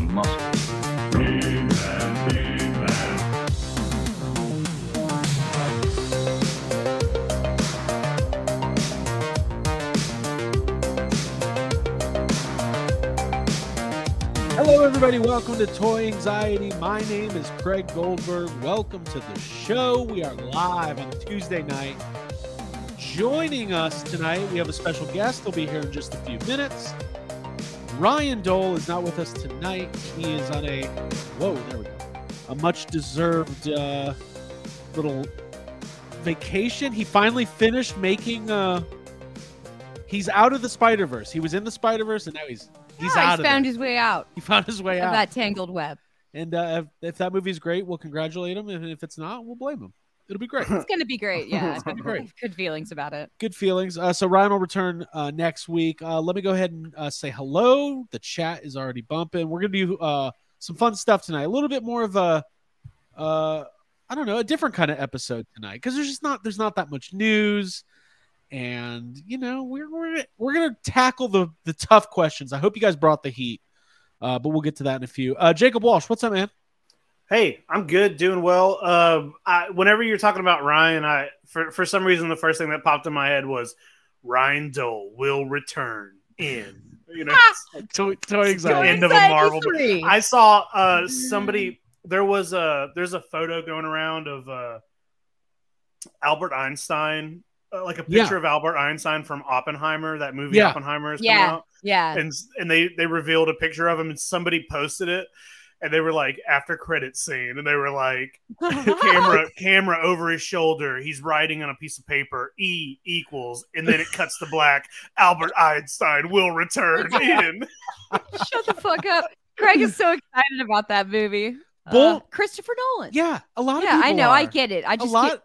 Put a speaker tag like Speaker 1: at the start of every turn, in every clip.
Speaker 1: muscles?
Speaker 2: Hello, everybody. Welcome to Toy Anxiety. My name is Craig Goldberg. Welcome to the show. We are live on a Tuesday night. Joining us tonight, we have a special guest. He'll be here in just a few minutes. Ryan Dole is not with us tonight. He is on a whoa, there we go, a much deserved uh, little vacation. He finally finished making. Uh, he's out of the Spider Verse. He was in the Spider Verse, and now he's he's
Speaker 3: Yeah,
Speaker 2: out
Speaker 3: he's
Speaker 2: of it.
Speaker 3: found his way out
Speaker 2: He found his way
Speaker 3: of
Speaker 2: out.
Speaker 3: that tangled web.
Speaker 2: And uh, if, if that movie's great, we'll congratulate him. And if it's not, we'll blame him. It'll be great.
Speaker 3: It's gonna be great. Yeah,
Speaker 2: It's gonna be great.
Speaker 3: Good feelings about it.
Speaker 2: Good feelings. Uh, so Ryan will return uh, next week. Uh, let me go ahead and uh, say hello. The chat is already bumping. We're gonna do uh, some fun stuff tonight. A little bit more of a, uh, I don't know, a different kind of episode tonight because there's just not there's not that much news, and you know we're we're we're gonna tackle the the tough questions. I hope you guys brought the heat, uh, but we'll get to that in a few. Uh, Jacob Walsh, what's up, man?
Speaker 4: Hey, I'm good, doing well. Uh, I, whenever you're talking about Ryan, I for, for some reason the first thing that popped in my head was Ryan Dole will return in. You know,
Speaker 2: Toy, toy
Speaker 4: the end of a Marvel. I saw uh, somebody. There was a there's a photo going around of uh, Albert Einstein, uh, like a
Speaker 2: Yeah.
Speaker 4: picture of Albert Einstein from Oppenheimer. That movie
Speaker 2: Yeah.
Speaker 4: Oppenheimer is coming
Speaker 3: Yeah,
Speaker 4: out
Speaker 3: yeah.
Speaker 4: and and they they revealed a picture of him and somebody posted it and they were like after credit scene and they were like camera camera over his shoulder he's writing on a piece of paper e equals and then it cuts to black albert einstein will return in
Speaker 3: Shut the fuck up. Craig is so excited about that movie. Uh,
Speaker 2: Bull-
Speaker 3: Christopher Nolan.
Speaker 2: Yeah, a lot of
Speaker 3: yeah.
Speaker 2: people.
Speaker 3: I know. I
Speaker 2: are.
Speaker 3: get it. I
Speaker 2: a
Speaker 3: just
Speaker 2: lot.
Speaker 3: Get,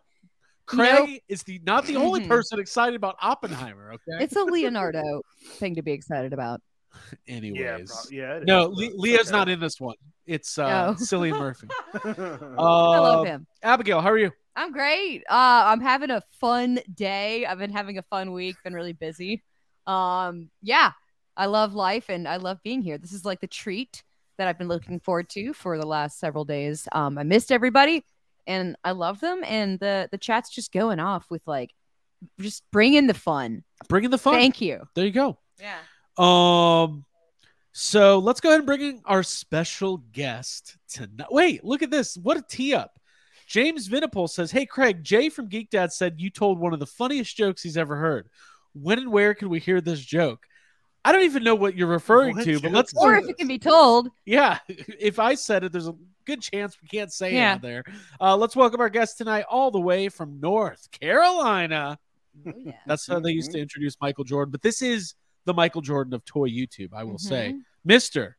Speaker 2: Craig
Speaker 3: know-
Speaker 2: is the not the only
Speaker 3: Mhm.
Speaker 2: person excited about Oppenheimer. Okay.
Speaker 3: it's a Leonardo thing to be excited about.
Speaker 4: yeah
Speaker 2: Anyways,
Speaker 4: prob- yeah it
Speaker 2: no,
Speaker 4: is,
Speaker 2: Le-
Speaker 4: but-
Speaker 2: Leo's
Speaker 4: okay.
Speaker 2: not in this one. It's uh,
Speaker 3: No.
Speaker 2: Cillian Murphy. Uh,
Speaker 3: I love Oh. him.
Speaker 2: Abigail, how are you?
Speaker 3: I'm great. Uh, I'm having a fun day. I've been having a fun week. Been really busy. Um, yeah, I love life and I love being here. This is like the treat that I've been looking forward to for the last several days. Um, I missed everybody, and I love them. And the the chat's just going off with like, just bring in the fun.
Speaker 2: Bringing the fun.
Speaker 3: Thank you.
Speaker 2: there you go.
Speaker 3: Yeah.
Speaker 2: Um, so let's go ahead and bring in our special guest tonight. Wait, look at this. What a tee up. James Vinipol says, Hey, Craig, Jay from Geek Dad said you told one of the funniest jokes he's ever heard. When and where can we hear this joke? I don't even know what you're referring
Speaker 4: What
Speaker 2: to, but
Speaker 4: joke?
Speaker 2: let's.
Speaker 3: Or
Speaker 2: do
Speaker 3: if
Speaker 2: this.
Speaker 3: it can be told,
Speaker 2: Yeah, if I said it, there's a good chance we can't say it
Speaker 3: Yeah.
Speaker 2: on there. Uh, let's welcome our guest tonight, all the way from North Carolina.
Speaker 3: yeah.
Speaker 2: That's how they used to introduce Michael Jordan, but this is the Michael Jordan of toy YouTube, I will
Speaker 3: Mm-hmm.
Speaker 2: say. Mr.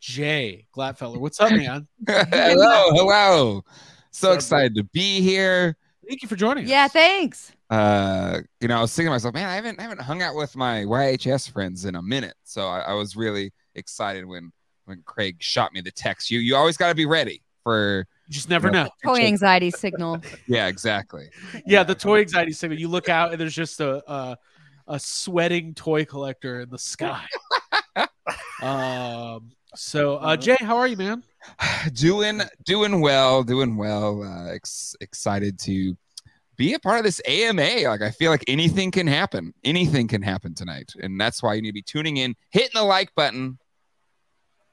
Speaker 2: Jay Gladfeller, what's up, man?
Speaker 5: hello, hello. So
Speaker 4: Sup, bro?
Speaker 5: excited to be here.
Speaker 2: Thank you for joining
Speaker 3: Yeah.
Speaker 2: us.
Speaker 3: Thanks.
Speaker 5: Uh, you know, I was thinking to myself, man, I haven't I haven't hung out with my YHS friends in a minute. So I, I was really excited when when Craig shot me the text. You you always gotta be ready for
Speaker 2: you just never
Speaker 5: you
Speaker 2: know.
Speaker 5: know,
Speaker 3: Toy anxiety signal.
Speaker 5: Yeah, exactly.
Speaker 2: Yeah, the toy anxiety segment. You look out and there's just a a, a sweating toy collector in the sky. um, so uh, Jay, how are you, man?
Speaker 5: doing doing well, doing well. Uh, ex- excited to be a part of this AMA. Like I feel like anything can happen. Anything can happen tonight, and that's why you need to be tuning in, hitting the like button.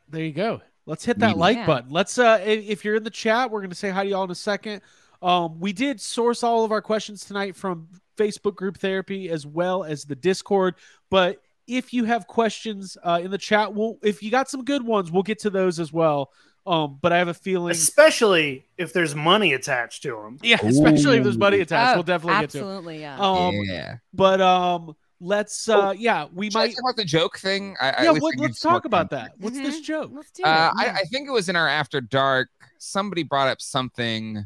Speaker 2: There you go. Let's hit that
Speaker 5: Yeah.
Speaker 2: like
Speaker 3: Yeah.
Speaker 2: button. Let's uh i- if you're in the chat, we're gonna say hi to y'all in a second. Um, we did source all of our questions tonight from Facebook group therapy as well as the Discord. But if you have questions uh, in the chat, we'll if you got some good ones, we'll get to those as well. Um, but I have a feeling,
Speaker 4: especially if there's money attached to him
Speaker 2: yeah, especially if there's
Speaker 5: Ooh.
Speaker 2: money attached,
Speaker 3: Oh,
Speaker 2: we'll definitely
Speaker 3: Absolutely.
Speaker 2: get
Speaker 3: Yeah.
Speaker 2: to. it. Um,
Speaker 5: yeah. Oh,
Speaker 2: but um, let's uh, yeah, we
Speaker 5: Should I
Speaker 2: might.
Speaker 5: talk about the joke thing? I, I
Speaker 2: Yeah,
Speaker 5: at least I
Speaker 2: what,
Speaker 5: can
Speaker 2: let's
Speaker 5: give more
Speaker 2: talk about
Speaker 5: context.
Speaker 2: that. What's
Speaker 3: Mm-hmm.
Speaker 2: this joke?
Speaker 3: Let's do it.
Speaker 5: Uh, I,
Speaker 3: Yeah.
Speaker 5: I think it was in our after dark. Somebody brought up something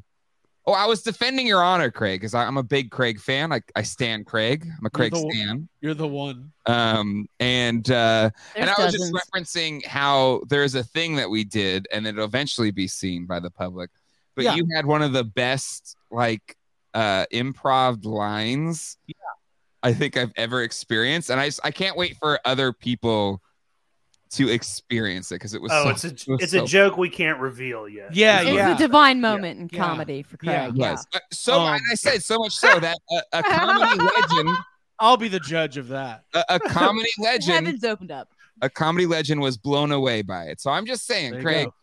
Speaker 5: Oh, I was defending your honor, Craig, because I'm a big Craig fan. I, I stand Craig. I'm a Craig
Speaker 2: the-
Speaker 5: stan.
Speaker 2: You're the one.
Speaker 5: Um, and uh,
Speaker 3: There's
Speaker 5: and I was
Speaker 3: dozens.
Speaker 5: just referencing how there's a thing that we did, and it'll eventually be seen by the public. But
Speaker 2: Yeah.
Speaker 5: you had one of the best like uh, improv lines. Yeah. I think I've ever experienced, and I just, I can't wait for other people to experience it because it was
Speaker 4: Oh,
Speaker 5: so
Speaker 4: it's a
Speaker 5: was
Speaker 4: it's
Speaker 5: so-
Speaker 4: a joke we can't reveal yet.
Speaker 2: Yeah,
Speaker 3: it's
Speaker 2: yeah.
Speaker 3: a divine moment in
Speaker 2: Yeah.
Speaker 3: comedy for
Speaker 2: Yeah.
Speaker 3: Craig.
Speaker 5: It
Speaker 3: Yeah.
Speaker 5: was. Uh, So
Speaker 2: Um,
Speaker 5: and I said so much so that a, a comedy legend,
Speaker 2: I'll be the judge of that.
Speaker 5: a, a comedy legend,
Speaker 3: Heaven's opened up.
Speaker 5: a comedy legend was blown away by it. So I'm just saying,
Speaker 2: There you
Speaker 5: Craig,
Speaker 2: go.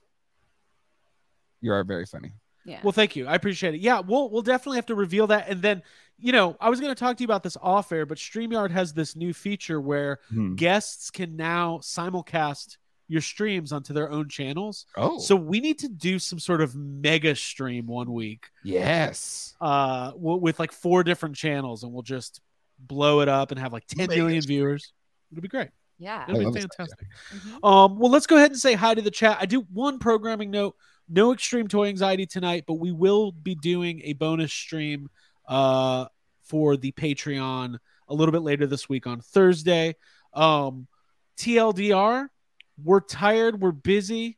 Speaker 5: you are very funny.
Speaker 3: Yeah.
Speaker 2: Well, thank you. I appreciate it. Yeah, we'll we'll definitely have to reveal that. And then, you know, I was going to talk to you about this off air, but Streamyard has this new feature where
Speaker 5: Hmm.
Speaker 2: guests can now simulcast your streams onto their own channels.
Speaker 5: Oh,
Speaker 2: So we need to do some sort of mega stream one week
Speaker 5: yes.
Speaker 2: uh w- with like four different channels and we'll just blow it up and have like 10
Speaker 5: Mega
Speaker 2: million viewers. It'll be great.
Speaker 3: yeah.
Speaker 5: I
Speaker 2: It'll
Speaker 5: love
Speaker 2: be
Speaker 5: this idea.
Speaker 2: fantastic.
Speaker 3: Mhm.
Speaker 2: Um, well, let's go ahead and say hi to the chat. I do one programming note: no extreme toy anxiety tonight, but we will be doing a bonus stream uh, for the Patreon a little bit later this week on Thursday. Um, TLDR: we're tired, we're busy,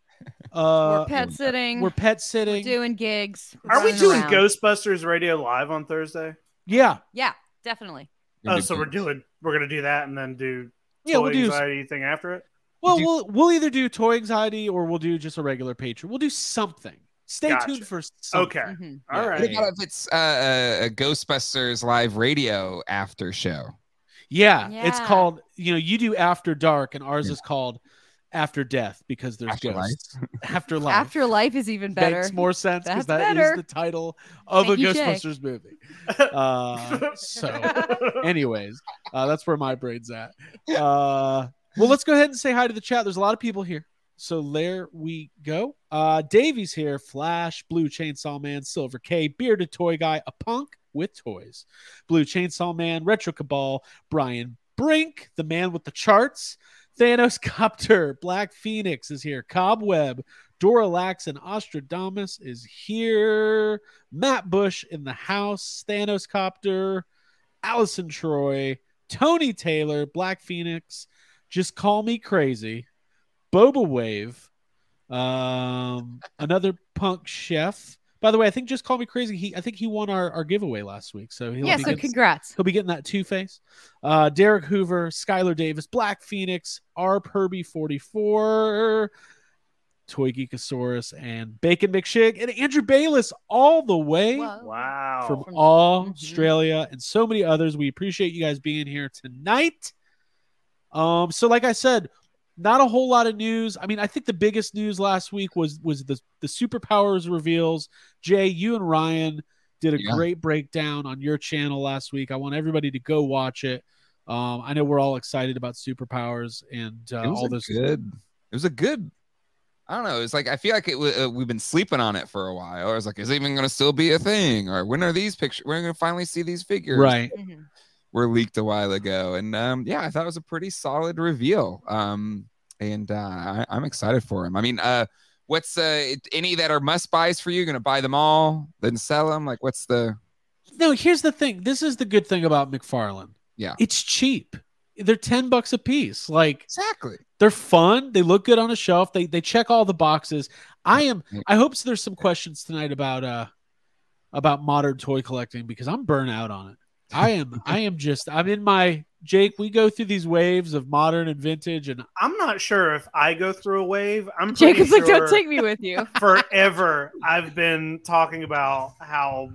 Speaker 2: uh,
Speaker 3: we're pet sitting.
Speaker 2: we're
Speaker 3: We're,
Speaker 2: pet sitting.
Speaker 3: doing gigs. We're
Speaker 4: Are we
Speaker 3: running
Speaker 4: doing
Speaker 3: around.
Speaker 4: Ghostbusters Radio live on Thursday?
Speaker 2: yeah,
Speaker 3: Yeah, definitely.
Speaker 4: Oh, so we're doing we're gonna do that and then do
Speaker 2: yeah,
Speaker 4: toy
Speaker 2: we'll do.
Speaker 4: anxiety thing after it.
Speaker 2: Well,
Speaker 5: Do-
Speaker 2: we'll we'll either do toy anxiety or we'll do just a regular Patreon. We'll do something. Stay
Speaker 4: Gotcha.
Speaker 2: tuned for something.
Speaker 4: Okay,
Speaker 3: Mhm.
Speaker 4: all
Speaker 5: What
Speaker 4: right.
Speaker 5: about if it's uh, a, a Ghostbusters live radio after show?
Speaker 2: Yeah, it's
Speaker 3: Yeah.
Speaker 2: called you know you do after dark and ours
Speaker 5: Yeah.
Speaker 2: is called after death because there's
Speaker 5: Afterlife.
Speaker 2: ghosts. Afterlife.
Speaker 3: Afterlife is even better.
Speaker 2: makes more sense because
Speaker 3: That's
Speaker 2: that is
Speaker 3: better.
Speaker 2: the title of
Speaker 3: Thank
Speaker 2: a
Speaker 3: you, Jay.
Speaker 2: Ghostbusters movie. Uh, so, anyways, uh, that's where my brain's at. Uh, well, let's go ahead and say hi to the chat. There's a lot of people here, so there we go. Uh, Davey's here. Flash, Blue Chainsaw Man, Silver K, Bearded Toy Guy, a punk with toys, Blue Chainsaw Man, Retro Cabal, Brian Brink, the man with the charts. Thanos Copter, Black Phoenix is here. Cobweb, Doralax and Ostradamus is here. Matt Bush in the house. Thanos Copter, Allison Troy, Tony Taylor, Black Phoenix. Just call me crazy. Boba Wave, um, another punk chef. By the way, I think just call me crazy. He, I think he won our, our giveaway last week, so he'll
Speaker 3: yeah,
Speaker 2: be
Speaker 3: so
Speaker 2: getting-
Speaker 3: congrats.
Speaker 2: He'll be getting that two face. Uh, Derek Hoover, Skylar Davis, Black Phoenix, R. Purby 44, Toy Geekosaurus, and Bacon McShig, and Andrew Bayless all the way
Speaker 3: Whoa.
Speaker 4: wow.
Speaker 2: from
Speaker 3: From-
Speaker 2: Australia and so many others. We appreciate you guys being here tonight. Um, so like I said, not a whole lot of news. I mean, I think the biggest news last week was was the the superpowers reveals. Jay, you and Ryan did a
Speaker 5: Yeah.
Speaker 2: great breakdown on your channel last week. I want everybody to go watch it. Um, I know we're all excited about superpowers and uh,
Speaker 5: It was
Speaker 2: all
Speaker 5: a
Speaker 2: those.
Speaker 5: good. It was a good. I don't know. It's like I feel like it. wa- Uh, we've been sleeping on it for a while. Or it's like, is it even going to still be a thing? Or when are these pictures? We're going to finally see these figures.
Speaker 2: Right.
Speaker 3: Mhm.
Speaker 5: were leaked a while ago. And um, yeah, I thought it was a pretty solid reveal. Um, and uh, I, I'm excited for him. I mean, uh, what's uh, it- any that are must buys for you? Going to buy them all, then sell them? Like, what's the
Speaker 2: No, here's the thing. This is the good thing about McFarlane.
Speaker 5: Yeah.
Speaker 2: It's cheap. They're 10 bucks a piece. Like
Speaker 5: exactly?
Speaker 2: they're fun. They look good on a shelf. They they check all the boxes. I am I hope there's some questions tonight about uh about modern toy collecting because I'm burnt out on it. I am I am just I'm in my Jake, we go through these waves of modern and vintage and
Speaker 4: I'm not sure if I go through a wave. I'm pretty
Speaker 3: Jacob's like,
Speaker 4: sure
Speaker 3: don't take me with you.
Speaker 4: forever. I've been talking about how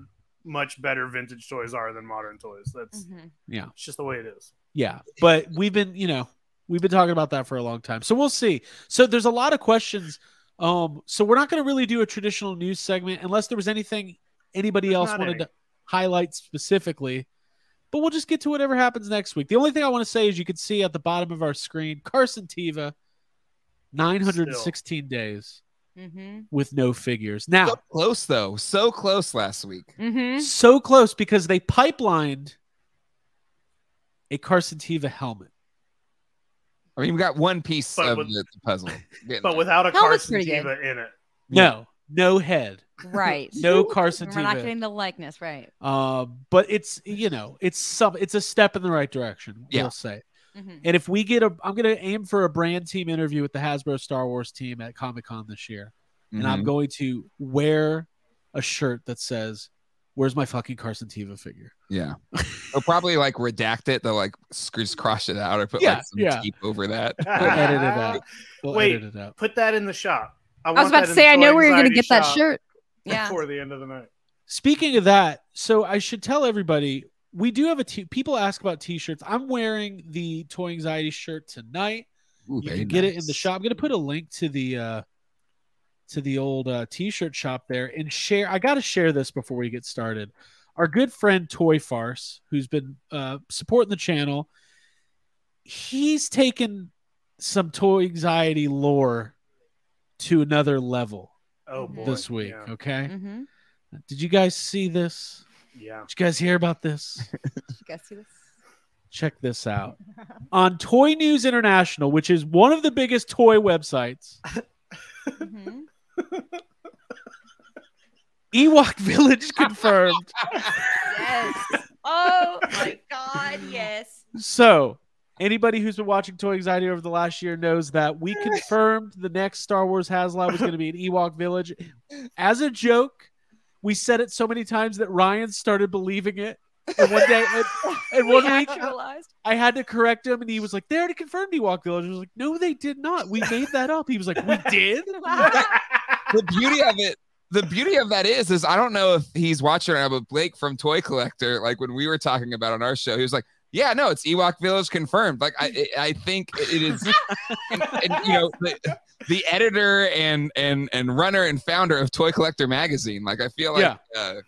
Speaker 4: much better vintage toys are than modern toys. That's
Speaker 3: Mhm.
Speaker 4: it's just the way it is.
Speaker 2: Yeah, but we've been, you know, we've been talking about that for a long time. So we'll see. So there's a lot of questions. Um, so we're not going to really do a traditional news segment unless there was anything anybody
Speaker 4: There's
Speaker 2: else
Speaker 4: not
Speaker 2: wanted
Speaker 4: any.
Speaker 2: to highlight specifically. But we'll just get to whatever happens next week. The only thing I want to say is you can see at the bottom of our screen Carson Tiva, 916 days
Speaker 3: Mhm.
Speaker 2: with no figures. Now,
Speaker 5: So close though, so close last week.
Speaker 3: Mhm.
Speaker 2: so close because they pipelined a Carson Tiva helmet.
Speaker 5: I mean, we got one piece
Speaker 4: But
Speaker 5: of
Speaker 4: with-
Speaker 5: the, the puzzle. Getting
Speaker 4: But
Speaker 5: there.
Speaker 4: without a
Speaker 3: Hell, that's
Speaker 4: Carson
Speaker 3: pretty good.
Speaker 4: Diva in it,
Speaker 5: Yeah.
Speaker 2: No, no head,
Speaker 3: right.
Speaker 2: no Carson
Speaker 3: We're not
Speaker 2: Teeman.
Speaker 3: getting the likeness, right?
Speaker 2: Uh, but it's you know it's some it's a step in the right direction.
Speaker 5: Yeah.
Speaker 2: We'll say.
Speaker 3: Mhm.
Speaker 2: And if we get a, I'm gonna aim for a brand team interview with the Hasbro Star Wars team at Comic Con this year, and I'm
Speaker 5: Mhm.
Speaker 2: going to wear a shirt that says, "Where's my fucking Carson Tiva figure?"
Speaker 5: yeah. They'll probably like redact it. They'll like sc- just cross it out or put
Speaker 2: Yeah,
Speaker 5: like some
Speaker 2: yeah.
Speaker 5: tape over that.
Speaker 2: We'll edit it out. We'll
Speaker 4: Wait.
Speaker 2: edit it out.
Speaker 4: Put that in the shop. I,
Speaker 3: I was
Speaker 4: want
Speaker 3: about
Speaker 4: that
Speaker 3: to
Speaker 4: in
Speaker 3: say,
Speaker 4: the
Speaker 3: I know
Speaker 4: Toy
Speaker 3: where you're gonna
Speaker 4: Anxiety
Speaker 3: get that
Speaker 4: shop
Speaker 3: shirt. Yeah.
Speaker 4: before the end of the night.
Speaker 2: Speaking of that, so I should tell everybody we do have a t- people ask about t-shirts. I'm wearing the Toy Anxiety shirt tonight.
Speaker 5: Ooh,
Speaker 2: you
Speaker 5: very
Speaker 2: can get it in the
Speaker 5: nice.
Speaker 2: shop. I'm gonna put a link to the uh to the old uh, t-shirt shop there and share. I gotta share this before we get started. Our good friend Toy Farce, who's been uh, supporting the channel, he's taken some Toy Anxiety lore to another level
Speaker 4: Oh boy.
Speaker 2: this week.
Speaker 4: Yeah.
Speaker 2: Okay,
Speaker 3: Mm-hmm.
Speaker 2: did you guys see this?
Speaker 4: yeah.
Speaker 2: Did you guys hear about this?
Speaker 3: You guys see this?
Speaker 2: Check this out. On Toy News International, which is one of the biggest toy websites,
Speaker 3: hmm
Speaker 2: Ewok Village confirmed.
Speaker 3: yes. Oh my God. Yes.
Speaker 2: so, anybody who's been watching Toy Anxiety over the last year knows that we confirmed the next Star Wars HasLab was going to be an Ewok Village. As a joke, we said it so many times that Ryan started believing it. And one day, and, and one
Speaker 3: we
Speaker 2: week,
Speaker 3: actualized.
Speaker 2: I had to correct him, and he was like, "They already confirmed Ewok Village." I was like, "No, they did not. We made that up." He was like, "We did."
Speaker 5: the beauty of it the beauty of that is is i don't know if he's watching or not but blake from toy collector like when we were talking about on our show he was like yeah no it's ewok village confirmed like i I- i think it is and, and, you know the, the editor and and and runner and founder of toy collector magazine like i feel like
Speaker 2: Yeah.
Speaker 5: uh,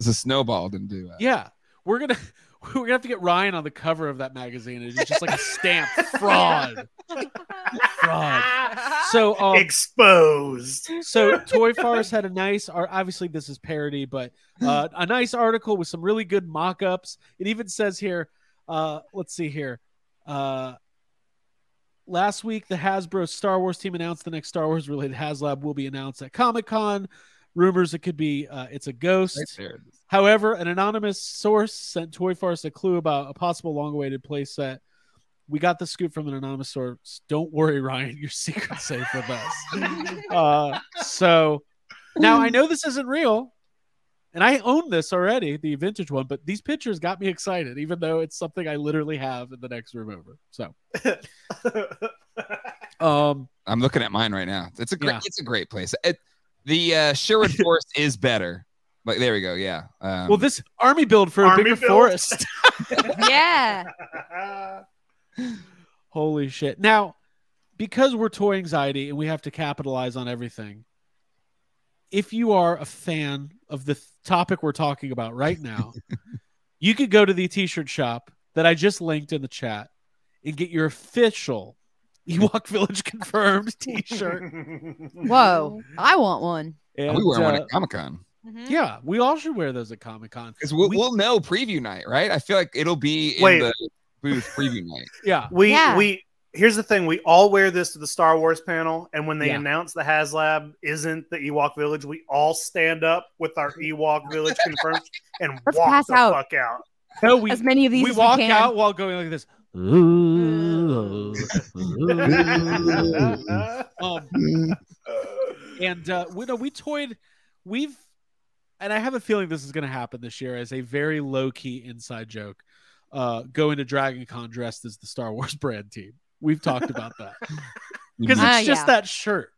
Speaker 5: it's a snowball didn't do that
Speaker 2: Yeah, we're gonna we're gonna have to get Ryan on the cover of that magazine. It's just like a stamp fraud, fraud. So um,
Speaker 4: Exposed.
Speaker 2: so Toy Forest had a nice, or obviously this is parody, but uh, a nice article with some really good mock-ups. It even says here, uh, let's see here. Uh, last week, the Hasbro Star Wars team announced the next Star Wars related HasLab will be announced at Comic Con. Rumors it could be uh, it's a ghost.
Speaker 5: Right there.
Speaker 2: However, an anonymous source sent Toy Forest a clue about a possible long-awaited playset. We got the scoop from an anonymous source. Don't worry, Ryan, your secret's safe with us. Uh, so now I know this isn't real, and I own this already, the vintage one. But these pictures got me excited, even though it's something I literally have in the next room over. So, um,
Speaker 5: i'm looking at mine right now it's a great
Speaker 2: Yeah.
Speaker 5: it's a great place it, the uh, sherwood forest is better like there we go yeah um,
Speaker 2: well, this army build for a
Speaker 4: Army
Speaker 2: bigger
Speaker 4: build.
Speaker 2: forest.
Speaker 3: yeah.
Speaker 2: Holy shit. Now, because we're toy anxiety and we have to capitalize on everything, if you are a fan of the th- topic we're talking about right now, you could go to the t shirt shop that I just linked in the chat and get your official Ewok Village confirmed t shirt.
Speaker 3: Whoa. I want one.
Speaker 5: we were one at comic-con
Speaker 3: Mhm.
Speaker 2: uh, yeah, we all should wear those at Comic Con.
Speaker 5: Because we'll,
Speaker 2: We-
Speaker 5: we'll know preview night, right? I feel like it'll be in
Speaker 4: Wait.
Speaker 5: the booth preview night.
Speaker 2: Yeah,
Speaker 4: We
Speaker 3: Yeah.
Speaker 4: we here's the thing: we all wear this to the Star Wars panel, and when they
Speaker 2: Yeah.
Speaker 4: announce the HasLab isn't the Ewok Village, we all stand up with our Ewok Village confirmed and
Speaker 3: Let's
Speaker 4: walk
Speaker 3: pass
Speaker 4: the
Speaker 3: out.
Speaker 4: fuck out.
Speaker 2: no, we,
Speaker 3: As many of these
Speaker 2: we
Speaker 3: as
Speaker 2: walk
Speaker 3: we can.
Speaker 2: out while going like this. Um, and uh, we know we toyed we've and i have a feeling this is going to happen this year as a very low-key inside joke uh going to dragon con dressed as the star wars brand team we've talked about that because
Speaker 3: Ah,
Speaker 2: it's just
Speaker 3: yeah.
Speaker 2: that shirt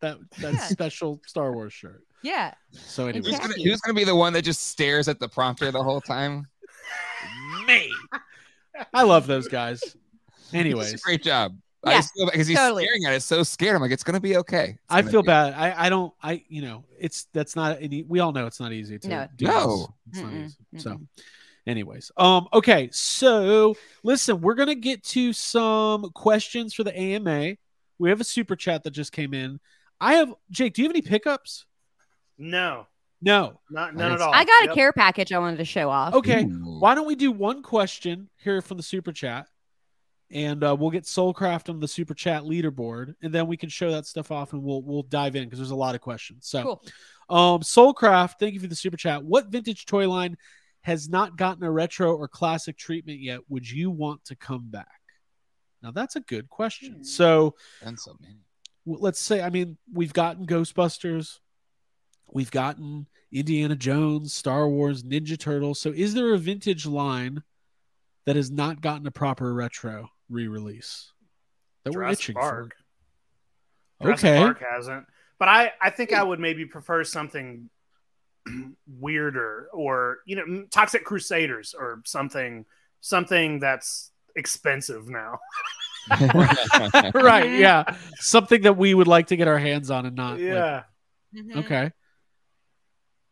Speaker 2: that that
Speaker 3: Yeah.
Speaker 2: special star wars shirt
Speaker 3: Yeah.
Speaker 2: so anyway
Speaker 5: who's, gonna,
Speaker 3: Jackie.
Speaker 5: who's gonna be the one that just stares at the prompter the whole time?
Speaker 2: me i love those guys
Speaker 5: It's
Speaker 2: anyways
Speaker 5: a great job.
Speaker 3: Yeah,
Speaker 5: I still because he's
Speaker 3: totally.
Speaker 5: staring at it so scared. I'm like, it's gonna be okay. It's
Speaker 2: i
Speaker 5: gonna
Speaker 2: feel
Speaker 5: be-
Speaker 2: bad i i don't i you know it's that's not any we all know it's not easy to
Speaker 3: No.
Speaker 2: do
Speaker 5: No.
Speaker 2: this. It's not
Speaker 3: Mm-mm,
Speaker 2: easy. so
Speaker 3: mm-mm.
Speaker 2: anyways um okay so listen we're gonna get to some questions for the ama we have a super chat that just came in i have jake do you have any pickups
Speaker 4: no,
Speaker 2: no
Speaker 4: not none at
Speaker 5: Nice.
Speaker 4: all.
Speaker 3: I got a
Speaker 4: Yep.
Speaker 3: care package I wanted to show off.
Speaker 2: okay
Speaker 5: Ooh.
Speaker 2: why don't we do one question here from the super chat and uh, we'll get Soulcraft on the super chat leaderboard, and then we can show that stuff off, and we'll we'll dive in because there's a lot of questions. So,
Speaker 3: Cool.
Speaker 2: um, Soulcraft, thank you for the super chat. What vintage toy line has not gotten a retro or classic treatment yet? Would you want to come back? Now that's a good question.
Speaker 3: Hmm.
Speaker 2: So
Speaker 5: Done so many.
Speaker 2: w- let's say, I mean, we've gotten Ghostbusters, we've gotten Indiana Jones, Star Wars, Ninja Turtles. So is there a vintage line that has not gotten a proper retro re-release that we're
Speaker 4: Jurassic
Speaker 2: itching
Speaker 4: Park.
Speaker 2: for?
Speaker 4: Jurassic
Speaker 2: Okay,
Speaker 4: Park hasn't. But I, I think I would maybe prefer something weirder or you know m- Toxic Crusaders or something something that's expensive now.
Speaker 2: right? Yeah, something that we would like to get our hands on and not. like-
Speaker 4: yeah.
Speaker 3: Mhm.
Speaker 2: okay.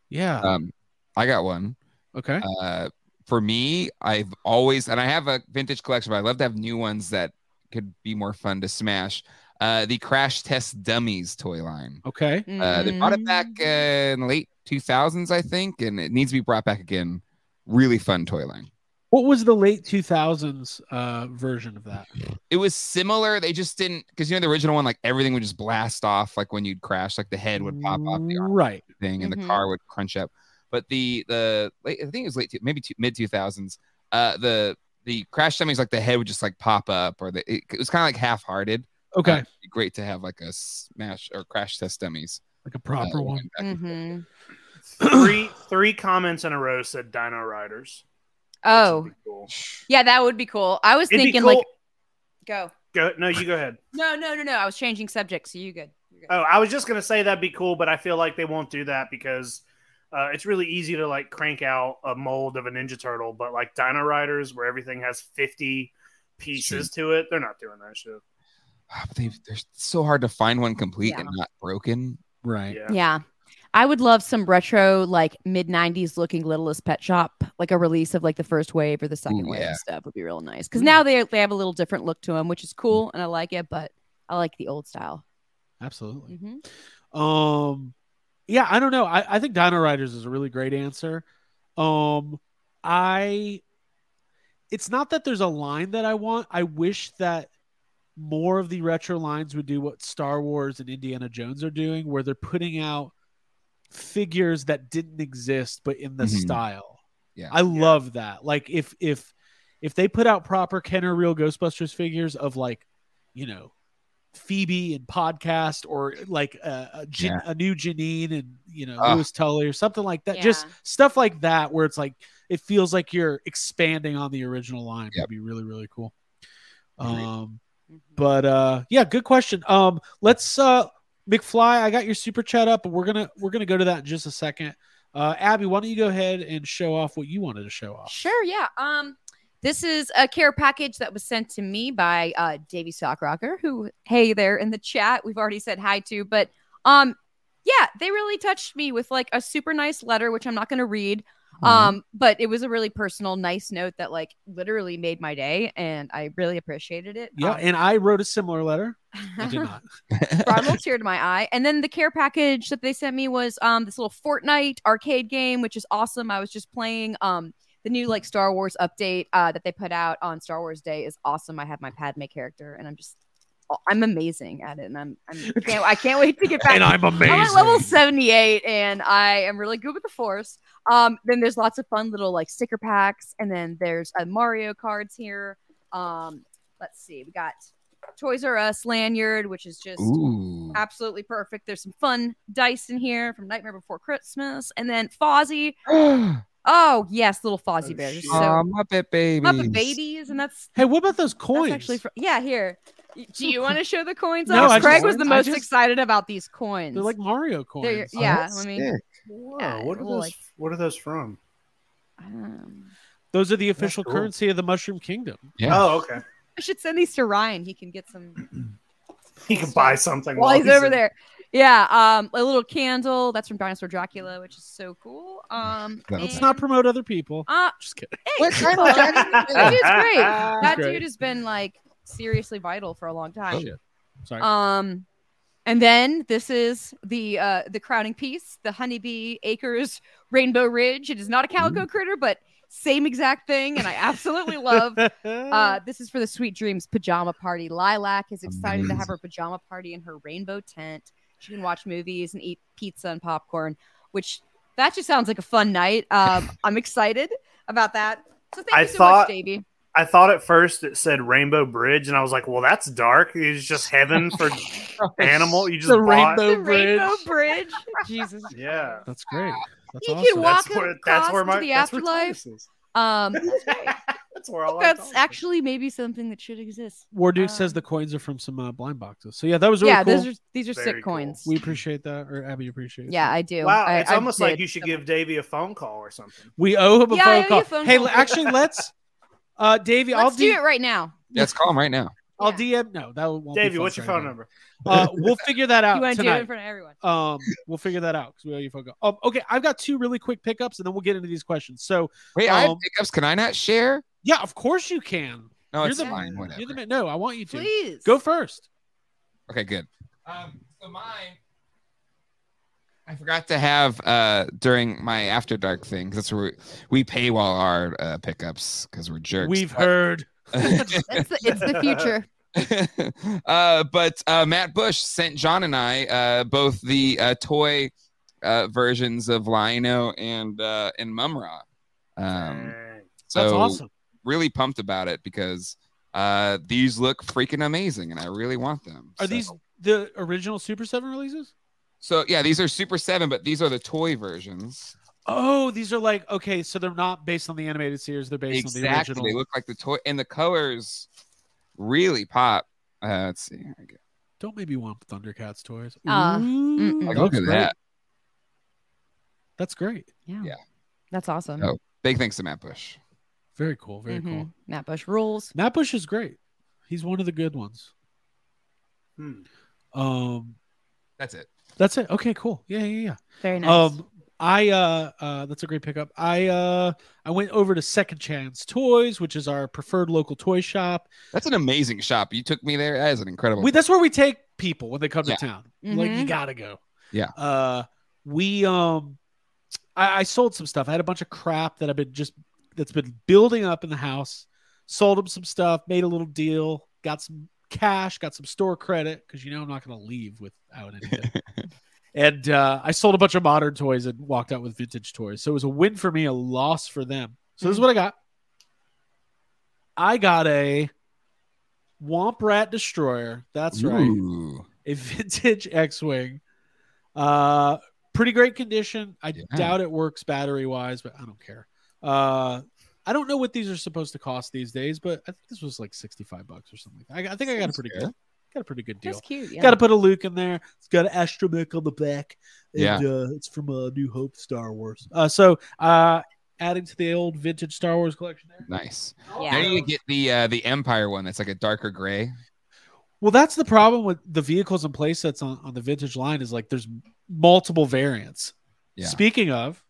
Speaker 2: Yeah.
Speaker 5: um, I got one.
Speaker 2: Okay.
Speaker 5: Uh, for me, I've always and I have a vintage collection, but I love to have new ones that could be more fun to smash. Uh, the Crash Test Dummies toy line.
Speaker 2: Okay.
Speaker 5: Uh, they brought it back
Speaker 3: Mhm.
Speaker 5: uh, in the late 2000s, I think, and it needs to be brought back again. Really fun toy line.
Speaker 2: What was the late 2000s uh, version of that?
Speaker 5: It was similar. They just didn't because you know the original one, like everything would just blast off, like when you'd crash, like the head would pop off the arm
Speaker 2: Right.
Speaker 5: thing, and
Speaker 3: Mhm.
Speaker 5: the car would crunch up. But the the late, I think it was late, two, maybe two, mid 2000s. Uh, the the crash dummies, like the head would just like pop up, or the it, it was kind of like half hearted.
Speaker 2: Okay.
Speaker 5: Uh, great to have like a smash or crash test dummies.
Speaker 2: like a
Speaker 5: uh,
Speaker 2: proper one.
Speaker 5: back.
Speaker 3: Mhm.
Speaker 4: three three comments in a row said Dino Riders. which
Speaker 3: Oh,
Speaker 4: would be cool.
Speaker 3: yeah, that would be cool. I was
Speaker 4: It'd be
Speaker 3: thinking
Speaker 4: cool-
Speaker 3: like go.
Speaker 4: go no, you go ahead.
Speaker 3: No, no, no, no. I was changing subjects, so you good. You're good.
Speaker 4: Oh, I was just gonna say that'd be cool, but I feel like they won't do that because uh, it's really easy to like crank out a mold of a Ninja Turtle, but like Dino Riders, where everything has fifty pieces to it, they're not doing that shit.
Speaker 5: Ah, But they, they're so hard to find one complete
Speaker 3: Yeah.
Speaker 5: and not broken.
Speaker 2: Right.
Speaker 4: Uh, Yeah,
Speaker 3: Yeah. I would love some retro, like mid 90s looking Littlest Pet Shop, like a release of like the first wave or the second
Speaker 5: Ooh,
Speaker 3: wave
Speaker 5: yeah.
Speaker 3: and stuff would be real nice. Cause now they, they have a little different look to them, which is cool and I like it, but I like the old style.
Speaker 2: Absolutely.
Speaker 3: hmm
Speaker 2: Um, yeah, I don't know. I, I think Dino Riders is a really great answer. Um, I, it's not that there's a line that I want. I wish that more of the retro lines would do what Star Wars and Indiana Jones are doing, where they're putting out figures that didn't exist but in the
Speaker 5: Mhm.
Speaker 2: style.
Speaker 5: Yeah.
Speaker 2: I love that. Like if if if they put out proper Ken or Real Ghostbusters figures of like, you know, Phoebe and podcast or like uh, a, Jan- a new Janine and you know
Speaker 5: Ah.
Speaker 2: Lewis Tully or something like that. Just
Speaker 3: Yeah.
Speaker 2: stuff like that where it's like it feels like you're expanding on the original line.
Speaker 5: Yep.
Speaker 2: Would be really really cool.
Speaker 5: Agreed.
Speaker 2: Um, but uh, yeah, good question. Um, let's uh, McFly. I got your super chat up, but we're gonna we're gonna go to that in just a second. Uh, Abby, why don't you go ahead and show off what you wanted to show off?
Speaker 3: Sure. Yeah. Um, this is a care package that was sent to me by uh, Davey Stockrocker, who, hey there in the chat, we've already said hi to, but um, yeah, they really touched me with like a super nice letter, which I'm not going to read.
Speaker 2: Mm-hmm.
Speaker 3: Um, but it was a really personal, nice note that like literally made my day, and I really appreciated it.
Speaker 2: Yeah,
Speaker 3: Um,
Speaker 2: and I wrote a similar letter. I did not.
Speaker 3: brought a little tear to my eye. And then the care package that they sent me was um this little Fortnite arcade game, which is awesome. I was just playing um the new like Star Wars update uh, that they put out on Star Wars Day is awesome. I have my Padme character, and I'm just oh, I'm amazing at it, and I'm, I'm I can't, I can't wait to get back.
Speaker 2: and I'm amazing.
Speaker 3: I'm at level 78 and I am really good with the force. Um, then there's lots of fun little like sticker packs, and then there's uh, Mario cards here. Um, let's see, we got Toys R Us lanyard, which is just
Speaker 5: Ooh.
Speaker 3: absolutely perfect. There's some fun dice in here from Nightmare Before Christmas, and then Fozzie. Oh yes, little Fozzie
Speaker 4: Oh,
Speaker 3: Bear. Just
Speaker 4: shit.
Speaker 3: so
Speaker 5: Aw, Muppet babies.
Speaker 3: Muppet babies, and that's
Speaker 2: Hey, what about those coins?
Speaker 3: that's actually fr- yeah. Here, do you want to show the coins?
Speaker 2: No,
Speaker 3: off?
Speaker 2: I
Speaker 3: Craig
Speaker 2: just-
Speaker 3: was the
Speaker 2: I
Speaker 3: most
Speaker 2: just-
Speaker 3: excited about these coins.
Speaker 2: They're like Mario coins.
Speaker 3: They're-
Speaker 5: Oh,
Speaker 3: yeah,
Speaker 5: that's
Speaker 3: let me-
Speaker 5: sick.
Speaker 4: Whoa,
Speaker 3: Yeah,
Speaker 4: Oh, what are
Speaker 3: well,
Speaker 4: those?
Speaker 3: like-
Speaker 4: What are those from?
Speaker 3: Um,
Speaker 2: Those are the official
Speaker 4: cool.
Speaker 2: currency of the Mushroom Kingdom.
Speaker 5: Yeah.
Speaker 4: Oh, okay.
Speaker 3: I should send these to Ryan. He can get some
Speaker 4: He can buy something
Speaker 3: while he's over
Speaker 4: in-
Speaker 3: there. Yeah, um, a little candle. That's from Dinosaur Dracula, which is so cool. Um,
Speaker 5: That's-
Speaker 2: Let's not
Speaker 3: and-
Speaker 2: promote other people.
Speaker 3: Uh,
Speaker 2: Just kidding.
Speaker 3: hey,
Speaker 5: What kind of
Speaker 3: Paul,
Speaker 5: Jack-
Speaker 3: that dude's great. That
Speaker 2: Great.
Speaker 4: Oh,
Speaker 3: dude has been like seriously vital for a long time.
Speaker 2: Sorry.
Speaker 3: Um, And then this is the uh, the crowning piece, the Honeybee Acres Rainbow Ridge. It is not a calico
Speaker 4: Mm-hmm.
Speaker 3: critter, but same exact thing, and I absolutely love uh, this is for the Sweet Dreams pajama party. Lilac is excited to have her pajama party in her rainbow tent. She can watch movies and eat pizza and popcorn, which that just sounds like a fun night. Um, I'm excited about that. So thank
Speaker 4: I
Speaker 3: you so
Speaker 4: thought-
Speaker 3: much, Davey.
Speaker 4: I thought at first it said Rainbow Bridge, and I was like, well, that's dark. It's just heaven for animal. You just
Speaker 2: the
Speaker 4: bought.
Speaker 2: rainbow
Speaker 3: the
Speaker 2: bridge.
Speaker 3: Rainbow Bridge.
Speaker 2: Jesus,
Speaker 4: Yeah.
Speaker 2: that's great. That's
Speaker 3: You can
Speaker 2: awesome.
Speaker 3: walk-
Speaker 4: That's where, that's where
Speaker 3: across
Speaker 4: my
Speaker 3: to the
Speaker 4: that's where
Speaker 3: afterlife.
Speaker 4: Titus is.
Speaker 3: Um,
Speaker 4: that's where all
Speaker 3: that's actually maybe something that should exist.
Speaker 2: Wardude says the coins are from some uh, blind boxes. So yeah, that was really
Speaker 3: yeah,
Speaker 2: cool.
Speaker 3: those are these are
Speaker 4: Very
Speaker 3: sick
Speaker 4: cool.
Speaker 3: coins.
Speaker 2: we appreciate that, or Abby appreciates.
Speaker 3: yeah,
Speaker 2: that.
Speaker 3: I do.
Speaker 4: Wow,
Speaker 3: I-
Speaker 4: it's
Speaker 3: I
Speaker 4: almost like
Speaker 3: did.
Speaker 4: you should give Davey a phone call or something.
Speaker 2: we owe him a
Speaker 3: Yeah, I
Speaker 2: phone
Speaker 3: owe you a
Speaker 2: call.
Speaker 3: phone
Speaker 2: hey,
Speaker 3: call.
Speaker 2: l- actually, let's. Uh, Davey,
Speaker 3: Let's
Speaker 2: I'll
Speaker 3: do
Speaker 2: do.
Speaker 3: it right now.
Speaker 5: Let's call him right now.
Speaker 2: I'll DM. No, that won't. be
Speaker 4: Davey,
Speaker 2: fun
Speaker 4: what's your
Speaker 2: for
Speaker 4: phone
Speaker 2: anyone.
Speaker 4: number?
Speaker 2: Uh, we'll figure that out
Speaker 3: You want to do it
Speaker 2: tonight.
Speaker 3: in front of everyone.
Speaker 2: um, we'll figure that out because we owe you a phone call. Um, okay, I've got two really quick pickups, and then we'll get into these questions. So
Speaker 5: Wait, I have
Speaker 2: Um,
Speaker 5: pickups. Can I not share?
Speaker 2: yeah, of course you can.
Speaker 5: No,
Speaker 2: You're
Speaker 5: it's
Speaker 2: the-
Speaker 5: fine. Whatever.
Speaker 2: You're the man. No, I want you to
Speaker 3: Please
Speaker 2: go first.
Speaker 5: Okay, good. Um, so mine, I forgot to have uh, during my after dark thing 'cause that's where we, we paywall our uh, pickups because we're jerks.
Speaker 2: We've
Speaker 5: But-
Speaker 2: heard.
Speaker 3: It's the, it's the future.
Speaker 5: uh, but uh, Matt Bush sent John and I uh, both the uh, toy uh, versions of Lino and uh, and Mumra. Um, so
Speaker 2: That's awesome.
Speaker 5: really pumped about it because uh, these look freaking amazing and I really want them.
Speaker 2: Are
Speaker 5: So-
Speaker 2: these the original Super Seven releases?
Speaker 5: So yeah, these are Super Seven, but these are the toy versions.
Speaker 2: Oh, these are like okay, so they're not based on the animated series; they're based
Speaker 5: exactly.
Speaker 2: on the
Speaker 5: They
Speaker 2: original.
Speaker 5: look like the toy, and the colors really pop. Uh, let's see. Here we go.
Speaker 2: Don't maybe want Thundercats toys.
Speaker 3: Uh,
Speaker 2: Ooh,
Speaker 3: mm-mm.
Speaker 5: Like,
Speaker 2: that's
Speaker 5: look at
Speaker 2: great.
Speaker 5: that.
Speaker 2: That's great.
Speaker 3: Yeah.
Speaker 5: Yeah.
Speaker 3: That's awesome.
Speaker 5: Oh, Big thanks to Matt Bush.
Speaker 2: Very cool. Very cool.
Speaker 3: Mhm. Matt Bush rules.
Speaker 2: Matt Bush is great. He's one of the good ones.
Speaker 4: Hmm.
Speaker 2: Um,
Speaker 5: That's it.
Speaker 2: that's it. Okay, cool. Yeah, yeah, yeah.
Speaker 3: Very nice.
Speaker 2: Um, I uh, uh, that's a great pickup. I uh, I went over to Second Chance Toys, which is our preferred local toy shop.
Speaker 5: That's an amazing shop. You took me there. That is an incredible.
Speaker 2: We, that's where we take people when they come
Speaker 5: Yeah. Mm-hmm.
Speaker 2: to town. Like you
Speaker 3: Mhm.
Speaker 2: gotta go.
Speaker 5: Yeah.
Speaker 2: Uh, we um, I, I sold some stuff. I had a bunch of crap that I've been just that's been building up in the house. Sold them some stuff. Made a little deal. Got some cash. Got some store credit because you know I'm not gonna leave without anything. and uh, I sold a bunch of modern toys and walked out with vintage toys. So it was a win for me, a loss for them. So this is what I got. I got a Womp Rat Destroyer. That's right
Speaker 5: Ooh.
Speaker 2: a vintage X-wing. Uh, pretty great condition. I
Speaker 5: Yeah.
Speaker 2: doubt it works battery wise, but I don't care. Uh, I don't know what these are supposed to cost these days, but I think this was like sixty-five bucks or something. I, I think I got a
Speaker 5: Sounds
Speaker 2: pretty
Speaker 5: fair.
Speaker 2: good, got a pretty good deal.
Speaker 3: That's cute. Yeah.
Speaker 2: Got to put a Luke in there. It's got an astromech on the back. And,
Speaker 5: Yeah.
Speaker 2: uh, it's from uh, New Hope Star Wars. Uh, so uh, adding to the old vintage Star Wars collection there.
Speaker 5: Nice.
Speaker 3: Yeah.
Speaker 5: Now you need to get the uh, the Empire one. That's like a darker gray.
Speaker 2: Well, that's the problem with the vehicles and playsets on, on the vintage line is like there's multiple variants.
Speaker 5: Yeah.
Speaker 2: Speaking of,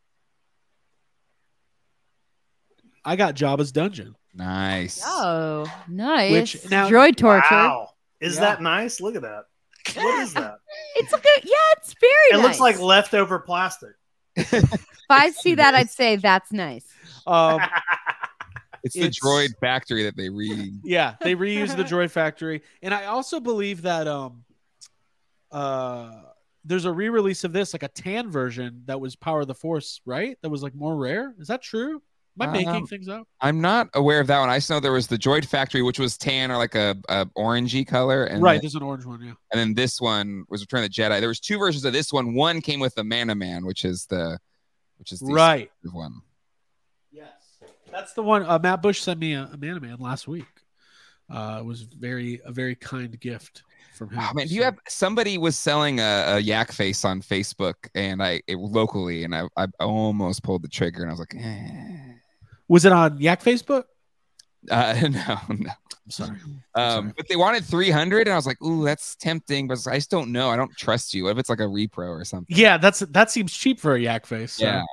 Speaker 2: I got Jabba's dungeon.
Speaker 5: Nice.
Speaker 3: Oh, nice.
Speaker 2: Which- now-
Speaker 3: Droid torture.
Speaker 4: Wow. Is
Speaker 2: Yeah.
Speaker 4: that nice? Look at that. What is that?
Speaker 3: It's like a, yeah, it's very
Speaker 4: it
Speaker 3: nice.
Speaker 4: looks like leftover plastic.
Speaker 3: if I see that, I'd say that's nice.
Speaker 2: Um,
Speaker 5: It's the
Speaker 2: It's-
Speaker 5: droid factory that they read.
Speaker 2: yeah, they reused the droid factory, and I also believe that um, uh, there's a re-release of this, like a tan version that was Power of the Force, right? That was like more rare. Is that true? Am I making
Speaker 5: Um,
Speaker 2: things up?
Speaker 5: I'm not aware of that one. I just know there was the droid factory, which was tan or like a, a orangey color, and
Speaker 2: Right,
Speaker 5: then-
Speaker 2: there's an orange one. Yeah.
Speaker 5: and then this one was Return of the Jedi. There was two versions of this one. One came with the Mana Man, which is the which is the
Speaker 2: Right.
Speaker 5: expensive one.
Speaker 2: Yes, that's the one. Uh, Matt Bush sent me a, a Mana Man last week. Uh, it was very a very kind gift from him.
Speaker 5: Oh man, do you
Speaker 2: so-
Speaker 5: have somebody was selling a, a yak face on Facebook and I it, locally, and I, I almost pulled the trigger, and I was like, eh.
Speaker 2: Was it on Yak Facebook?
Speaker 5: uh, no, no.
Speaker 2: I'm sorry.
Speaker 5: Um,
Speaker 2: sorry.
Speaker 5: but they wanted 300, and I was like, ooh, that's tempting, but I just don't know. I don't trust you. What if it's like a repro or something?
Speaker 2: Yeah, that's that seems cheap for a Yak Face. so.
Speaker 5: Yeah.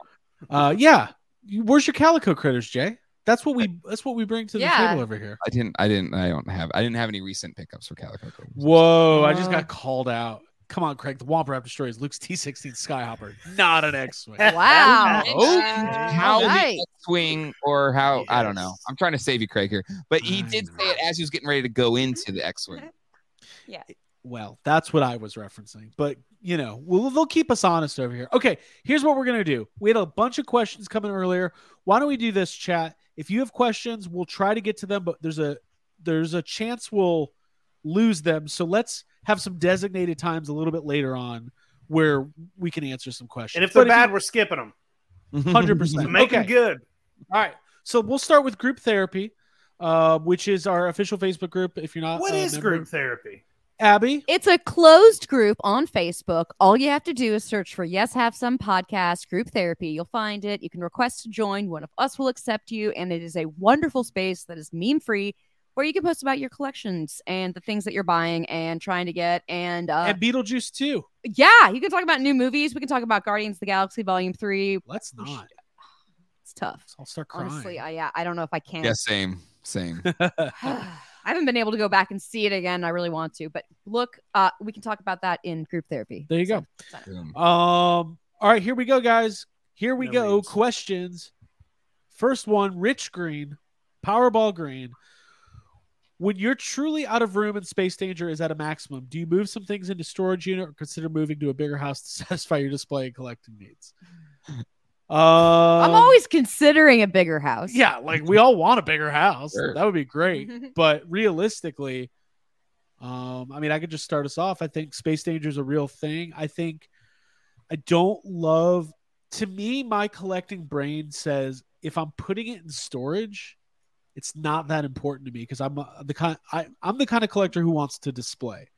Speaker 2: Uh, yeah. You- Where's your calico critters, Jay? That's what we that's what we bring to the
Speaker 3: Yeah.
Speaker 2: table over here.
Speaker 5: I didn't, I didn't, I don't have, I didn't have any recent pickups for Calico. Critters.
Speaker 2: Whoa! I just
Speaker 3: Uh,
Speaker 2: got called out. Come on, Craig. The Womp Rap destroys Luke's T16 Skyhopper, not an X-wing.
Speaker 3: Wow.
Speaker 5: Oh, how
Speaker 3: Alright.
Speaker 5: the X-wing or how I don't know.
Speaker 4: Yes.
Speaker 5: I'm trying to save you, Craig here, but he
Speaker 2: I
Speaker 5: did
Speaker 2: know.
Speaker 5: say it as he was getting ready to go into the X-wing.
Speaker 2: Well, that's what I was referencing. But you know, we'll, they'll keep us honest over here. Okay, here's what we're gonna do. We had a bunch of questions coming earlier. Why don't we do this, chat? If you have questions, we'll try to get to them, but there's a there's a chance we'll lose them. So let's have some designated times a little bit later on where we can answer some questions.
Speaker 4: And if they're
Speaker 2: But
Speaker 4: bad, we're skipping them.
Speaker 2: hundred percent,
Speaker 4: Make them good.
Speaker 2: All right. So we'll start with group therapy, uh, which is our official Facebook group. If you're not,
Speaker 4: What
Speaker 2: a
Speaker 4: is
Speaker 2: member-
Speaker 4: group therapy?
Speaker 2: Abby?
Speaker 3: It's a closed group on Facebook. All you have to do is search for Yes Have Some Podcast Group Therapy. You'll find it. You can request to join. One of us will accept you. And it is a wonderful space that is meme free where you can post about your collections and the things that you're buying and trying to get. And, uh,
Speaker 2: and Beetlejuice too.
Speaker 3: yeah, you can talk about new movies. We can talk about Guardians of the Galaxy Volume 3.
Speaker 2: Let's not.
Speaker 3: It's tough.
Speaker 2: I'll start crying.
Speaker 3: Honestly, I, yeah, I don't know if I can.
Speaker 5: Yeah, same, same.
Speaker 3: I haven't been able to go back and see it again. I really want to, but look, uh, we can talk about that in group therapy.
Speaker 2: there you go.
Speaker 5: Boom.
Speaker 2: Um. All right, here we go, guys. Here we
Speaker 4: No
Speaker 2: go.
Speaker 4: names.
Speaker 2: Questions. First one: Rich Green, Powerball Green. When you're truly out of room and space danger is at a maximum, do you move some things into storage unit or consider moving to a bigger house to satisfy your display and collecting needs? Um,
Speaker 3: I'm always considering a bigger house.
Speaker 2: yeah, like we all want a bigger house.
Speaker 5: Sure.
Speaker 2: That would be great. but realistically, um, I mean, I could just start us off. I think space danger is a real thing. I think I don't love. To me, my collecting brain says if I'm putting it in storage, it's not that important to me because I'm uh, the kind. I, I'm the kind of collector who wants to display.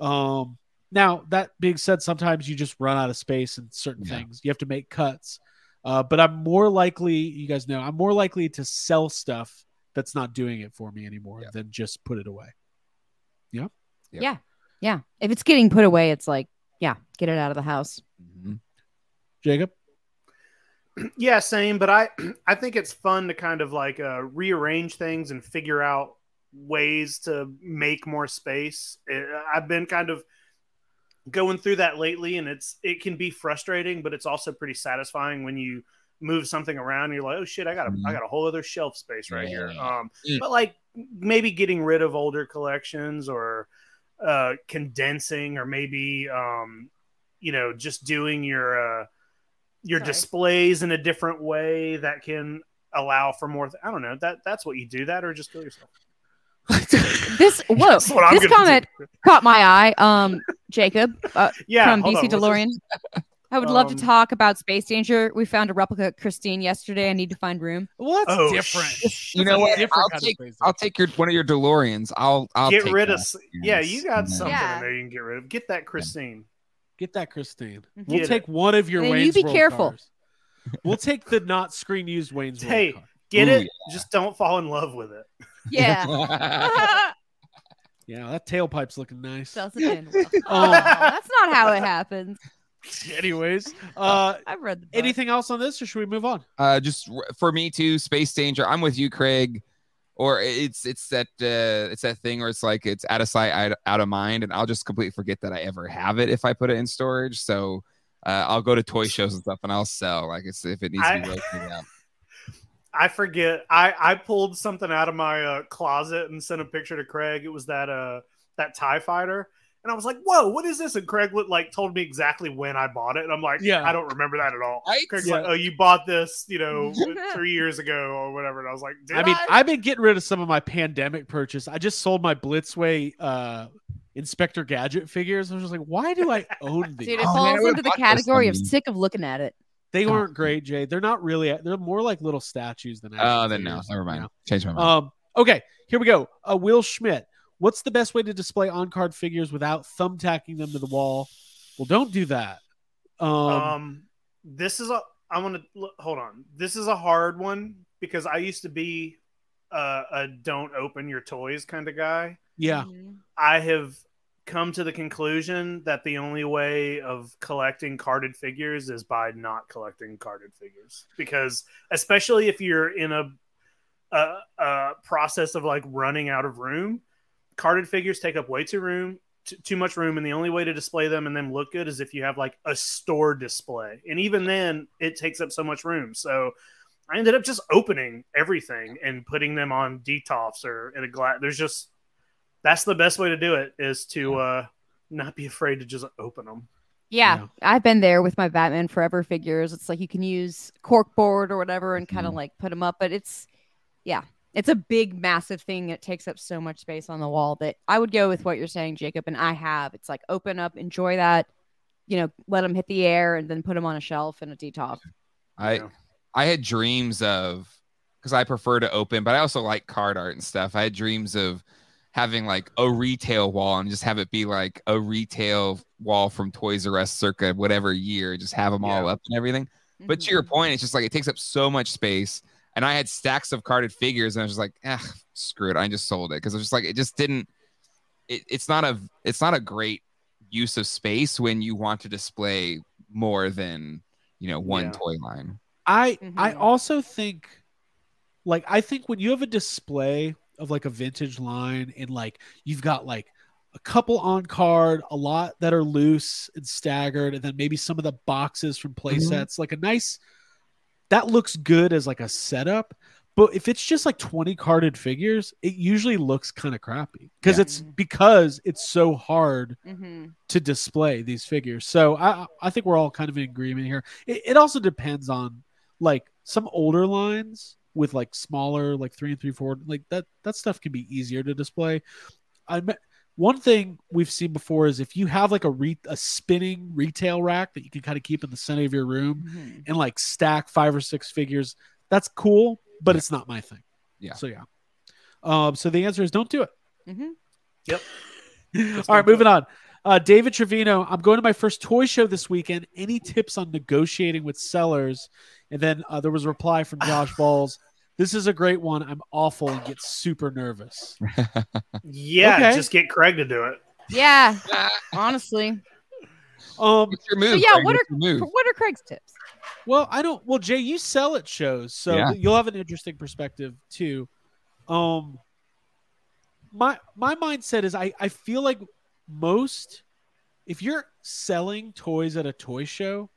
Speaker 2: Um, now that being said, sometimes you just run out of space in certain
Speaker 5: Yeah.
Speaker 2: things. You have to make cuts. Uh, but I'm more likely, you guys know, I'm more likely to sell stuff that's not doing it for me anymore
Speaker 5: Yeah.
Speaker 2: than just put it away.
Speaker 5: Yep.
Speaker 3: Yeah. Yeah. If it's getting put away, it's like, yeah, get it out of the house.
Speaker 2: Mm-hmm.
Speaker 5: Mhm.
Speaker 2: Jacob,
Speaker 4: yeah same but i i think it's fun to kind of like uh, rearrange things and figure out ways to make more space Eh, i've been kind of going through that lately and it's it can be frustrating but it's also pretty satisfying when you move something around and you're like oh shit i got a, I got a whole other shelf space right here um
Speaker 5: Yeah.
Speaker 4: but like maybe getting rid of older collections or uh condensing or maybe um you know just doing your uh your
Speaker 3: Sorry.
Speaker 4: displays in a different way that can allow for more th- i don't know that that's what you do that or just kill yourself
Speaker 3: This whoa,
Speaker 4: That's what I'm
Speaker 3: this
Speaker 4: gonna
Speaker 3: comment
Speaker 4: do.
Speaker 3: caught my eye. Um, Jacob uh,
Speaker 4: yeah
Speaker 3: from
Speaker 4: hold
Speaker 3: BC
Speaker 4: on, let's
Speaker 3: DeLorean. I would love to
Speaker 4: Um,
Speaker 3: talk about space danger. We found a replica of Christine yesterday. I need to find room.
Speaker 2: well, that's
Speaker 4: Oh,
Speaker 2: different.
Speaker 4: sh-
Speaker 5: You
Speaker 2: That's a
Speaker 5: know what?
Speaker 2: different
Speaker 5: I'll
Speaker 2: kind of
Speaker 5: take,
Speaker 2: space
Speaker 5: I'll
Speaker 2: danger.
Speaker 5: take your one of your DeLoreans. I'll I'll
Speaker 4: just
Speaker 5: take
Speaker 4: get rid
Speaker 5: that.
Speaker 4: of s- yeah you got
Speaker 5: Yes.
Speaker 4: something
Speaker 3: Yeah.
Speaker 4: in there you can get rid of get that christine
Speaker 2: Get that, Christine.
Speaker 3: Mhm.
Speaker 2: We'll
Speaker 4: Get
Speaker 2: take one of your
Speaker 3: And you
Speaker 2: Wayne's
Speaker 3: be
Speaker 2: World
Speaker 3: careful.
Speaker 2: cars. We'll take the not screen used Wayne's World
Speaker 4: Hey.
Speaker 2: car.
Speaker 4: get
Speaker 5: Ooh,
Speaker 4: it just don't fall in love with it
Speaker 3: Yeah.
Speaker 2: Yeah, that tailpipe's looking nice.
Speaker 3: Doesn't end well. Oh,
Speaker 4: Um,
Speaker 3: that's not how it happens.
Speaker 2: Anyways, uh,
Speaker 3: I've read the book.
Speaker 2: anything else on this, or should we move on?
Speaker 5: uh, just r- for me too. Space danger. I'm with you, Craig. Or it's it's that uh, it's that thing where it's like it's out of sight, out, out of mind, and I'll just completely forget that I ever have it if I put it in storage. So uh, I'll go to toy shows and stuff, and I'll sell like it's if it needs to
Speaker 4: I-
Speaker 5: be rotated out.
Speaker 4: I forget. I I pulled something out of my uh, closet and sent a picture to Craig. It was that uh that Tie Fighter, and I was like, "Whoa, what is this?" And Craig looked like told me exactly when I bought it, and I'm like,
Speaker 2: Yeah.
Speaker 4: "Yeah, I don't remember that at all."
Speaker 5: Right?
Speaker 4: Craig's
Speaker 2: Yeah.
Speaker 4: like, "Oh, you bought this, you know, three years ago or whatever," and I was like, Did
Speaker 2: I mean, I've been getting rid of some of my pandemic purchase. I just sold my Blitzway uh, Inspector Gadget figures. I was just like, why do I own these?
Speaker 3: Dude, it
Speaker 5: Oh, man, I
Speaker 3: falls
Speaker 5: would've
Speaker 3: into the
Speaker 5: bought this
Speaker 3: category of
Speaker 5: thing.
Speaker 3: sick of looking at it.
Speaker 2: They
Speaker 5: God.
Speaker 2: aren't great, Jay. They're not really. They're more like little statues than.
Speaker 5: Oh,
Speaker 2: actual
Speaker 5: then no,
Speaker 2: figures.
Speaker 5: never mind.
Speaker 2: Yeah.
Speaker 5: Change my mind.
Speaker 4: Uh,
Speaker 2: Um, okay, here we go. Uh, Will Schmidt. What's the best way to display on-card figures without thumbtacking them to the wall? Well, don't do that. Um,
Speaker 4: um, this is a I'm gonna l- hold on. This is a hard one because I used to be uh, a don't open your toys kind of guy.
Speaker 2: yeah,
Speaker 4: I have come to the conclusion that the only way of collecting carded figures is by not collecting carded figures because especially if you're in a a, a process of like running out of room carded figures take up way too room t- too much room, and the only way to display them and them look good is if you have like a store display, and even then, it takes up so much room. So I ended up just opening everything and putting them on detofs or in a glass. There's just that's the best way to do it is to uh, not be afraid to just open them.
Speaker 3: Yeah,
Speaker 2: Yeah.
Speaker 3: I've been there with my Batman Forever figures. It's like you can use corkboard or whatever and kind of
Speaker 5: Mhm.
Speaker 3: like put them up, but it's yeah, it's a big massive thing. It takes up so much space on the wall that I would go with what you're saying, Jacob, and I have. It's like open up, enjoy that, you know, let them hit the air and then put them on a shelf and a detop.
Speaker 5: I
Speaker 4: Yeah.
Speaker 5: I had dreams of because I prefer to open, but I also like card art and stuff. I had dreams of having like a retail wall and just have it be like a retail wall from Toys R Us circa whatever year, just have them all
Speaker 4: Yeah.
Speaker 5: up and everything. But to your
Speaker 3: Mm-hmm.
Speaker 5: point, it's just like it takes up so much space. And I had stacks of carded figures, and I was just like, ah, screw it. I just sold it because I was just like, it just didn't. It, it's not a it's not a great use of space when you want to display more than you know one
Speaker 4: Yeah.
Speaker 5: toy line.
Speaker 2: I I
Speaker 3: Mhm.
Speaker 2: also think like I think when you have a display of like a vintage line and like you've got like a couple on card, a lot that are loose and staggered, and then maybe some of the boxes from play
Speaker 5: Mhm.
Speaker 2: sets, like a nice that looks good as like a setup. But if it's just like 20 carded figures, it usually looks kind of crappy because
Speaker 5: Yeah.
Speaker 2: it's because it's so hard
Speaker 3: hmm
Speaker 2: to display these figures. So I I think we're all kind of in agreement here. It, it also depends on like some older lines with like smaller like three and three four like that that stuff can be easier to display. I me- one thing we've seen before is if you have like a re- a spinning retail rack that you can kind of keep in the center of your room
Speaker 3: Mm-hmm.
Speaker 2: and like stack five or six figures, that's cool, but it's not my thing.
Speaker 5: Yeah.
Speaker 2: So yeah. Um, so the answer is don't do it.
Speaker 3: hmm
Speaker 2: All right,
Speaker 4: go.
Speaker 2: moving on. Uh, David Trevino, I'm going to my first toy show this weekend. Any tips on negotiating with sellers? And then uh, there was a reply from Josh Balls. This is a great one. I'm awful and get super nervous.
Speaker 4: Yeah,
Speaker 2: Okay.
Speaker 4: just get Craig to do it.
Speaker 3: Yeah, honestly.
Speaker 2: Um,
Speaker 5: What's your move?
Speaker 3: yeah,
Speaker 5: Craig?
Speaker 3: what
Speaker 5: What's your move?
Speaker 3: What are Craig's tips?
Speaker 2: well, I don't. Well, Jay, you sell at shows, so
Speaker 5: Yeah.
Speaker 2: you'll have an interesting perspective too. Um, my my mindset is I I feel like most if you're selling toys at a toy show,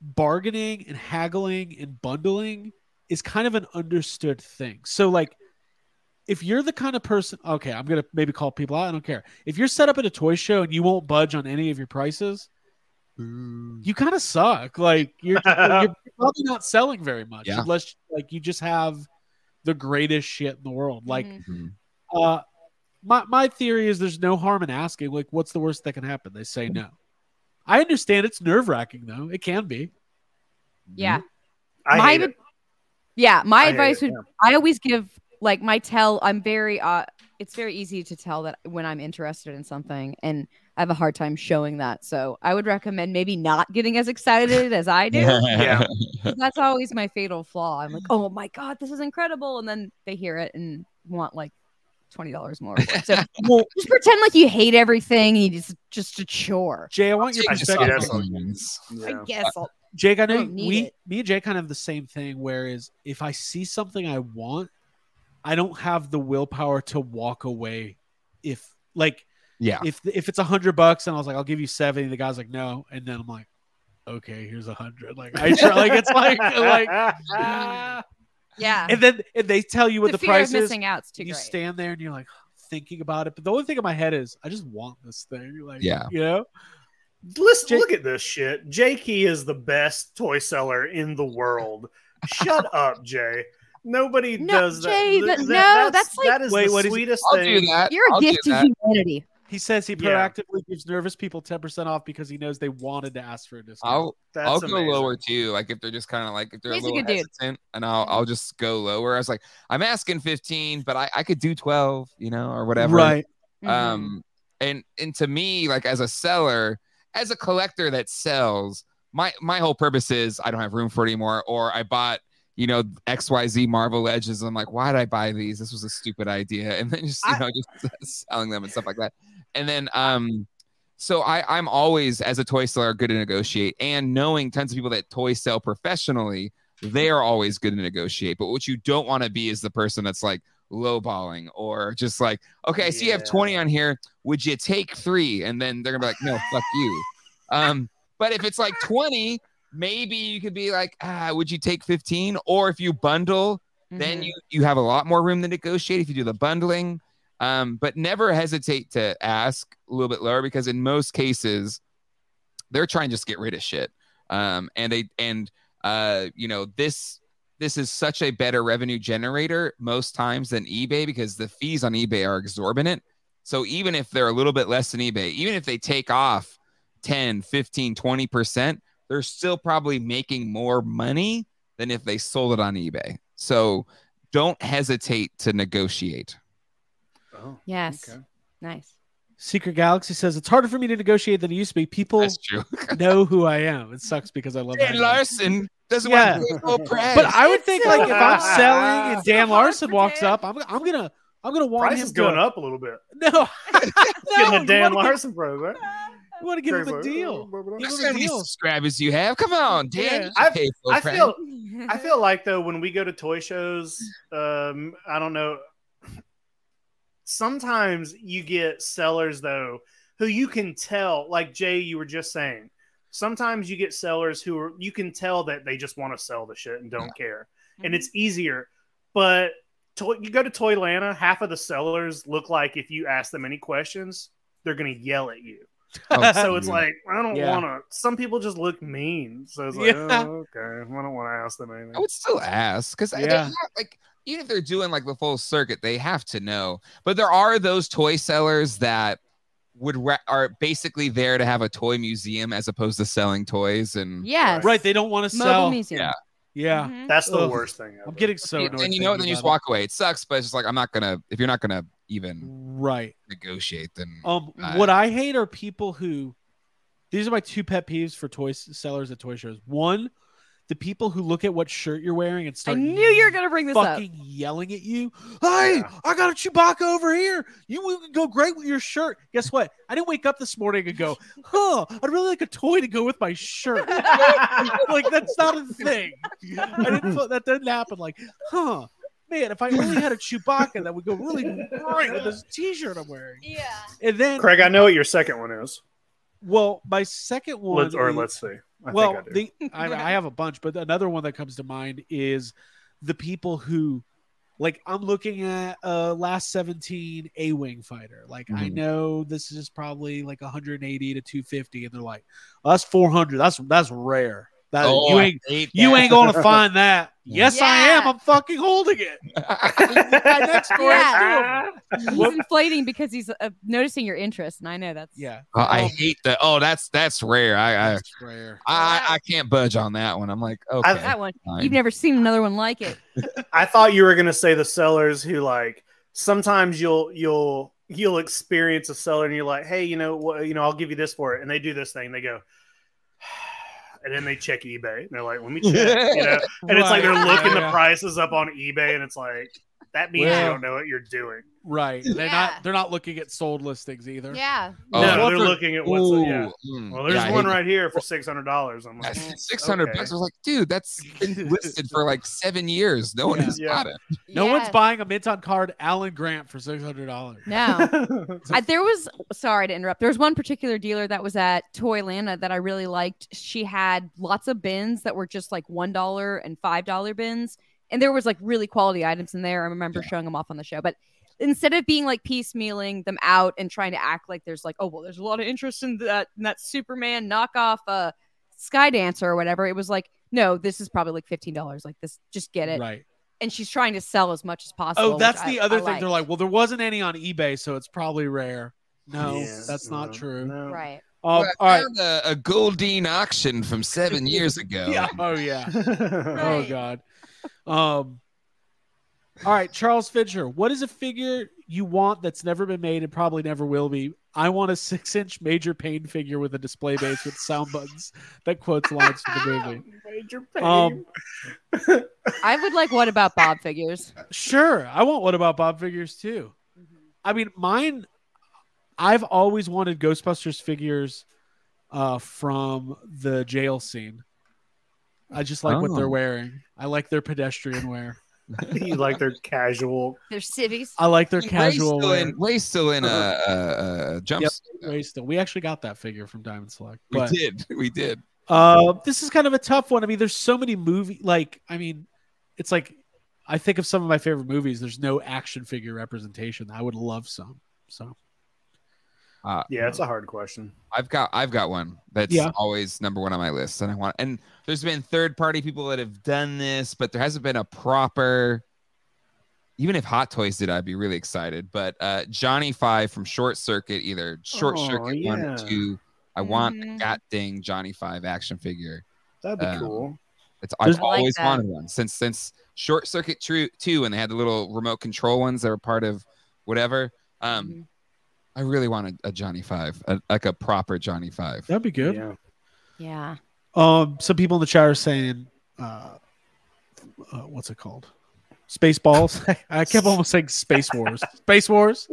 Speaker 2: bargaining and haggling and bundling is kind of an understood thing. So like if you're the kind of person okay, I'm going to maybe call people out, I don't care. If you're set up at a toy show and you won't budge on any of your prices, you kind of suck. Like you're, you're probably not selling very much
Speaker 5: Yeah.
Speaker 2: unless like you just have the greatest shit in the world. Like
Speaker 3: Mhm.
Speaker 2: uh, my my theory is there's no harm in asking. Like, what's the worst that can happen? They say no. I understand it's nerve wracking though. It can be.
Speaker 3: yeah,
Speaker 4: I
Speaker 3: my
Speaker 4: hate
Speaker 3: ad-
Speaker 4: it.
Speaker 3: yeah, my
Speaker 4: I hate
Speaker 3: advice
Speaker 4: it,
Speaker 3: would
Speaker 4: yeah.
Speaker 3: I always give like my tell. I'm very uh, it's very easy to tell that when I'm interested in something, and I have a hard time showing that. So I would recommend maybe not getting as excited as I do.
Speaker 4: Yeah.
Speaker 3: 'cause That's always my fatal flaw. I'm like, oh my god, this is incredible, and then they hear it and want like twenty dollars more. for it. So
Speaker 2: Well,
Speaker 3: just pretend like you hate everything. And it's just a chore.
Speaker 2: Jay, I want your
Speaker 5: I just
Speaker 2: perspective.
Speaker 4: saw
Speaker 2: on-
Speaker 4: Yeah.
Speaker 3: I guess I'll
Speaker 2: Jake, I know
Speaker 3: don't need
Speaker 2: we,
Speaker 3: it.
Speaker 2: me and Jay kind of have the same thing. Whereas if I see something I want, I don't have the willpower to walk away. If like
Speaker 5: Yeah.
Speaker 2: if if it's a hundred bucks and I was like, I'll give you seventy, the guy's like, no, and then I'm like, okay, here's a hundred. Like I try, like it's like like. ah.
Speaker 3: yeah.
Speaker 2: and then and they tell you what the,
Speaker 3: the, fear
Speaker 2: price
Speaker 3: of
Speaker 2: is.
Speaker 3: missing out's too
Speaker 2: and you
Speaker 3: great.
Speaker 2: stand there and you're like thinking about it. But the only thing in my head is, I just want this thing. Like,
Speaker 5: Yeah.
Speaker 2: you know,
Speaker 4: Listen,
Speaker 2: Jake-
Speaker 4: look at this shit. Jakey is the best toy seller in the world. Shut up, Jay. Nobody
Speaker 3: No,
Speaker 4: does that.
Speaker 3: Jay,
Speaker 4: Th-
Speaker 3: that- no, that's like-
Speaker 4: that is
Speaker 2: Wait,
Speaker 4: the
Speaker 2: what is it?
Speaker 4: sweetest
Speaker 5: I'll
Speaker 4: thing.
Speaker 5: do that.
Speaker 3: You're a
Speaker 5: I'll do
Speaker 3: gift to
Speaker 5: that.
Speaker 3: humanity.
Speaker 2: he says he
Speaker 4: Yeah.
Speaker 2: proactively gives nervous people ten percent off because he knows they wanted to ask for a discount.
Speaker 5: I'll
Speaker 4: That's
Speaker 5: I'll go
Speaker 4: amazing.
Speaker 5: lower too. Like if they're just kind of like if they're
Speaker 3: He's a
Speaker 5: a little
Speaker 3: good dude.
Speaker 5: hesitant, and I'll I'll just go lower. I was like, I'm asking 15, but I I could do 12, you know, or whatever.
Speaker 2: Right.
Speaker 3: Mm-hmm.
Speaker 5: Um, and and to me, like as a seller, as a collector that sells, my my whole purpose is I don't have room for it anymore, or I bought you know XYZ Marvel Legends. I'm like, why did I buy these? This was a stupid idea, and then just you
Speaker 2: I-
Speaker 5: know just selling them and stuff like that. And then um, so I I'm always as a toy seller good to negotiate, and knowing tons of people that toy sell professionally, they are always good to negotiate. But what you don't want to be is the person that's like, lowballing or just like, okay, I see you have
Speaker 4: Yeah.
Speaker 5: 20 on here. Would you take three? And then they're gonna be like, no, fuck you. Um, but if it's like 20, maybe you could be like, ah, would you take 15? Or if you bundle,
Speaker 3: Mm-hmm.
Speaker 5: then you you have a lot more room to negotiate if you do the bundling um, but never hesitate to ask a little bit lower because in most cases they're trying to just get rid of shit um, and they and uh, you know this this is such a better revenue generator most times than ebay because the fees on ebay are exorbitant so even if they're a little bit less than ebay even if they take off 10 15 20% they're still probably making more money than if they sold it on ebay so don't hesitate to negotiate.
Speaker 4: Oh,
Speaker 3: Yes.
Speaker 4: okay.
Speaker 3: Nice.
Speaker 2: Secret Galaxy says it's harder for me to negotiate than it used to be. People
Speaker 5: That's true.
Speaker 2: know who I am. It sucks because I love
Speaker 5: Dan
Speaker 2: that.
Speaker 5: Larson doesn't
Speaker 2: Yeah.
Speaker 5: want to pay full price.
Speaker 2: But I would
Speaker 3: It's
Speaker 2: think
Speaker 3: so
Speaker 2: like if I'm
Speaker 4: hard.
Speaker 2: selling and
Speaker 3: So
Speaker 2: Dan
Speaker 3: hard
Speaker 2: Larson
Speaker 3: for
Speaker 2: walks
Speaker 3: Dan.
Speaker 2: up, I'm, I'm gonna I'm gonna want
Speaker 4: Price
Speaker 2: him
Speaker 4: is going
Speaker 2: to,
Speaker 4: up a little bit.
Speaker 2: No, no,
Speaker 4: Getting a Dan
Speaker 2: you wanna
Speaker 4: Larson program.
Speaker 2: give- you want to give him a deal. Give
Speaker 5: There's
Speaker 2: him a
Speaker 5: gonna be
Speaker 2: deal.
Speaker 5: subscribers you have. Come on,
Speaker 2: Yeah.
Speaker 5: Dan. you
Speaker 4: I've-
Speaker 5: pay full
Speaker 4: I
Speaker 5: price.
Speaker 4: feel I feel like though when we go to toy shows, um, I don't know. Sometimes you get sellers though who you can tell, like Jay, you were just saying. Sometimes you get sellers who are you can tell that they just want to sell the shit and don't care, and it's easier. But to, you go to Toylana, half of the sellers look like if you ask them any questions, they're gonna yell at you.
Speaker 5: Oh,
Speaker 4: So it's
Speaker 5: yeah.
Speaker 4: like I don't
Speaker 2: Yeah.
Speaker 4: want to. Some people just look mean, so it's like
Speaker 2: Yeah.
Speaker 4: oh, okay, I don't want to ask them anything.
Speaker 5: I would still ask because
Speaker 2: Yeah.
Speaker 5: like even if they're doing like the full circuit, they have to know. But there are those toy sellers that would ra- are basically there to have a toy museum as opposed to selling toys and
Speaker 3: yes.
Speaker 2: Right, they don't want to
Speaker 3: Mobile
Speaker 2: sell.
Speaker 3: museum.
Speaker 5: Yeah.
Speaker 2: Yeah,
Speaker 3: Mhm.
Speaker 4: That's the
Speaker 2: Ugh.
Speaker 4: worst thing. Ever.
Speaker 2: I'm getting so annoyed.
Speaker 5: and you know
Speaker 2: thinking
Speaker 5: then you just
Speaker 2: about
Speaker 5: walk away. It sucks, but it's just like I'm not gonna if you're not gonna
Speaker 2: it.
Speaker 5: even
Speaker 2: Right.
Speaker 5: negotiate then
Speaker 2: Um,
Speaker 5: Uh,
Speaker 2: what I hate are people who. These are my two pet peeves for toy s- sellers at toy shows. One, the people who look at what shirt you're wearing and
Speaker 3: I
Speaker 2: start.
Speaker 3: knew you were gonna bring this up.
Speaker 2: fucking yelling at you. Hey,
Speaker 4: Yeah.
Speaker 2: I got a Chewbacca over here. You would go great with your shirt. Guess what? I didn't wake up this morning and go, huh, I'd really like a toy to go with my shirt. like, that's not a thing. I didn't put, that didn't happen. Like, huh, man, if I only had a Chewbacca, that would go really great with this t shirt I'm wearing.
Speaker 3: Yeah.
Speaker 2: And then,
Speaker 4: Craig, I know what your second one is.
Speaker 2: well, my second one.
Speaker 4: Let's or
Speaker 2: is-
Speaker 4: let's see. I
Speaker 2: well,
Speaker 4: think I do.
Speaker 2: the- I, I have a bunch, but another one that comes to mind is the people who, like, I'm looking at uh, last 17 A Wing fighter. Like, I
Speaker 5: Mhm.
Speaker 4: Mm-hmm.
Speaker 2: know this is probably like 180 to 250, and they're like, "Well, that's 400. That's that's rare. That
Speaker 5: Oh,
Speaker 2: you
Speaker 5: I
Speaker 2: ain't
Speaker 5: hate
Speaker 2: you
Speaker 5: that.
Speaker 2: ain't gonna find that." Yes, I am.
Speaker 3: Yeah.
Speaker 2: I'm fucking holding it. My next door
Speaker 3: Yeah.
Speaker 2: door.
Speaker 3: He's inflating because he's uh, noticing your interest, and I know that's
Speaker 2: Yeah,
Speaker 5: Oh, I
Speaker 2: Oh.
Speaker 5: hate that. Oh, that's that's rare. I I,
Speaker 2: that's rare.
Speaker 5: I I can't budge on that one. I'm like, okay,
Speaker 4: I've-
Speaker 3: that one.
Speaker 5: fine.
Speaker 3: You've never seen another one like it.
Speaker 4: I thought you were gonna say the sellers who like sometimes you'll you'll you'll experience a seller and you're like, hey, you know what, you know, I'll give you this for it, and they do this thing. They go. And then they check eBay. And they're like, "Let me check," you know? and it's like they're
Speaker 2: Right.
Speaker 4: looking
Speaker 2: Yeah.
Speaker 4: the prices up on eBay, and it's like that means you
Speaker 2: Well-
Speaker 4: don't know what you're doing.
Speaker 2: right. They're
Speaker 3: Yeah.
Speaker 2: not they're not looking at sold listings either.
Speaker 3: Yeah.
Speaker 4: no,
Speaker 5: Oh.
Speaker 2: Well,
Speaker 4: they're
Speaker 2: they're-
Speaker 4: looking at what's.
Speaker 5: Ooh,
Speaker 4: yeah.
Speaker 5: mm,
Speaker 4: Well, there's
Speaker 5: yeah, I
Speaker 4: one
Speaker 5: hate
Speaker 4: right here for six hundred dollars. I'm like,
Speaker 5: that.
Speaker 4: "Mm,
Speaker 5: That's 600
Speaker 4: okay."
Speaker 5: bucks. I was like, dude, that's been listed for like seven years. No one
Speaker 2: Yeah. Um,
Speaker 5: has
Speaker 4: Yeah.
Speaker 5: got it.
Speaker 2: No one's
Speaker 3: Yes.
Speaker 2: buying a Minton card Alan Grant for six hundred dollars.
Speaker 3: No. I, there was sorry to interrupt. There was one particular dealer that was at Toylana that I really liked. She had lots of bins that were just like one dollar and five dollar bins, and there was like really quality items in there. I remember showing them off on the show, but instead of being like piecemealing them out and trying to act like there's like oh well there's a lot of interest in that in that Superman knockoff uh Sky Dancer or whatever, it was like no this is probably like fifteen dollars. Like this, just get it.
Speaker 2: Right.
Speaker 3: And she's trying to sell as much as possible.
Speaker 2: Oh,
Speaker 3: which
Speaker 2: that's
Speaker 3: I-
Speaker 2: the other
Speaker 3: I
Speaker 2: thing. They're like, well, there wasn't any on eBay, so it's probably rare. No,
Speaker 4: Yeah,
Speaker 2: that's not
Speaker 4: no,
Speaker 2: true.
Speaker 4: no.
Speaker 3: right.
Speaker 2: Oh,
Speaker 5: But
Speaker 2: all
Speaker 5: I
Speaker 2: right.
Speaker 5: found a, a Goldine auction from seven years ago.
Speaker 2: Yeah. Oh yeah. Oh
Speaker 3: Right.
Speaker 2: god. Um. All right, Charles Fincher. What is a figure you want that's never been made and probably never will be? I want a six-inch major pain figure with a display base with sound buttons that quotes lines from the movie.
Speaker 4: Major
Speaker 2: Um,
Speaker 3: I would like what about Bob figures?
Speaker 2: Sure, I want. What about Bob figures too? I mean, mine. I've always wanted Ghostbusters figures uh, from the jail scene. I just like what
Speaker 5: Oh.
Speaker 2: they're wearing. I like their pedestrian wear.
Speaker 4: you like their casual.
Speaker 3: They're civvies.
Speaker 2: I like their
Speaker 5: Ray's
Speaker 2: casual
Speaker 5: still
Speaker 2: wear.
Speaker 5: in, Ray's still in a, a, a
Speaker 2: Yep,
Speaker 5: jumpsuit. though.
Speaker 2: Ray's still- We actually got that figure from Diamond Select.
Speaker 5: We
Speaker 2: But
Speaker 5: did. We did.
Speaker 2: Uh, this is kind of a tough one. I mean, there's so many movie. Like, I mean, it's like I think of some of my favorite movies. There's no action figure representation. I would love some. So
Speaker 5: Uh,
Speaker 4: Yeah, it's a hard question.
Speaker 5: I've got I've got one that's
Speaker 2: Yeah.
Speaker 5: always number one on my list, and I want. And there's been third party people that have done this, but there hasn't been a proper. Even if Hot Toys did, I'd be really excited. But uh, Johnny Five from Short Circuit, either Short
Speaker 4: Oh,
Speaker 5: Circuit one
Speaker 4: yeah.
Speaker 5: or two. I want a
Speaker 3: Mhm.
Speaker 5: god dang Johnny Five action figure.
Speaker 4: That'd be
Speaker 5: Um,
Speaker 4: cool.
Speaker 5: It's
Speaker 2: There's-
Speaker 5: I've
Speaker 3: I like
Speaker 5: always
Speaker 3: that.
Speaker 5: wanted one since since Short Circuit True Two, and they had the little remote control ones that were part of whatever. Um,
Speaker 3: Mhm.
Speaker 5: I really want a, a Johnny Five, a, like a proper Johnny Five.
Speaker 2: that'd be good.
Speaker 4: Yeah.
Speaker 3: Yeah.
Speaker 2: Um, some people in the chat are saying, uh, uh what's it called? Spaceballs. I kept almost saying Space Wars. Space Wars.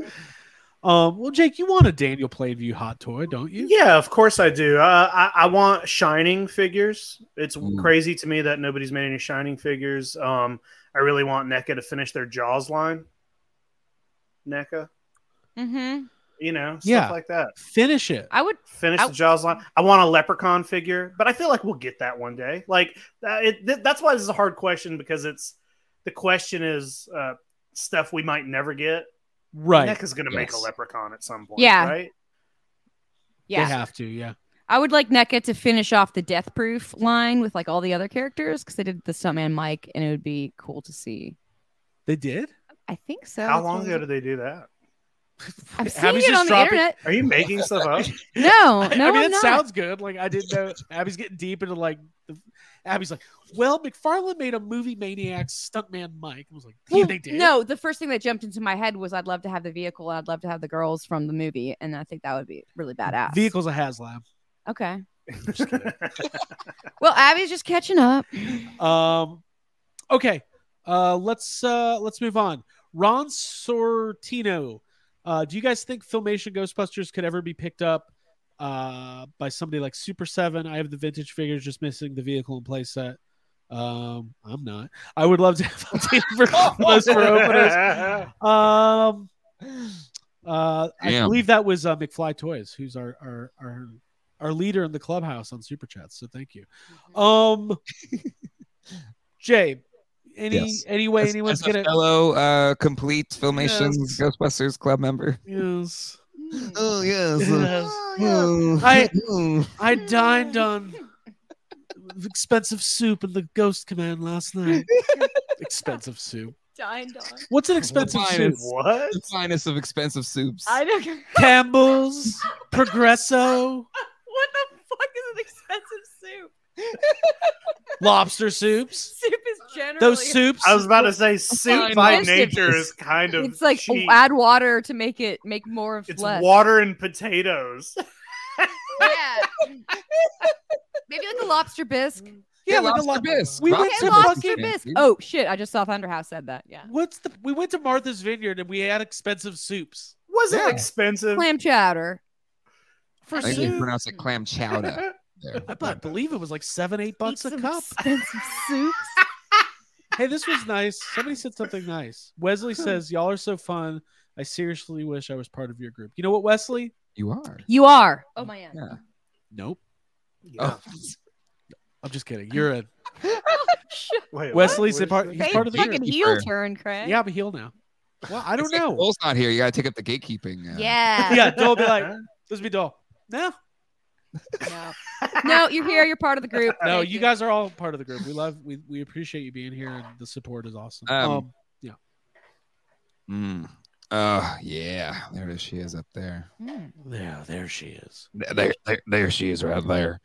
Speaker 2: Um, well, Jake, you want a Daniel Plainview hot toy, don't you?
Speaker 4: Yeah, of course I do. Uh, I, I want Shining figures. It's
Speaker 5: Ooh.
Speaker 4: crazy to me that nobody's made any Shining figures. Um, I really want NECA to finish their Jaws line. NECA,
Speaker 3: Mm-hmm.
Speaker 4: you know, stuff
Speaker 2: Yeah.
Speaker 4: like that.
Speaker 2: Finish it.
Speaker 3: I would.
Speaker 4: Finish
Speaker 3: I-
Speaker 4: the Jaws line. I want a Leprechaun figure, but I feel like we'll get that one day. Like that, it, th- that's why this is a hard question because it's the question is uh, stuff we might never get.
Speaker 2: right.
Speaker 4: NECA's going to make a
Speaker 5: Yes.
Speaker 4: Leprechaun at some point.
Speaker 3: Yeah.
Speaker 4: Right.
Speaker 3: Yeah.
Speaker 2: They have to. Yeah.
Speaker 3: I would like NECA to finish off the Death Proof line with like all the other characters because they did the Stuntman Mike, and it would be cool to see.
Speaker 2: They did.
Speaker 3: I think so.
Speaker 4: How
Speaker 3: That's
Speaker 4: long
Speaker 3: what-
Speaker 4: ago did they do that?
Speaker 3: I'm seeing
Speaker 2: Abby's
Speaker 3: it
Speaker 2: just
Speaker 3: on the
Speaker 2: dropping-
Speaker 3: internet.
Speaker 4: Are you making stuff up?
Speaker 3: No,
Speaker 2: I-
Speaker 3: no,
Speaker 2: I mean,
Speaker 3: am
Speaker 2: it
Speaker 3: not.
Speaker 2: sounds good. Like I didn't know. Abby's getting deep into like. The, Abby's like, well, McFarlane made a movie maniac stuntman Mike. I was like, yeah,
Speaker 3: Well,
Speaker 2: they did.
Speaker 3: No, the first thing that jumped into my head was I'd love to have the vehicle and I'd love to have the girls from the movie, and I think that would be really badass.
Speaker 2: Vehicles of HasLab.
Speaker 3: Okay. Well, Abby's just catching up.
Speaker 2: Um, okay, uh, let's uh, let's move on. Ron Sortino, uh, do you guys think Filmation Ghostbusters could ever be picked up uh, by somebody like Super Seven? I have the vintage figures, just missing the vehicle and playset. Um, I'm not. I would love to have a team for
Speaker 5: Oh,
Speaker 4: Oh,
Speaker 2: those for openers. Um, uh, I
Speaker 5: Damn.
Speaker 2: believe that was uh, McFly Toys, who's our our our our leader in the clubhouse on super chats. So thank you. Um, Jay, any
Speaker 5: Yes.
Speaker 2: any way
Speaker 5: As-
Speaker 2: anyone's
Speaker 5: as a
Speaker 2: gonna
Speaker 5: fellow uh, complete filmations
Speaker 2: Yes.
Speaker 5: Ghostbusters club member.
Speaker 2: yes.
Speaker 5: Oh yes.
Speaker 2: Yes.
Speaker 5: Oh,
Speaker 2: I-
Speaker 5: oh.
Speaker 2: I dined on expensive soup in the Ghost Command last night. expensive soup.
Speaker 3: Dined on.
Speaker 2: What's an expensive
Speaker 5: Fine,
Speaker 2: soup?
Speaker 5: it's-
Speaker 4: what?
Speaker 5: the finest of expensive soups.
Speaker 3: I don't. What
Speaker 2: Campbell's, Progresso,
Speaker 3: the fuck is an expensive soup?
Speaker 2: lobster soups.
Speaker 3: Soup is generally
Speaker 2: Those soups.
Speaker 4: I was about to say, soup
Speaker 5: Fine,
Speaker 4: by
Speaker 3: most of
Speaker 4: nature
Speaker 5: this-
Speaker 4: is kind of
Speaker 3: It's like
Speaker 2: oh,
Speaker 4: cheap.
Speaker 3: add water to make it make more of
Speaker 4: It's
Speaker 3: less.
Speaker 4: water and potatoes.
Speaker 3: Yeah. Maybe like a lobster bisque.
Speaker 2: yeah,
Speaker 5: Yeah,
Speaker 2: like a
Speaker 5: lobster
Speaker 2: lo-
Speaker 5: bisque.
Speaker 2: We went
Speaker 3: Okay,
Speaker 2: to
Speaker 5: Lobster
Speaker 3: lobster
Speaker 2: fucking
Speaker 5: bisque.
Speaker 3: bisque. Oh shit! I just saw Thunderhouse said that. Yeah.
Speaker 2: What's the? We went to Martha's Vineyard and we had expensive soups.
Speaker 4: Was
Speaker 5: Yeah.
Speaker 4: it expensive?
Speaker 3: Clam chowder.
Speaker 2: For
Speaker 5: I think
Speaker 2: soup,
Speaker 5: you pronounce it clam chowder. there.
Speaker 2: I bu- believe it was like seven, eight bucks
Speaker 3: Eat
Speaker 2: a
Speaker 3: some
Speaker 2: cup.
Speaker 3: Expensive soups.
Speaker 2: hey, this was nice. Somebody said something nice. Wesley says, "Y'all are so fun. I seriously wish I was part of your group." You know what, Wesley?
Speaker 5: You are.
Speaker 3: You are. Oh my aunt.
Speaker 5: Yeah.
Speaker 2: Nope.
Speaker 4: Yeah.
Speaker 5: Oh.
Speaker 2: I'm just kidding. You're a
Speaker 4: Wait,
Speaker 2: Wesley's
Speaker 4: what?
Speaker 2: a part-
Speaker 4: Where's
Speaker 2: he's
Speaker 4: the-
Speaker 2: part of the
Speaker 3: fucking
Speaker 5: group.
Speaker 3: heel turn, Craig.
Speaker 2: yeah, I'm a heel now. Well, I don't
Speaker 5: It's like
Speaker 2: know.
Speaker 5: Dole's not here. You gotta take up the gatekeeping. uh,
Speaker 3: Yeah.
Speaker 2: yeah, Dole be like, "This be Dole." No,
Speaker 3: No. no, you're here. You're part of the group.
Speaker 2: no,
Speaker 3: Thank
Speaker 2: you guys are all part of the group. We love, we, we appreciate you being here, and the support is awesome.
Speaker 5: Um,
Speaker 2: um
Speaker 5: Mm. Oh yeah, there it is. she is up there.
Speaker 3: Mm.
Speaker 2: yeah, there she is.
Speaker 5: There, there, there, there she is right there.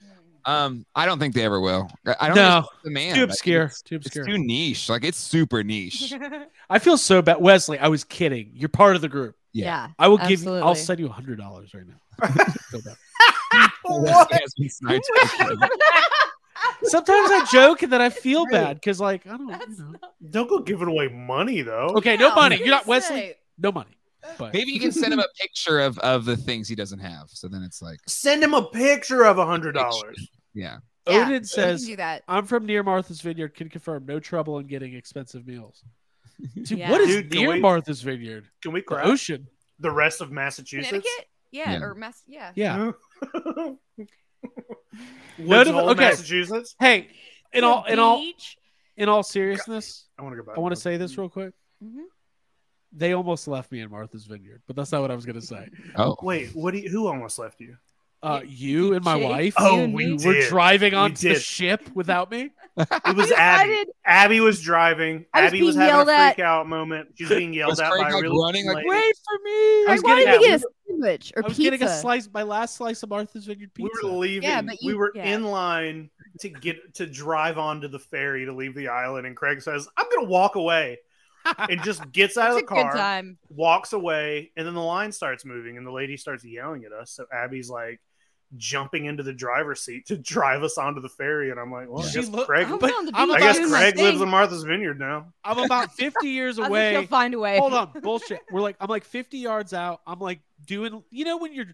Speaker 5: Um, I don't think they ever will. I- I don't.
Speaker 2: No,
Speaker 5: think it's the man.
Speaker 2: too
Speaker 5: Like,
Speaker 2: obscure.
Speaker 5: It's,
Speaker 2: Too
Speaker 5: it's
Speaker 2: obscure.
Speaker 5: too niche. Like it's super niche.
Speaker 3: yeah.
Speaker 2: I feel so bad, Wesley. I was kidding. You're part of the group. I will give you. I'll
Speaker 3: Absolutely.
Speaker 2: send you a hundred dollars right now. Feel bad.
Speaker 4: What?
Speaker 2: Sometimes I joke and then I feel bad because, like, I don't. You know.
Speaker 4: Don't go giving away money though.
Speaker 2: Okay, no money. You're not Wesley. No money. But
Speaker 5: Maybe you can send him a picture of of the things he doesn't have. So then it's like,
Speaker 4: Send him a picture of a hundred dollars.
Speaker 5: yeah,
Speaker 3: Yeah,
Speaker 2: Odin
Speaker 3: you can
Speaker 2: says,
Speaker 3: do that.
Speaker 2: I'm from near Martha's Vineyard. Can confirm no trouble in getting expensive meals. Dude,
Speaker 3: Yeah.
Speaker 2: what is
Speaker 4: Dude, can
Speaker 2: near
Speaker 4: we-
Speaker 2: Martha's Vineyard?
Speaker 4: Can we
Speaker 2: The
Speaker 4: crash
Speaker 2: ocean.
Speaker 4: the rest of Massachusetts?
Speaker 3: Connecticut? Yeah,
Speaker 5: Yeah.
Speaker 3: or Mass. Yeah.
Speaker 4: Mm-hmm.
Speaker 2: Yeah.
Speaker 4: Woods
Speaker 2: of-
Speaker 4: of old
Speaker 2: okay.
Speaker 4: Massachusetts.
Speaker 2: Hey, in
Speaker 3: The
Speaker 2: all in all
Speaker 3: beach?
Speaker 2: in all seriousness,
Speaker 4: I want to go back.
Speaker 2: I want to say this real quick.
Speaker 3: Mhm.
Speaker 2: They almost left me in Martha's Vineyard, but that's not what I was gonna say.
Speaker 5: Oh,
Speaker 4: Wait, what? Do you, who almost left you?
Speaker 2: Uh, you and my
Speaker 3: Jake,
Speaker 2: wife
Speaker 4: Oh,
Speaker 3: you and
Speaker 4: we
Speaker 3: me?
Speaker 4: did.
Speaker 2: were driving
Speaker 4: We
Speaker 2: onto the
Speaker 4: did.
Speaker 2: ship without me.
Speaker 4: It was
Speaker 3: I
Speaker 4: Abby.
Speaker 3: decided-
Speaker 4: Abby was driving.
Speaker 3: I was
Speaker 4: Abby was
Speaker 3: being
Speaker 4: having a
Speaker 3: yelled at.
Speaker 4: freak out moment. She's being yelled
Speaker 5: Was
Speaker 4: at
Speaker 5: Craig,
Speaker 4: by a
Speaker 5: like,
Speaker 4: really
Speaker 5: running, like,
Speaker 4: lady.
Speaker 2: Wait for me.
Speaker 3: I,
Speaker 4: was
Speaker 3: wanted
Speaker 4: getting
Speaker 3: to
Speaker 4: at-
Speaker 3: get a sandwich or
Speaker 2: I was
Speaker 3: pizza.
Speaker 2: getting a slice, my last slice of Martha's Vineyard pizza.
Speaker 4: We were leaving.
Speaker 3: Yeah, but
Speaker 4: we
Speaker 3: you-
Speaker 4: were
Speaker 3: yeah.
Speaker 4: in line to get to drive onto the ferry to leave the island, and Craig says, "I'm gonna walk away," and just gets out of
Speaker 3: It's
Speaker 4: the
Speaker 3: a good
Speaker 4: car,
Speaker 3: time.
Speaker 4: walks away, and then the line starts moving, and the lady starts yelling at us. So Abby's like jumping into the driver's seat to drive us onto the ferry, and I'm like, "Well, I
Speaker 2: She
Speaker 4: guess
Speaker 2: looked-
Speaker 4: Craig."
Speaker 3: I'm
Speaker 2: But
Speaker 3: on the
Speaker 2: I'm
Speaker 3: beach
Speaker 4: I guess
Speaker 3: doing my
Speaker 4: Craig lives
Speaker 3: thing.
Speaker 4: in Martha's Vineyard now.
Speaker 2: I'm about 50 years
Speaker 3: I think
Speaker 2: away.
Speaker 3: he'll find a way.
Speaker 2: Hold on, bullshit. We're like, I'm like 50 yards out. I'm like doing, you know, when you're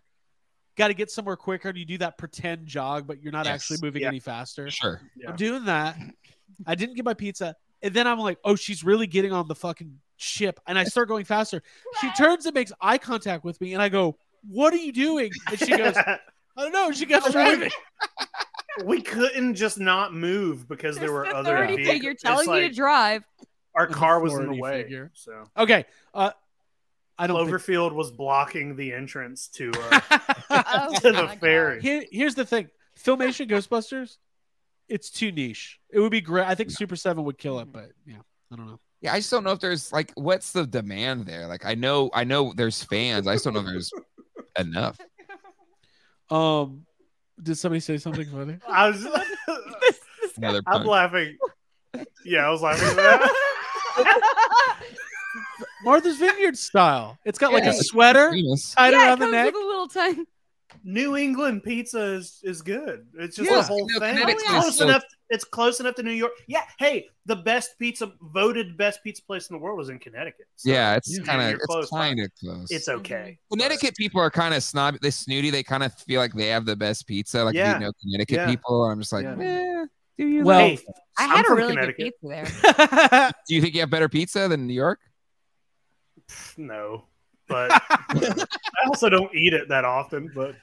Speaker 2: got to get somewhere quicker and you do that pretend jog, but you're not
Speaker 5: Yes.
Speaker 2: actually moving
Speaker 4: Yeah.
Speaker 2: any faster.
Speaker 5: sure.
Speaker 4: Yeah.
Speaker 2: I'm doing that. I didn't get my pizza. And then I'm like, oh, she's really getting on the fucking ship. And I start going faster. She turns and makes eye contact with me. And I go, what are you doing? And she goes, I don't know. She got driving.
Speaker 4: we couldn't just not move because there were
Speaker 3: There's
Speaker 4: other
Speaker 3: authority
Speaker 4: vehicles.
Speaker 3: figure
Speaker 4: It's
Speaker 3: telling you
Speaker 4: like
Speaker 3: to drive.
Speaker 4: Our car was in the
Speaker 2: Authority
Speaker 4: way,
Speaker 2: figure.
Speaker 4: so
Speaker 2: Okay. Uh, I don't think-
Speaker 4: Cloverfield was blocking the entrance to. Uh,
Speaker 3: Oh,
Speaker 4: To the
Speaker 3: my God.
Speaker 4: ferry.
Speaker 2: Here, here's the thing: Filmation Ghostbusters, it's too niche. It would be great. I think Super Seven would kill it, but yeah, I don't know.
Speaker 5: Yeah, I just don't know if there's like what's the demand there. Like I know I know there's fans. I just don't know if there's enough.
Speaker 2: Um, did somebody say something funny?
Speaker 4: I was.
Speaker 5: Another
Speaker 4: I'm
Speaker 5: pun.
Speaker 4: laughing. Yeah, I was laughing at that.
Speaker 2: Martha's Vineyard style. It's got like
Speaker 5: Yeah.
Speaker 2: a sweater
Speaker 5: Venus.
Speaker 2: tied
Speaker 3: yeah, it
Speaker 2: around the
Speaker 3: comes
Speaker 2: neck.
Speaker 3: with a little tongue.
Speaker 4: New England pizza is, is good. It's just
Speaker 2: Yeah.
Speaker 4: the whole
Speaker 5: No, Oh,
Speaker 4: thing.
Speaker 5: Connecticut's
Speaker 4: It's close
Speaker 5: good.
Speaker 4: enough. It's close enough to New York. Yeah. Hey, the best pizza voted best pizza place in the world was in Connecticut. So
Speaker 5: Yeah, it's
Speaker 2: Yeah.
Speaker 5: kind
Speaker 4: You're
Speaker 5: of it's
Speaker 4: close,
Speaker 5: kind of close.
Speaker 4: it's
Speaker 3: Mm-hmm.
Speaker 4: okay.
Speaker 5: Connecticut people are kind of snob. They snooty. They kind of feel like they have the best pizza. Like
Speaker 4: Yeah.
Speaker 5: you know, Connecticut
Speaker 4: Yeah.
Speaker 5: people. I'm just like,
Speaker 4: Yeah.
Speaker 5: "Eh, do you?
Speaker 2: Well,
Speaker 4: Hey,
Speaker 3: I
Speaker 4: I'm
Speaker 3: had a
Speaker 4: from
Speaker 3: really good
Speaker 4: Connecticut.
Speaker 3: pizza there.
Speaker 5: do you think you have better pizza than New York?
Speaker 4: Pff, No, but I also don't eat it that often. But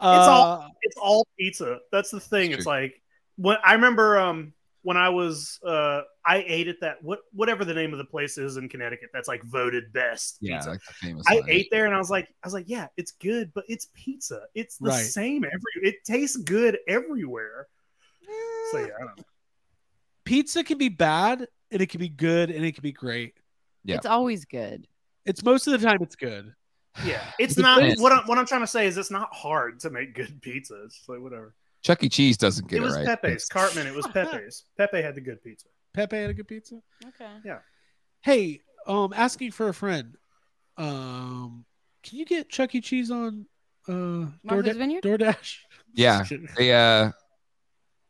Speaker 2: Uh,
Speaker 4: all- it's all pizza. That's the thing.
Speaker 5: That's
Speaker 4: It's like when I remember um when I was uh I ate at that what whatever the name of the place is in Connecticut that's like voted best
Speaker 5: Yeah,
Speaker 4: pizza.
Speaker 5: like the famous.
Speaker 4: I
Speaker 5: one.
Speaker 4: ate there and I was like I was like yeah, it's good, but it's pizza. It's the
Speaker 2: Right.
Speaker 4: same every it tastes good everywhere. So yeah, I don't know.
Speaker 2: pizza can be bad and it can be good and it can be great.
Speaker 5: Yeah.
Speaker 3: It's always good.
Speaker 2: It's most of the time it's good.
Speaker 4: yeah, it's
Speaker 5: The
Speaker 4: not
Speaker 5: thing is-
Speaker 4: what I'm what I'm trying to say is it's not hard to make good pizza. It's just like whatever.
Speaker 5: Chuck E. Cheese doesn't get
Speaker 4: it
Speaker 5: it,
Speaker 4: was
Speaker 5: right.
Speaker 4: Pepe's Cartman. It was Pepe's. Pepe had the good pizza.
Speaker 2: Pepe had a good pizza.
Speaker 3: Okay.
Speaker 2: hey, um, asking for a friend. Um, can you get Chuck E. Cheese on uh,
Speaker 3: Martha's
Speaker 2: DoorDa-
Speaker 3: Vineyard?
Speaker 2: DoorDash?
Speaker 5: Yeah, they uh,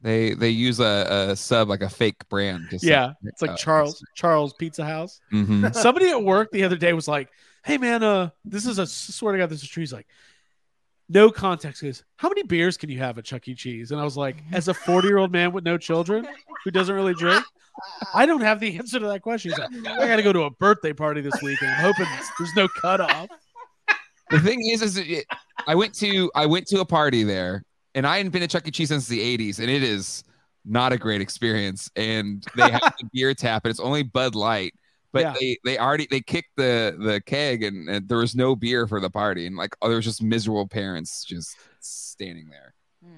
Speaker 5: they they use a, a sub like a fake brand. just
Speaker 2: yeah. It's like
Speaker 5: uh,
Speaker 2: Charles Charles Pizza House.
Speaker 5: Mhm.
Speaker 2: Somebody at work the other day was like, "Hey man, uh, this is a swear to God, this is true." He's like, "No context." He goes, "How many beers can you have at Chuck E. Cheese?" And I was like, as a forty year old man with no children who doesn't really drink. I don't have the answer to that question. He's like, I got to go to a birthday party this weekend. I'm hoping there's no cutoff.
Speaker 5: the thing is, is it, I went to I went to a party there, and I hadn't been to Chuck E. Cheese since the '80s, and it is not a great experience. And they have the beer tap, and it's only Bud Light. But
Speaker 2: Yeah.
Speaker 5: they they already they kicked the the keg, and, and there was no beer for the party, and like oh, there was just miserable parents just standing there.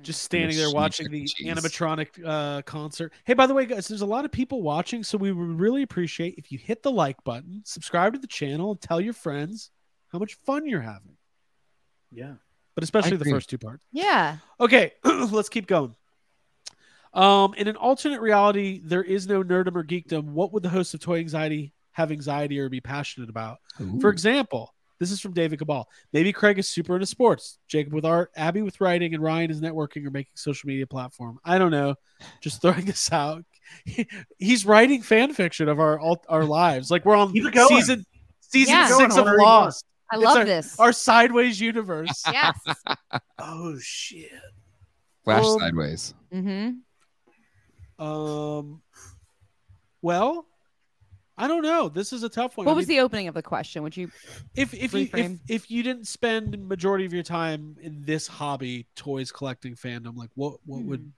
Speaker 2: just standing there
Speaker 5: sneak
Speaker 2: watching
Speaker 5: check
Speaker 2: the
Speaker 5: the cheese.
Speaker 2: animatronic uh, concert. Hey, by the way, guys, there's a lot of people watching, so we would really appreciate if you hit the like button, subscribe to the channel, and tell your friends how much fun you're having.
Speaker 4: Yeah.
Speaker 2: But especially the
Speaker 5: agree.
Speaker 2: first two parts.
Speaker 3: Yeah.
Speaker 2: Okay, let's keep going. Um, in an alternate reality, there is no nerdum or geekdom. What would the host of Toy Anxiety have anxiety or be passionate about? For example, this is from David Cabal. Maybe Craig is super into sports, Jacob with art, Abby with writing, and Ryan is networking or making social media platform. I don't know. Just throwing this out. He's writing fan fiction of our all, our lives. Like we're on
Speaker 4: Keep it going.
Speaker 2: season season
Speaker 3: Yeah.
Speaker 4: Keep it
Speaker 2: six
Speaker 4: going.
Speaker 2: of
Speaker 4: I wanna read more.
Speaker 2: Lost,
Speaker 3: I
Speaker 2: It's
Speaker 3: love this.
Speaker 2: our sideways universe.
Speaker 3: yes.
Speaker 4: Oh shit.
Speaker 5: Flash
Speaker 2: Um,
Speaker 5: sideways.
Speaker 3: Mm-hmm.
Speaker 2: Um, well, I don't know. This is a tough one.
Speaker 3: What
Speaker 2: I
Speaker 3: was
Speaker 2: mean,
Speaker 3: the opening of the question? Would you?
Speaker 2: if if you, if
Speaker 3: reframe?
Speaker 2: if you didn't spend majority of your time in this hobby, toys collecting fandom, like what what
Speaker 3: Hmm.
Speaker 2: would?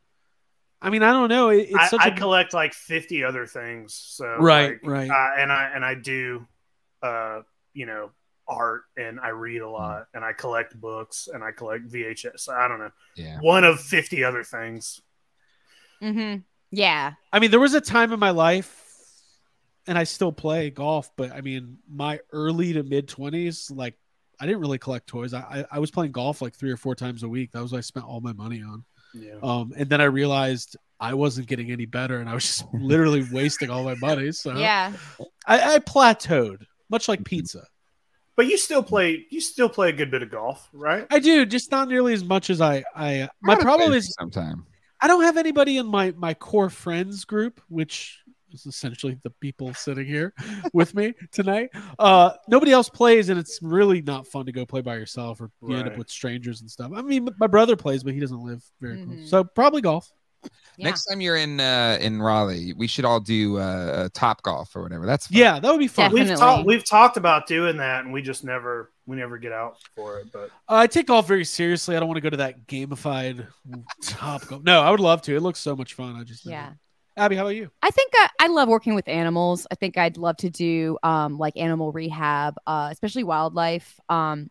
Speaker 2: I mean, I don't know. It, it's
Speaker 4: I,
Speaker 2: such
Speaker 4: I
Speaker 2: a
Speaker 4: collect like 50 other things. So
Speaker 2: right,
Speaker 4: like, uh,
Speaker 2: right.
Speaker 4: I, and I and I do, uh, you know, art and I read
Speaker 5: Mm.
Speaker 4: a lot and I collect books and I collect VHS. I don't know,
Speaker 5: Yeah.
Speaker 4: one of 50 other things.
Speaker 3: Mm-hmm. Yeah.
Speaker 2: I mean, there was a time in my life, and I still play golf, but I mean, my early to mid twenties, like I didn't really collect toys. I, I I was playing golf like three or four times a week. That was what I spent all my money on.
Speaker 4: Yeah.
Speaker 2: Um, and then I realized I wasn't getting any better, and I was just literally wasting all my money. So
Speaker 3: Yeah.
Speaker 2: I, I plateaued, much like pizza.
Speaker 4: But you still play you still play a good bit of golf, right?
Speaker 2: I do, just not nearly as much as I. I my
Speaker 5: Gotta
Speaker 2: problem
Speaker 5: play
Speaker 2: is
Speaker 5: sometime.
Speaker 2: I don't have anybody in my my core friends group, which is essentially the people sitting here with me tonight. Uh, nobody else plays, and it's really not fun to go play by yourself or you end up
Speaker 4: Right.
Speaker 2: with strangers and stuff. I mean, my brother plays, but he doesn't live very
Speaker 3: Mhm.
Speaker 2: close, so probably golf.
Speaker 3: Yeah.
Speaker 5: Next time you're in uh, in Raleigh, we should all do uh, top golf or whatever. That's fun.
Speaker 2: Yeah, that would be fun.
Speaker 3: Definitely.
Speaker 4: We've talked we've talked about doing that and we just never we never get out for it. But
Speaker 2: Uh, I take golf very seriously. I don't want to go to that gamified top golf. No, I would love to. It looks so much fun. I just never-
Speaker 3: Yeah.
Speaker 2: Abby, how about you?
Speaker 3: I think uh, I, I love working with animals. I think I'd love to do um, like animal rehab, uh, especially wildlife. Um,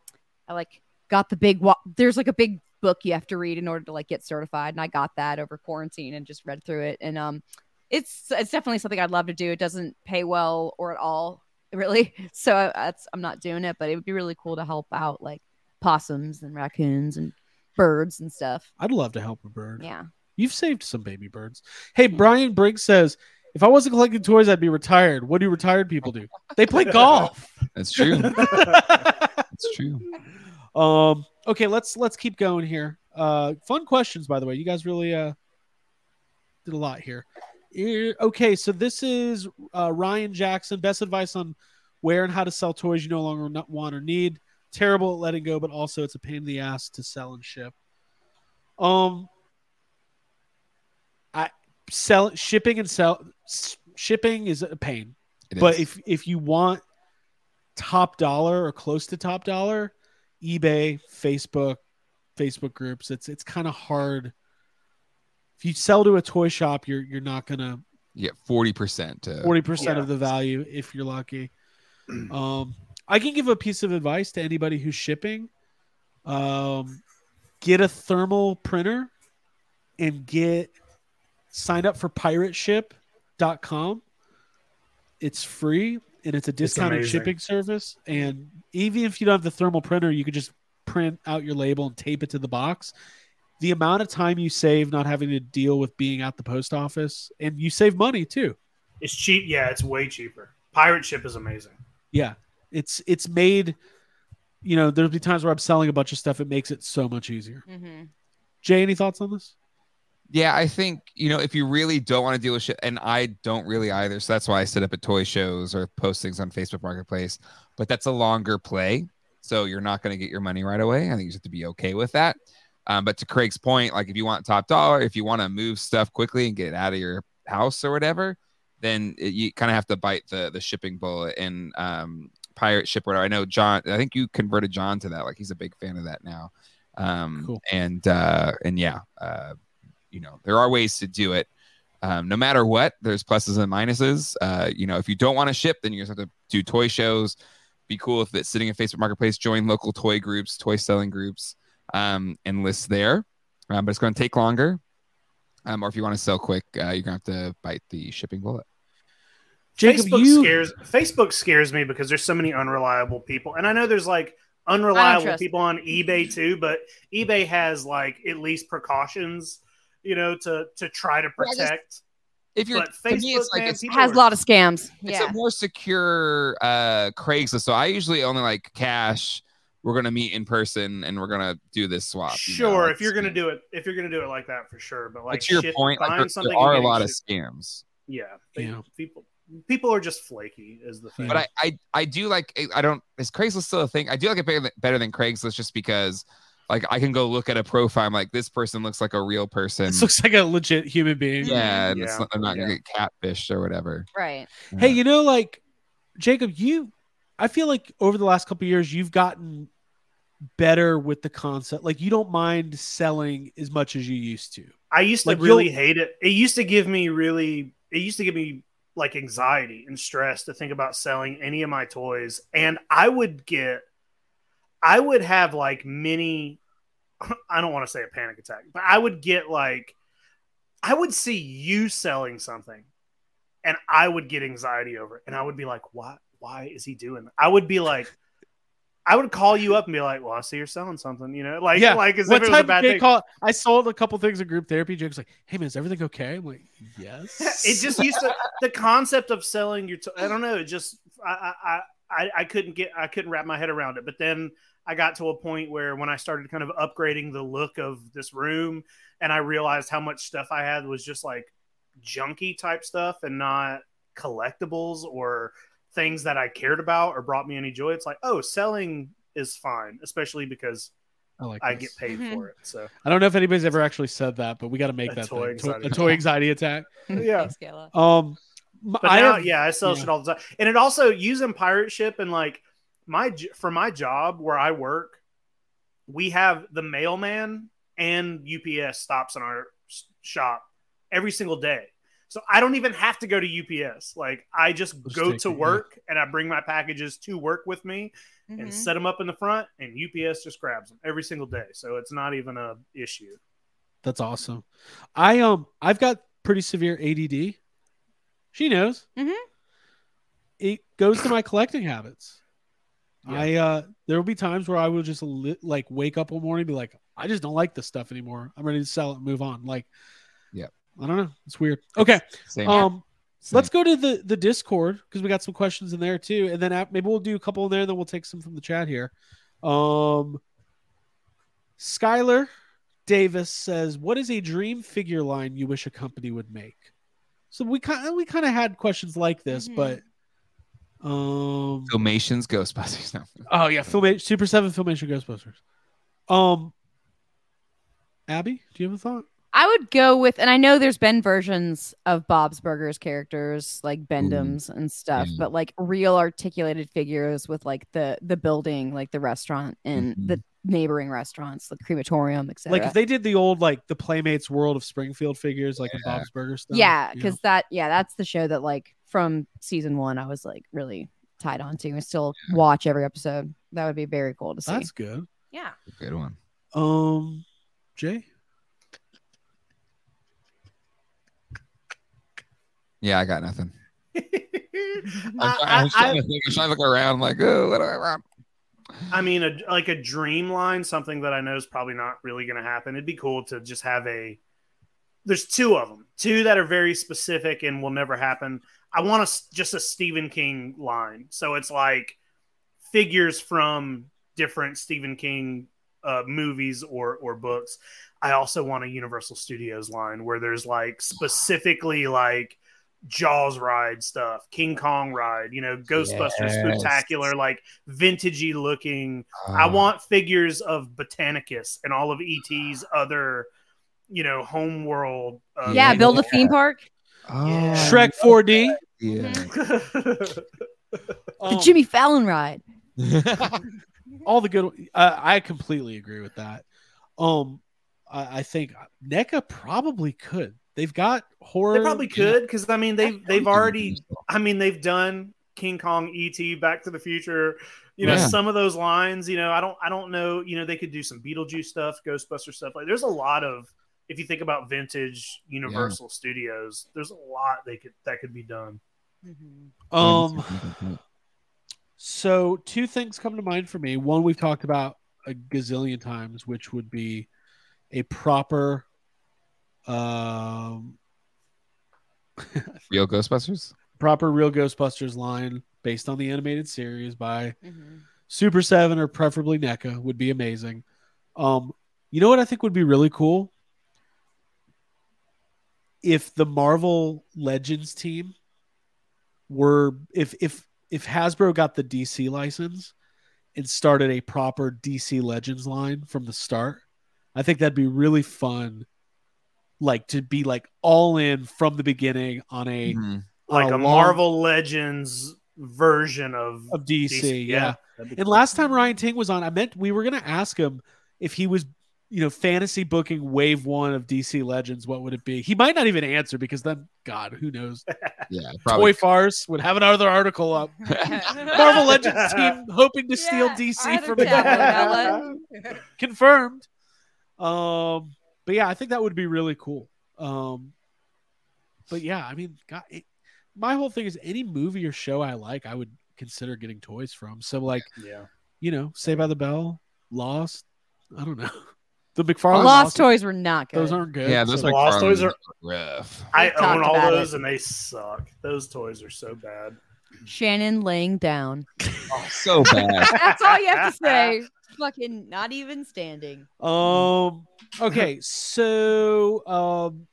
Speaker 3: I like got the big. Wa- There's like a big book you have to read in order to like get certified, and I got that over quarantine and just read through it. And um, it's it's definitely something I'd love to do. It doesn't pay well or at all, really. So I, that's, I'm not doing it, but it would be really cool to help out like possums and raccoons and birds and stuff.
Speaker 2: I'd love to help a bird.
Speaker 3: Yeah.
Speaker 2: You've saved some baby birds. Hey, Brian Briggs says, if I wasn't collecting toys, I'd be retired. What do retired people do? They play golf.
Speaker 5: That's true. That's true.
Speaker 2: um, okay, let's let's keep going here. Uh, fun questions, by the way. You guys really uh, did a lot here. Eh, Okay, so this is uh, Ryan Jackson. Best advice on where and how to sell toys you no longer not want or need. Terrible at letting go, but also it's a pain in the ass to sell and ship. Um, I sell shipping and sell s- shipping is a pain
Speaker 5: It
Speaker 2: but
Speaker 5: is.
Speaker 2: if if you want top dollar or close to top dollar ebay facebook facebook groups it's it's kind of hard if you sell to a toy shop you're you're not gonna
Speaker 5: you get forty percent. Uh,
Speaker 2: 40%
Speaker 4: Yeah.
Speaker 2: of the value if you're lucky um i can give a piece of advice to anybody who's shipping um get a thermal printer and get signed up for pirateship.com it's free and it's a discounted
Speaker 4: amazing.
Speaker 2: shipping service and even if you don't have the thermal printer you could just print out your label and tape it to the box the amount of time you save not having to deal with being at the post office and you save money too
Speaker 4: it's cheap. Yeah, it's way cheaper. Pirate ship is amazing.
Speaker 2: yeah it's it's made you know there'll be times where i'm selling a bunch of stuff it makes it so much easier
Speaker 3: Mm-hmm.
Speaker 2: jay any thoughts on this
Speaker 5: Yeah, I think you know if you really don't want to deal with shit, and I don't really either, so that's why I sit up at toy shows or postings on Facebook Marketplace. But that's a longer play, so you're not going to get your money right away. I think you just have to be okay with that. Um, but to Craig's point, like if you want top dollar, if you want to move stuff quickly and get it out of your house or whatever, then it, you kind of have to bite the the shipping bullet and um, pirate ship. Whatever. I know John. I think you converted John to that. Like he's a big fan of that now. Um,
Speaker 2: Cool.
Speaker 5: And uh, and yeah. Uh, you know there are ways to do it um, no matter what there's pluses and minuses uh, you know if you don't want to ship then you just have to do toy shows be cool with it sitting in facebook marketplace join local toy groups toy selling groups um, and list there um, but it's going to take longer um, or if you want to sell quick uh, you're going to have to bite the shipping bullet
Speaker 2: jacob
Speaker 4: Facebook
Speaker 2: you
Speaker 4: scares Facebook scares me because there's so many unreliable people, and I know there's like unreliable
Speaker 3: trust-
Speaker 4: people on eBay too, but eBay has like at least precautions, you know, to to try to
Speaker 5: Well, I just-
Speaker 4: protect.
Speaker 5: if you're
Speaker 4: But
Speaker 5: to me,
Speaker 4: Facebook
Speaker 5: it's like
Speaker 4: man,
Speaker 5: it's,
Speaker 4: people
Speaker 3: Has
Speaker 4: are-
Speaker 3: a lot of scams.
Speaker 5: it's
Speaker 3: Yeah.
Speaker 5: a more secure uh, Craigslist. So I usually only like cash. We're gonna meet in person and we're gonna do this swap. you know,
Speaker 4: Sure, if
Speaker 5: it's-
Speaker 4: you're gonna do it, if you're gonna do it like that, for sure. But like,
Speaker 5: but to your
Speaker 4: shit,
Speaker 5: point, like,
Speaker 4: buying
Speaker 5: there- there,
Speaker 4: something and
Speaker 5: are a
Speaker 4: getting
Speaker 5: lot of
Speaker 4: shit-
Speaker 5: scams.
Speaker 4: yeah, they-
Speaker 2: Yeah.
Speaker 4: people people are just flaky is the thing.
Speaker 5: But I, I, I do like I don't is Craigslist still a thing? I do like it better than, better than Craigslist just because Like I can go look at a profile. I'm like, this person looks like a real person.
Speaker 2: This looks like a legit human being.
Speaker 5: yeah, and It's
Speaker 4: Yeah,
Speaker 5: not, I'm not
Speaker 4: yeah.
Speaker 5: gonna get catfished or whatever.
Speaker 3: Right.
Speaker 2: Hey, you know, like Jacob, you I feel like over the last couple of years you've gotten better with the concept. Like you don't mind selling as much as you used to.
Speaker 4: I used to
Speaker 2: Like, you'll-
Speaker 4: really hate it. It used to give me really it used to give me like anxiety and stress to think about selling any of my toys and I would get I would have like many I don't want to say a panic attack, but I would get like I would see you selling something and I would get anxiety over it and I would be like why why is he doing that? I would be like I would call you up and be like, "Well, I see you're selling something," you know, like
Speaker 2: Yeah.
Speaker 4: like as
Speaker 2: One
Speaker 4: if it was a
Speaker 2: time
Speaker 4: bad
Speaker 2: Jake
Speaker 4: thing.
Speaker 2: called, I sold a couple things in group therapy. Jake's like, "Hey man, is everything okay?" I'm like, "Yes."
Speaker 4: it just used to the concept of selling your. I I don't know. It just I, I I- I I couldn't get I couldn't wrap my head around it. But then I got to a point where when I started kind of upgrading the look of this room, and I realized how much stuff I had was just like junky type stuff and not collectibles or things that I cared about or brought me any joy. It's like oh, selling is fine, especially because
Speaker 2: I like.
Speaker 4: I
Speaker 2: this.
Speaker 4: get paid
Speaker 3: Mhm.
Speaker 4: for it. So
Speaker 2: I don't know if anybody's ever actually said that, but we got to make
Speaker 4: A
Speaker 2: that
Speaker 4: toy
Speaker 2: thing. To-
Speaker 4: anxiety
Speaker 2: a toy anxiety attack.
Speaker 4: yeah,
Speaker 3: Thanks, Kayla.
Speaker 2: Um, m-
Speaker 4: But
Speaker 2: I
Speaker 4: now,
Speaker 2: have-
Speaker 4: yeah, I sell
Speaker 2: yeah.
Speaker 4: shit all the time, and it also using pirate ship and like my j- for my job where I work, we have the mailman and UPS stops in our s- shop every single day. So I don't even have to go to UPS. Like I just,
Speaker 2: Just
Speaker 4: go
Speaker 2: take
Speaker 4: to
Speaker 2: it, yeah.
Speaker 4: work and I bring my packages to work with me
Speaker 2: Mm-hmm.
Speaker 5: Mm-hmm.
Speaker 4: and
Speaker 3: Mhm.
Speaker 4: set them up in the front, and UPS just grabs them every single day. So it's not even a issue.
Speaker 2: That's awesome. I um I've got pretty severe ADD. She knows.
Speaker 3: Mhm.
Speaker 2: It goes to my collecting habits. I uh there will be times where I will just li- like wake up one morning and be like I just don't like this stuff anymore. I'm ready to sell it and move on. Like
Speaker 5: Yep.
Speaker 2: I don't know. It's weird. Okay.
Speaker 5: Same,
Speaker 2: Um
Speaker 5: same.
Speaker 2: let's go to the the Discord because we got some questions in there too and then ap- maybe we'll do a couple in there and then we'll take some from the chat here. Um Skylar Davis says, "What is a dream figure line you wish a company would make?" So we kind we kind of had questions like this,
Speaker 3: Mhm.
Speaker 2: but um,
Speaker 5: Filmations Ghostbusters. No.
Speaker 2: oh yeah, Filma- Super Seven Filmation Ghostbusters. Um, Abby, do you have a thought?
Speaker 3: I would go with, and I know there's been versions of Bob's Burgers characters like Bendham's and stuff,
Speaker 5: Yeah.
Speaker 3: but like real articulated figures with like the the building, like the restaurant and the neighboring restaurants, the crematorium, etc.
Speaker 2: Like if they did the old like the Playmates World of Springfield figures, like with
Speaker 5: Yeah.
Speaker 2: Bob's Burgers stuff.
Speaker 3: yeah,
Speaker 2: you
Speaker 3: because that yeah, that's the show that like from season one I was like really tied onto and still watch every episode. That would be very cool to
Speaker 2: know?
Speaker 3: see.
Speaker 2: that's good.
Speaker 3: yeah.
Speaker 5: Good one.
Speaker 2: Um, Jay,
Speaker 5: Yeah, I got nothing. I'm, try- Uh, I,
Speaker 4: I-
Speaker 5: was
Speaker 4: I-
Speaker 5: trying to think, I was trying to look around like, oh, what do I want?
Speaker 4: I mean, a, like a dream line, something that I know is probably not really going to happen. It'd be cool to just have a. There's two of them, two that are very specific and will never happen. I want a s just a Stephen King line, so it's like figures from different Stephen King uh, movies or or books. I also want a Universal Studios line where there's like specifically like Jaws ride stuff, King Kong ride, you know, Ghostbusters
Speaker 5: Yes.
Speaker 4: spectacular, like vintagey looking. I
Speaker 5: Uh,
Speaker 4: want figures of Botanicus and all of ET's other, you know, homeworld. Uh,
Speaker 3: yeah,
Speaker 5: yeah.
Speaker 3: build a theme park.
Speaker 5: oh,
Speaker 2: Shrek 4D,
Speaker 5: Yeah.
Speaker 3: The
Speaker 2: um,
Speaker 3: Jimmy Fallon ride.
Speaker 2: all the good. Uh, I completely agree with that. Um, I, I think NECA probably could. They've got horror.
Speaker 4: they probably could because I mean they've they've already
Speaker 5: It's
Speaker 4: I mean, they've done King Kong, ET, Back to the Future. You know,
Speaker 5: Yeah.
Speaker 4: some of those lines. You know, I don't, I don't know. You know, they could do some Beetlejuice stuff, Ghostbuster stuff. Like, there's a lot of. If you think about vintage Universal Studios, there's a lot they could that could be done.
Speaker 2: Um, so two things come to mind for me. One we've talked about a gazillion times, which would be a proper, um,
Speaker 5: real Ghostbusters.
Speaker 2: proper real Ghostbusters line based on the animated series by Mm-hmm. Super Seven or preferably NECA would be amazing. Um, you know what I think would be really cool if the Marvel Legends team were if if if Hasbro got the DC license and started a proper DC Legends line from the start. I think that'd be really fun, like to be like all in from the beginning on a
Speaker 5: Mhm.
Speaker 2: on
Speaker 4: like a
Speaker 2: long-
Speaker 4: Marvel Legends version of,
Speaker 2: of DC. yeah.
Speaker 4: That'd be
Speaker 2: And
Speaker 4: cool.
Speaker 2: last time Ryan Ting was on, I meant we were gonna ask him if he was, you know, fantasy booking wave one of DC Legends, what would it be? He might not even answer because then God, who knows?
Speaker 5: Yeah, probably.
Speaker 2: Toy Farce would have another article up. Marvel
Speaker 3: Marvel
Speaker 2: Legends team hoping to steal
Speaker 3: Yeah,
Speaker 2: DC
Speaker 3: our
Speaker 2: from
Speaker 3: other tabloid
Speaker 2: Marvel.
Speaker 3: outlet.
Speaker 2: confirmed. Um, but yeah, I think that would be really cool. Um, but yeah, I mean, God, it, my whole thing is any movie or show I like, I would consider getting toys from. So like,
Speaker 4: yeah.
Speaker 2: you know, Say by the Bell, Lost. I don't know. The McFarlane
Speaker 3: Lost toys were not good.
Speaker 2: Those aren't good.
Speaker 5: yeah, those
Speaker 2: So-
Speaker 5: like
Speaker 4: Lost toys are-
Speaker 5: rough.
Speaker 4: I
Speaker 3: We've talked
Speaker 4: own all
Speaker 3: about
Speaker 4: those
Speaker 3: it.
Speaker 4: and they suck. Those toys are so bad.
Speaker 3: Shannon laying down.
Speaker 5: So bad.
Speaker 3: That's all you have to say. Fucking not even standing.
Speaker 2: Um. Okay. So, um,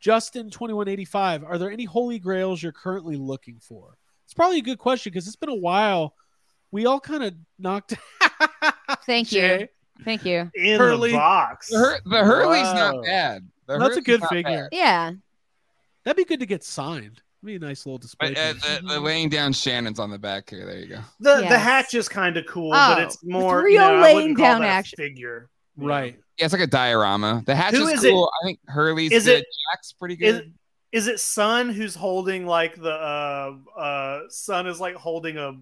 Speaker 2: Justin twenty one eighty five. Are there any holy grails you're currently looking for? It's probably a good question because it's been a while. We all kind of knocked.
Speaker 3: Thank
Speaker 2: Jay.
Speaker 3: you. Thank you.
Speaker 4: In
Speaker 2: Hurley-
Speaker 4: the box.
Speaker 5: the, Hur- the Hurley's
Speaker 4: Wow.
Speaker 5: not bad. The
Speaker 2: That's a
Speaker 5: Hurley's
Speaker 2: good
Speaker 5: not
Speaker 2: figure.
Speaker 3: Yeah.
Speaker 2: That'd be good to get signed. Be a nice little display.
Speaker 5: But uh,
Speaker 2: piece.
Speaker 5: the, the laying down Shannon's on the back here. There you go.
Speaker 4: The the
Speaker 3: Yes.
Speaker 4: hatch is kind of cool,
Speaker 3: Oh,
Speaker 4: but it's more
Speaker 3: real
Speaker 4: no, I
Speaker 3: laying
Speaker 4: wouldn't call
Speaker 3: down
Speaker 4: that a
Speaker 3: action.
Speaker 4: figure. Yeah.
Speaker 2: right.
Speaker 5: Yeah, it's like a diorama. The hatch
Speaker 4: Who
Speaker 5: is,
Speaker 4: is it?
Speaker 5: cool. I think Hurley's
Speaker 4: Is
Speaker 5: good.
Speaker 4: it-
Speaker 5: Jack's pretty
Speaker 4: Is
Speaker 5: good.
Speaker 4: is it Sun who's holding like the uh uh Sun is like holding a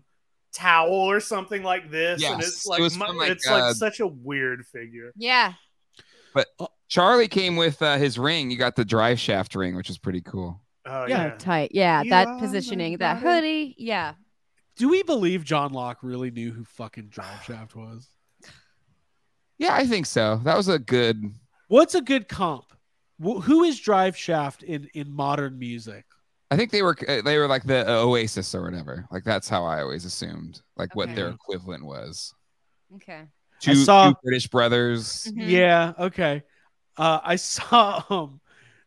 Speaker 4: towel or something like this? And
Speaker 5: Yes,
Speaker 4: it's
Speaker 5: it
Speaker 4: like,
Speaker 5: was
Speaker 4: mu-
Speaker 5: from, like,
Speaker 4: it's
Speaker 5: uh,
Speaker 4: like such a weird figure.
Speaker 3: Yeah.
Speaker 5: Charlie came with uh, his ring. You got the drive shaft ring, which is pretty cool.
Speaker 4: Oh
Speaker 2: Yeah.
Speaker 4: yeah.
Speaker 3: Tight. Yeah.
Speaker 4: You are
Speaker 3: that
Speaker 4: my
Speaker 3: positioning, that
Speaker 4: brother.
Speaker 3: hoodie. Yeah.
Speaker 2: Do we believe John Locke really knew who fucking Drive Shaft was?
Speaker 5: Yeah, I think so. That was a good.
Speaker 2: What's a good comp? Wh- Who is Drive Shaft in in modern music?
Speaker 5: I think they were uh, they were like the uh, Oasis or whatever. Like that's how I always assumed like what their
Speaker 2: Okay.
Speaker 5: equivalent was.
Speaker 3: Okay.
Speaker 2: I
Speaker 5: Two,
Speaker 2: saw-
Speaker 5: two British brothers.
Speaker 3: Mhm.
Speaker 2: Yeah. Okay. Uh, I saw um,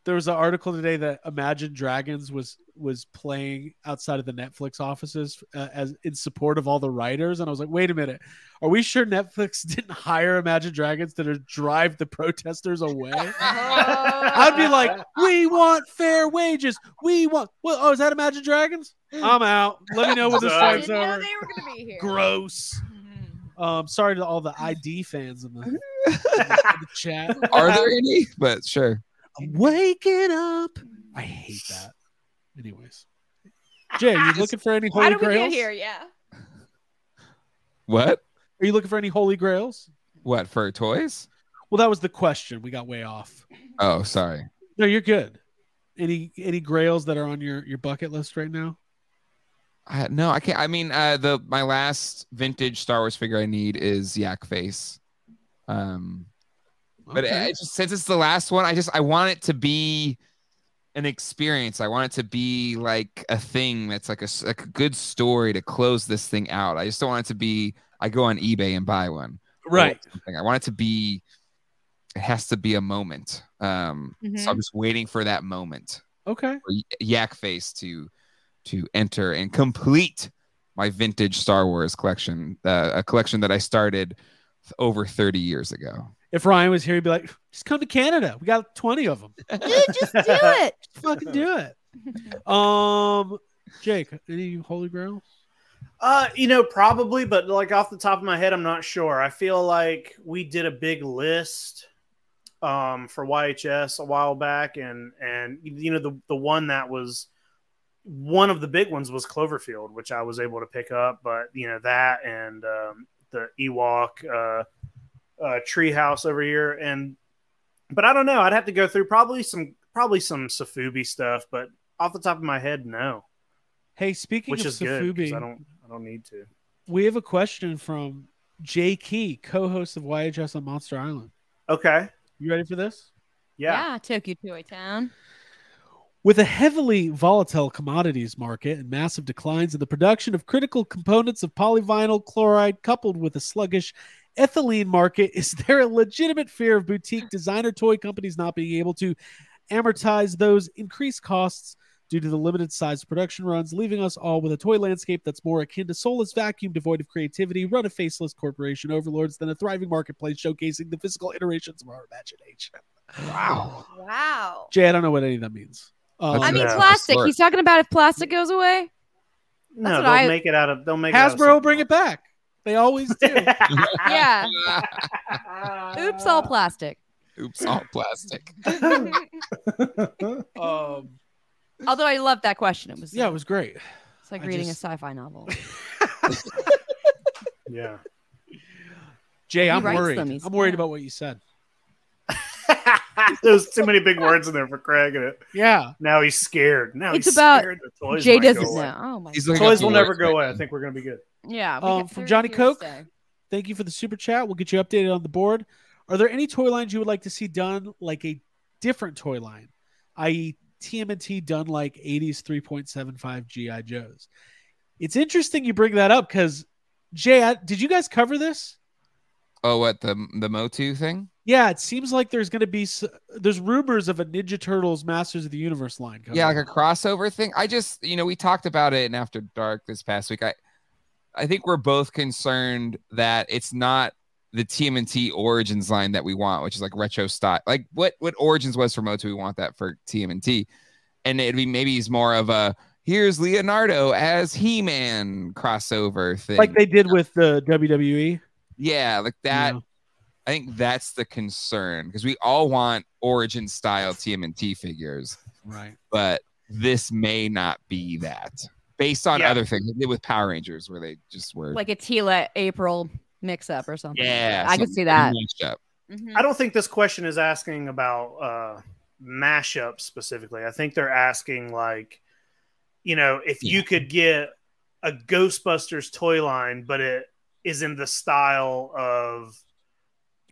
Speaker 2: there was an article today that Imagine Dragons was was playing outside of the Netflix offices uh, as in support of all the writers, and I was like, wait a minute, are we sure Netflix didn't hire Imagine Dragons to drive the protesters away?
Speaker 3: Oh,
Speaker 2: I'd be like, we want fair wages. We want. Well, oh, is that Imagine Dragons? I'm out. Let me know when this
Speaker 4: Duh.
Speaker 3: I
Speaker 2: fight's
Speaker 3: didn't know
Speaker 2: over.
Speaker 3: they were gonna be here.
Speaker 2: Gross.
Speaker 3: Mhm.
Speaker 2: Um, sorry to all the ID fans in the, in the- in the chat.
Speaker 5: Are there any? But sure.
Speaker 2: I'm waking up. I hate that. Anyways, Jay, are you looking for any
Speaker 3: How
Speaker 2: holy
Speaker 3: did we get
Speaker 2: grails?
Speaker 3: here? Yeah.
Speaker 5: What?
Speaker 2: Are you looking for any holy grails?
Speaker 5: What for toys?
Speaker 2: Well, that was the question. We got way off.
Speaker 5: Oh, sorry.
Speaker 2: No, you're good. Any any grails that are on your your bucket list right now?
Speaker 5: I, no, I can't. I mean, uh, the my last vintage Star Wars figure I need is Yak Face. Um, but
Speaker 2: Okay.
Speaker 5: I just, since it's the last one, I just I want it to be an experience. I want it to be like a thing that's like a, s- like a good story to close this thing out. I just don't want it to be I go on eBay and buy one. or
Speaker 2: right.
Speaker 5: something. I want it to be. It has to be a moment. Um, So
Speaker 2: Mm-hmm.
Speaker 5: I'm just waiting for that moment
Speaker 2: Okay.
Speaker 5: for Y- Yak Face to to enter and complete my vintage Star Wars collection, uh, a collection that I started over 30 years ago.
Speaker 2: If Ryan was here, he'd be like, "Just come to Canada. We got twenty of them.
Speaker 3: Dude, just do it.
Speaker 2: Fucking do it." Um, Jake, any holy grail?
Speaker 4: Uh, you know, probably, but like off the top of my head, I'm not sure. I feel like we did a big list um for YHS a while back and and you know the the one that was one of the big ones was Cloverfield, which I was able to pick up, but you know that and um the Ewok uh uh treehouse over here and but I don't know, I'd have to go through probably some probably some Safubi stuff, but off the top of my head, no.
Speaker 2: Hey, speaking
Speaker 4: Which
Speaker 2: of
Speaker 4: is good
Speaker 2: Safubi,
Speaker 4: because I don't I don't need to.
Speaker 2: we have a question from Jay Key, co-host of YHS on Monster Island.
Speaker 4: Okay.
Speaker 2: You ready for this?
Speaker 4: Yeah.
Speaker 3: took you to a town.
Speaker 2: With a heavily volatile commodities market and massive declines in the production of critical components of polyvinyl chloride, coupled with a sluggish ethylene market, is there a legitimate fear of boutique designer toy companies not being able to amortize those increased costs due to the limited size production runs, leaving us all with a toy landscape that's more akin to soulless vacuum devoid of creativity, run of faceless corporation overlords than a thriving marketplace showcasing the physical iterations of our imagination. Wow.
Speaker 6: Wow.
Speaker 2: Jay, I don't know what any of that means. Um,
Speaker 3: I
Speaker 5: That's
Speaker 3: mean,
Speaker 4: Yeah.
Speaker 3: plastic.
Speaker 5: Slurp.
Speaker 3: He's talking about if plastic goes away.
Speaker 4: No,
Speaker 3: That's what
Speaker 4: they'll
Speaker 3: I-
Speaker 4: make it out of. They'll make
Speaker 2: Hasbro will bring it back. They always do.
Speaker 3: Yeah.
Speaker 4: back.
Speaker 3: Oops, all plastic.
Speaker 5: Oops, all plastic.
Speaker 2: um,
Speaker 3: Although I loved that question. It was
Speaker 2: yeah, it was great.
Speaker 3: it's like
Speaker 2: I
Speaker 3: reading
Speaker 2: just-
Speaker 3: a sci-fi novel.
Speaker 4: Yeah.
Speaker 2: Jay, I'm
Speaker 3: writes
Speaker 2: worried.
Speaker 3: them, he's-
Speaker 2: I'm worried
Speaker 3: yeah.
Speaker 2: about what you said.
Speaker 4: There's too many big words in there for Craig, and it,
Speaker 2: Yeah.
Speaker 4: now he's scared. Now
Speaker 3: It's
Speaker 4: he's
Speaker 3: about-
Speaker 4: scared. The toys
Speaker 3: Jay
Speaker 4: might go
Speaker 3: doesn't
Speaker 4: away.
Speaker 3: know. Oh my.
Speaker 5: He's
Speaker 3: God.
Speaker 5: looking
Speaker 4: Toys
Speaker 5: up
Speaker 4: will
Speaker 5: the
Speaker 4: never
Speaker 5: words
Speaker 4: go
Speaker 5: right
Speaker 4: away. I
Speaker 5: now.
Speaker 4: think we're gonna be good.
Speaker 3: Yeah.
Speaker 2: Um,
Speaker 3: got
Speaker 2: from
Speaker 3: through
Speaker 2: Johnny Coke?
Speaker 3: Tuesday.
Speaker 2: Thank you for the super chat. We'll get you updated on the board. Are there any toy lines you would like to see done like a different toy line, i.e., TMNT done like 80s 3.75 GI Joes? It's interesting you bring that up because Jay, I- did you guys cover this?
Speaker 5: Oh, what the the Motu thing?
Speaker 2: Yeah, it seems like there's going to be s- there's rumors of a Ninja Turtles Masters of the Universe line coming.
Speaker 5: Yeah, like a crossover thing. I just, you know, we talked about it in After Dark this past week. I, I think we're both concerned that it's not the TMNT Origins line that we want, which is like retro style. Like what what Origins was for Motu, we want that for TMNT, and it'd be maybe he's more of a here's Leonardo as He Man crossover thing.
Speaker 2: like they did with the WWE.
Speaker 5: yeah, like that.
Speaker 2: Yeah.
Speaker 5: I think that's the concern because we all want Origin style TMNT figures
Speaker 2: Right.
Speaker 5: but this may not be that based on
Speaker 4: Yeah.
Speaker 5: other things They did with Power Rangers where they just were
Speaker 3: Like a Tila April mix-up or something.
Speaker 5: yeah,
Speaker 3: I could
Speaker 5: something
Speaker 3: see that.
Speaker 5: mashed up.
Speaker 3: Mhm.
Speaker 4: I don't think this question is asking about uh, mashups specifically. I think they're asking like, you know, if
Speaker 5: Yeah.
Speaker 4: you could get a Ghostbusters toy line, but it is in the style of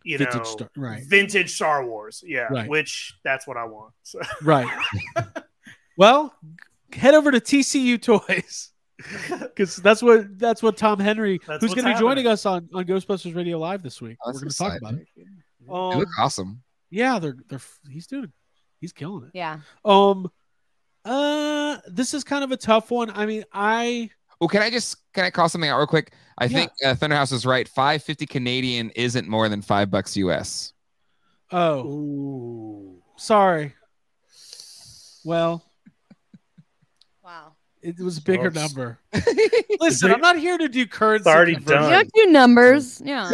Speaker 4: you
Speaker 2: Vintage
Speaker 4: know
Speaker 2: Star- right.
Speaker 4: vintage Star Wars. Yeah,
Speaker 2: Right.
Speaker 4: which that's what I want. So
Speaker 2: Right. well, g- head over to TCU Toys because that's what that's what Tom Henry,
Speaker 4: That's
Speaker 2: who's
Speaker 4: what's
Speaker 2: going to be joining
Speaker 4: happening.
Speaker 2: us on on Ghostbusters Radio Live this week.
Speaker 5: Oh,
Speaker 2: We're
Speaker 5: that's
Speaker 2: going to talk about it.
Speaker 5: They
Speaker 2: Um,
Speaker 5: look awesome.
Speaker 2: yeah, they're they're f- he's doing he's killing it.
Speaker 3: Yeah.
Speaker 2: Um, uh, this is kind of a tough one. I mean, I
Speaker 5: Well, can I just can I call something out real quick? I
Speaker 2: Yeah.
Speaker 5: think uh, Thunderhouse is right. Five fifty Canadian isn't more than five bucks US.
Speaker 2: oh
Speaker 4: Ooh.
Speaker 2: sorry. Well,
Speaker 3: Wow.
Speaker 2: it was a bigger
Speaker 4: Gross.
Speaker 2: number. Listen, I'm not here to do currency.
Speaker 4: already
Speaker 2: conversion.
Speaker 3: You
Speaker 4: done.
Speaker 3: don't do numbers. Yeah.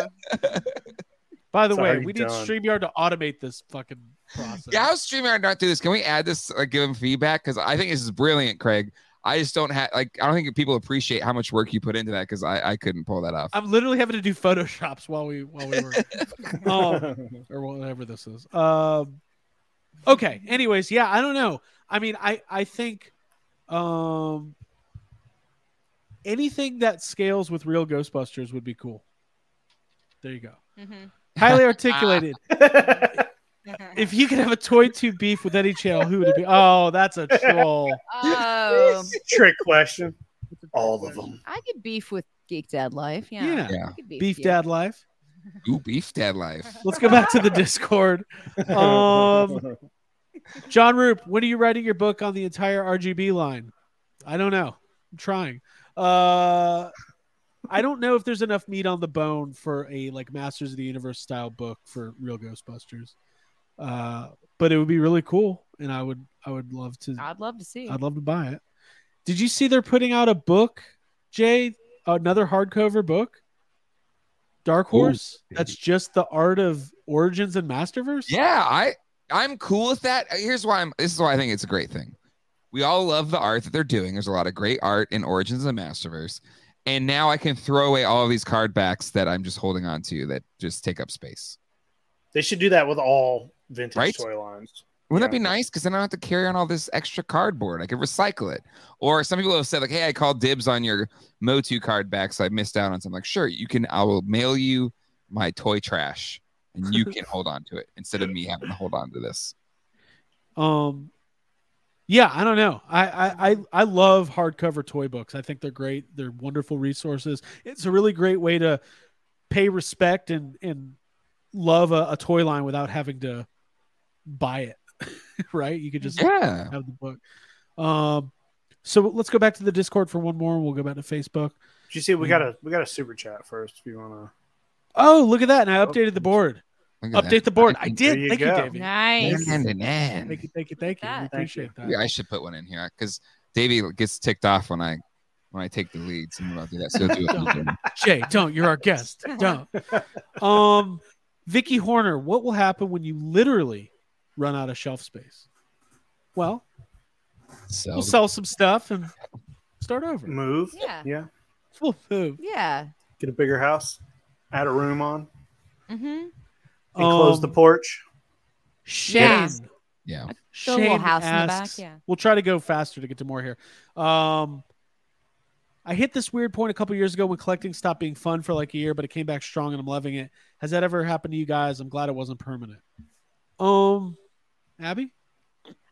Speaker 2: By the
Speaker 4: It's
Speaker 2: way,
Speaker 4: already
Speaker 2: we need
Speaker 4: done.
Speaker 2: Streamyard to automate this fucking process.
Speaker 5: Yeah, I was streaming or not do this. Can we add this? Like, give him feedback because I think this is brilliant, Craig. I just don't have like I don't think people appreciate how much work you put into that because I I couldn't pull that off.
Speaker 2: I'm literally having to do photoshops while we while we were um, or whatever this is. Um, okay. Anyways, yeah, I don't know. I mean, I I think um, anything that scales with real Ghostbusters would be cool. There you go. Highly articulated.
Speaker 3: Mm-hmm.
Speaker 2: if you could have a toy to beef with any channel, who would it be? Oh, that's a troll.
Speaker 3: Oh,
Speaker 4: Trick question. All of them.
Speaker 3: I could beef with Geek Dad Life. Yeah.
Speaker 2: Yeah.
Speaker 5: Yeah.
Speaker 3: I could beef,
Speaker 2: Beef
Speaker 3: you.
Speaker 2: Dad Life.
Speaker 5: Ooh, beef dad life.
Speaker 2: Let's go back to the Discord. Um, John Roop, when are you writing your book on the entire RGB line? I don't know. I'm trying. Uh, I don't know if there's enough meat on the bone for a like Masters of the Universe style book for real Ghostbusters, uh, but it would be really cool, and I would I would love to
Speaker 3: I'd love to see.
Speaker 2: I'd love to buy it. Did you see they're putting out a book, Jay? Another hardcover book, Dark Horse. That's just the art of Origins and Masterverse.
Speaker 5: Yeah, I I'm cool with that. Here's why I'm this is why I think it's a great thing. We all love the art that they're doing. There's a lot of great art in Origins of the Masterverse. And now I can throw away all of these card backs that I'm just holding on to that just take up space.
Speaker 4: They should do that with all vintage
Speaker 5: Right?
Speaker 4: toy lines.
Speaker 5: Wouldn't that
Speaker 4: Yeah.
Speaker 5: be nice? Because then I don't have to carry on all this extra cardboard. I could recycle it. Or some people have said, like, hey, I called dibs on your Motu card back, so I missed out on something. Like, sure, you can, I will mail you my toy trash and you can hold on to it instead of me having to hold on to this.
Speaker 2: Um, yeah, I don't know. I, I I I love hardcover toy books. I think they're great. They're wonderful resources. It's a really great way to pay respect and and love a, a toy line without having to buy it. right? You could just
Speaker 5: Yeah.
Speaker 2: have the book. Um, so let's go back to the Discord for one more, and we'll go back to Facebook.
Speaker 4: Did you see we got a we got a super chat first if you wanna
Speaker 2: Oh, look at that! And I updated the board. Update the board. I
Speaker 4: There
Speaker 2: did.
Speaker 4: you
Speaker 2: Thank you,
Speaker 4: go.
Speaker 2: David.
Speaker 3: Nice.
Speaker 5: Hand
Speaker 2: Thank
Speaker 5: in
Speaker 2: you,
Speaker 5: hand.
Speaker 2: thank you, thank you. We
Speaker 3: Thank
Speaker 4: you.
Speaker 2: appreciate that.
Speaker 5: Yeah, I should put one in here because Davey gets ticked off when I when I take the lead. So I'm about to do that. So do it.
Speaker 2: Don't.
Speaker 5: Ethan.
Speaker 2: Jay, don't. You're our guest. Don't. Um, Vicky Horner, what will happen when you literally run out of shelf space? Well,
Speaker 5: So
Speaker 2: we'll sell some stuff and start over.
Speaker 4: move.
Speaker 3: Yeah.
Speaker 4: Yeah.
Speaker 2: We'll move.
Speaker 3: Yeah.
Speaker 4: Get a bigger house, add a room on,
Speaker 3: Mm-hmm.
Speaker 4: and close
Speaker 2: Um,
Speaker 4: the porch.
Speaker 2: Shane.
Speaker 3: Yeah.
Speaker 5: yeah.
Speaker 3: The little
Speaker 2: Shane
Speaker 3: house in the back,
Speaker 2: asks-
Speaker 3: yeah.
Speaker 2: We'll try to go faster to get to more here. Um, I hit this weird point a couple years ago when collecting stopped being fun for like a year, but it came back strong and I'm loving it. Has that ever happened to you guys? I'm glad it wasn't permanent. Um, Abby?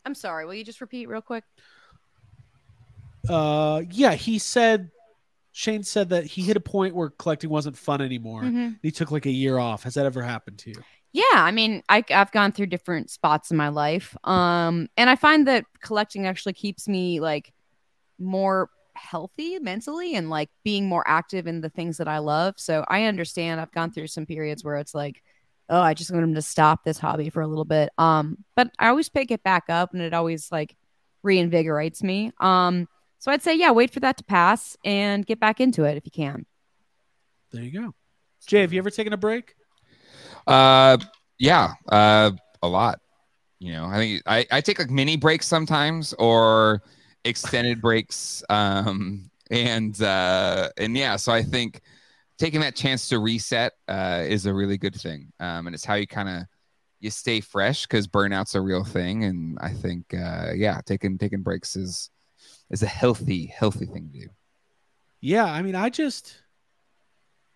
Speaker 3: I'm sorry. Will you just repeat real quick?
Speaker 2: Uh, yeah, he said, Shane said that he hit a point where collecting wasn't fun anymore.
Speaker 3: Mhm.
Speaker 2: He took like a year off. Has that ever happened to you?
Speaker 3: Yeah, I mean, I, I've gone through different spots in my life, um, and I find that collecting actually keeps me like more healthy mentally and like being more active in the things that I love. So I understand. I've gone through some periods where it's like, oh, I just want to stop this hobby for a little bit. Um, but I always pick it back up, and it always like reinvigorates me. Um, so I'd say, yeah, wait for that to pass and get back into it if you can.
Speaker 2: There you go. Jay, have you ever taken a break?
Speaker 5: Uh, yeah, uh, a lot. You know, I think I, I take like mini breaks sometimes or extended breaks. Um, and uh, and yeah, so I think taking that chance to reset uh, is a really good thing. Um, and it's how you kind of you stay fresh because burnout's a real thing. And I think uh, yeah, taking taking breaks is is a healthy healthy thing to do.
Speaker 2: Yeah, I mean, I just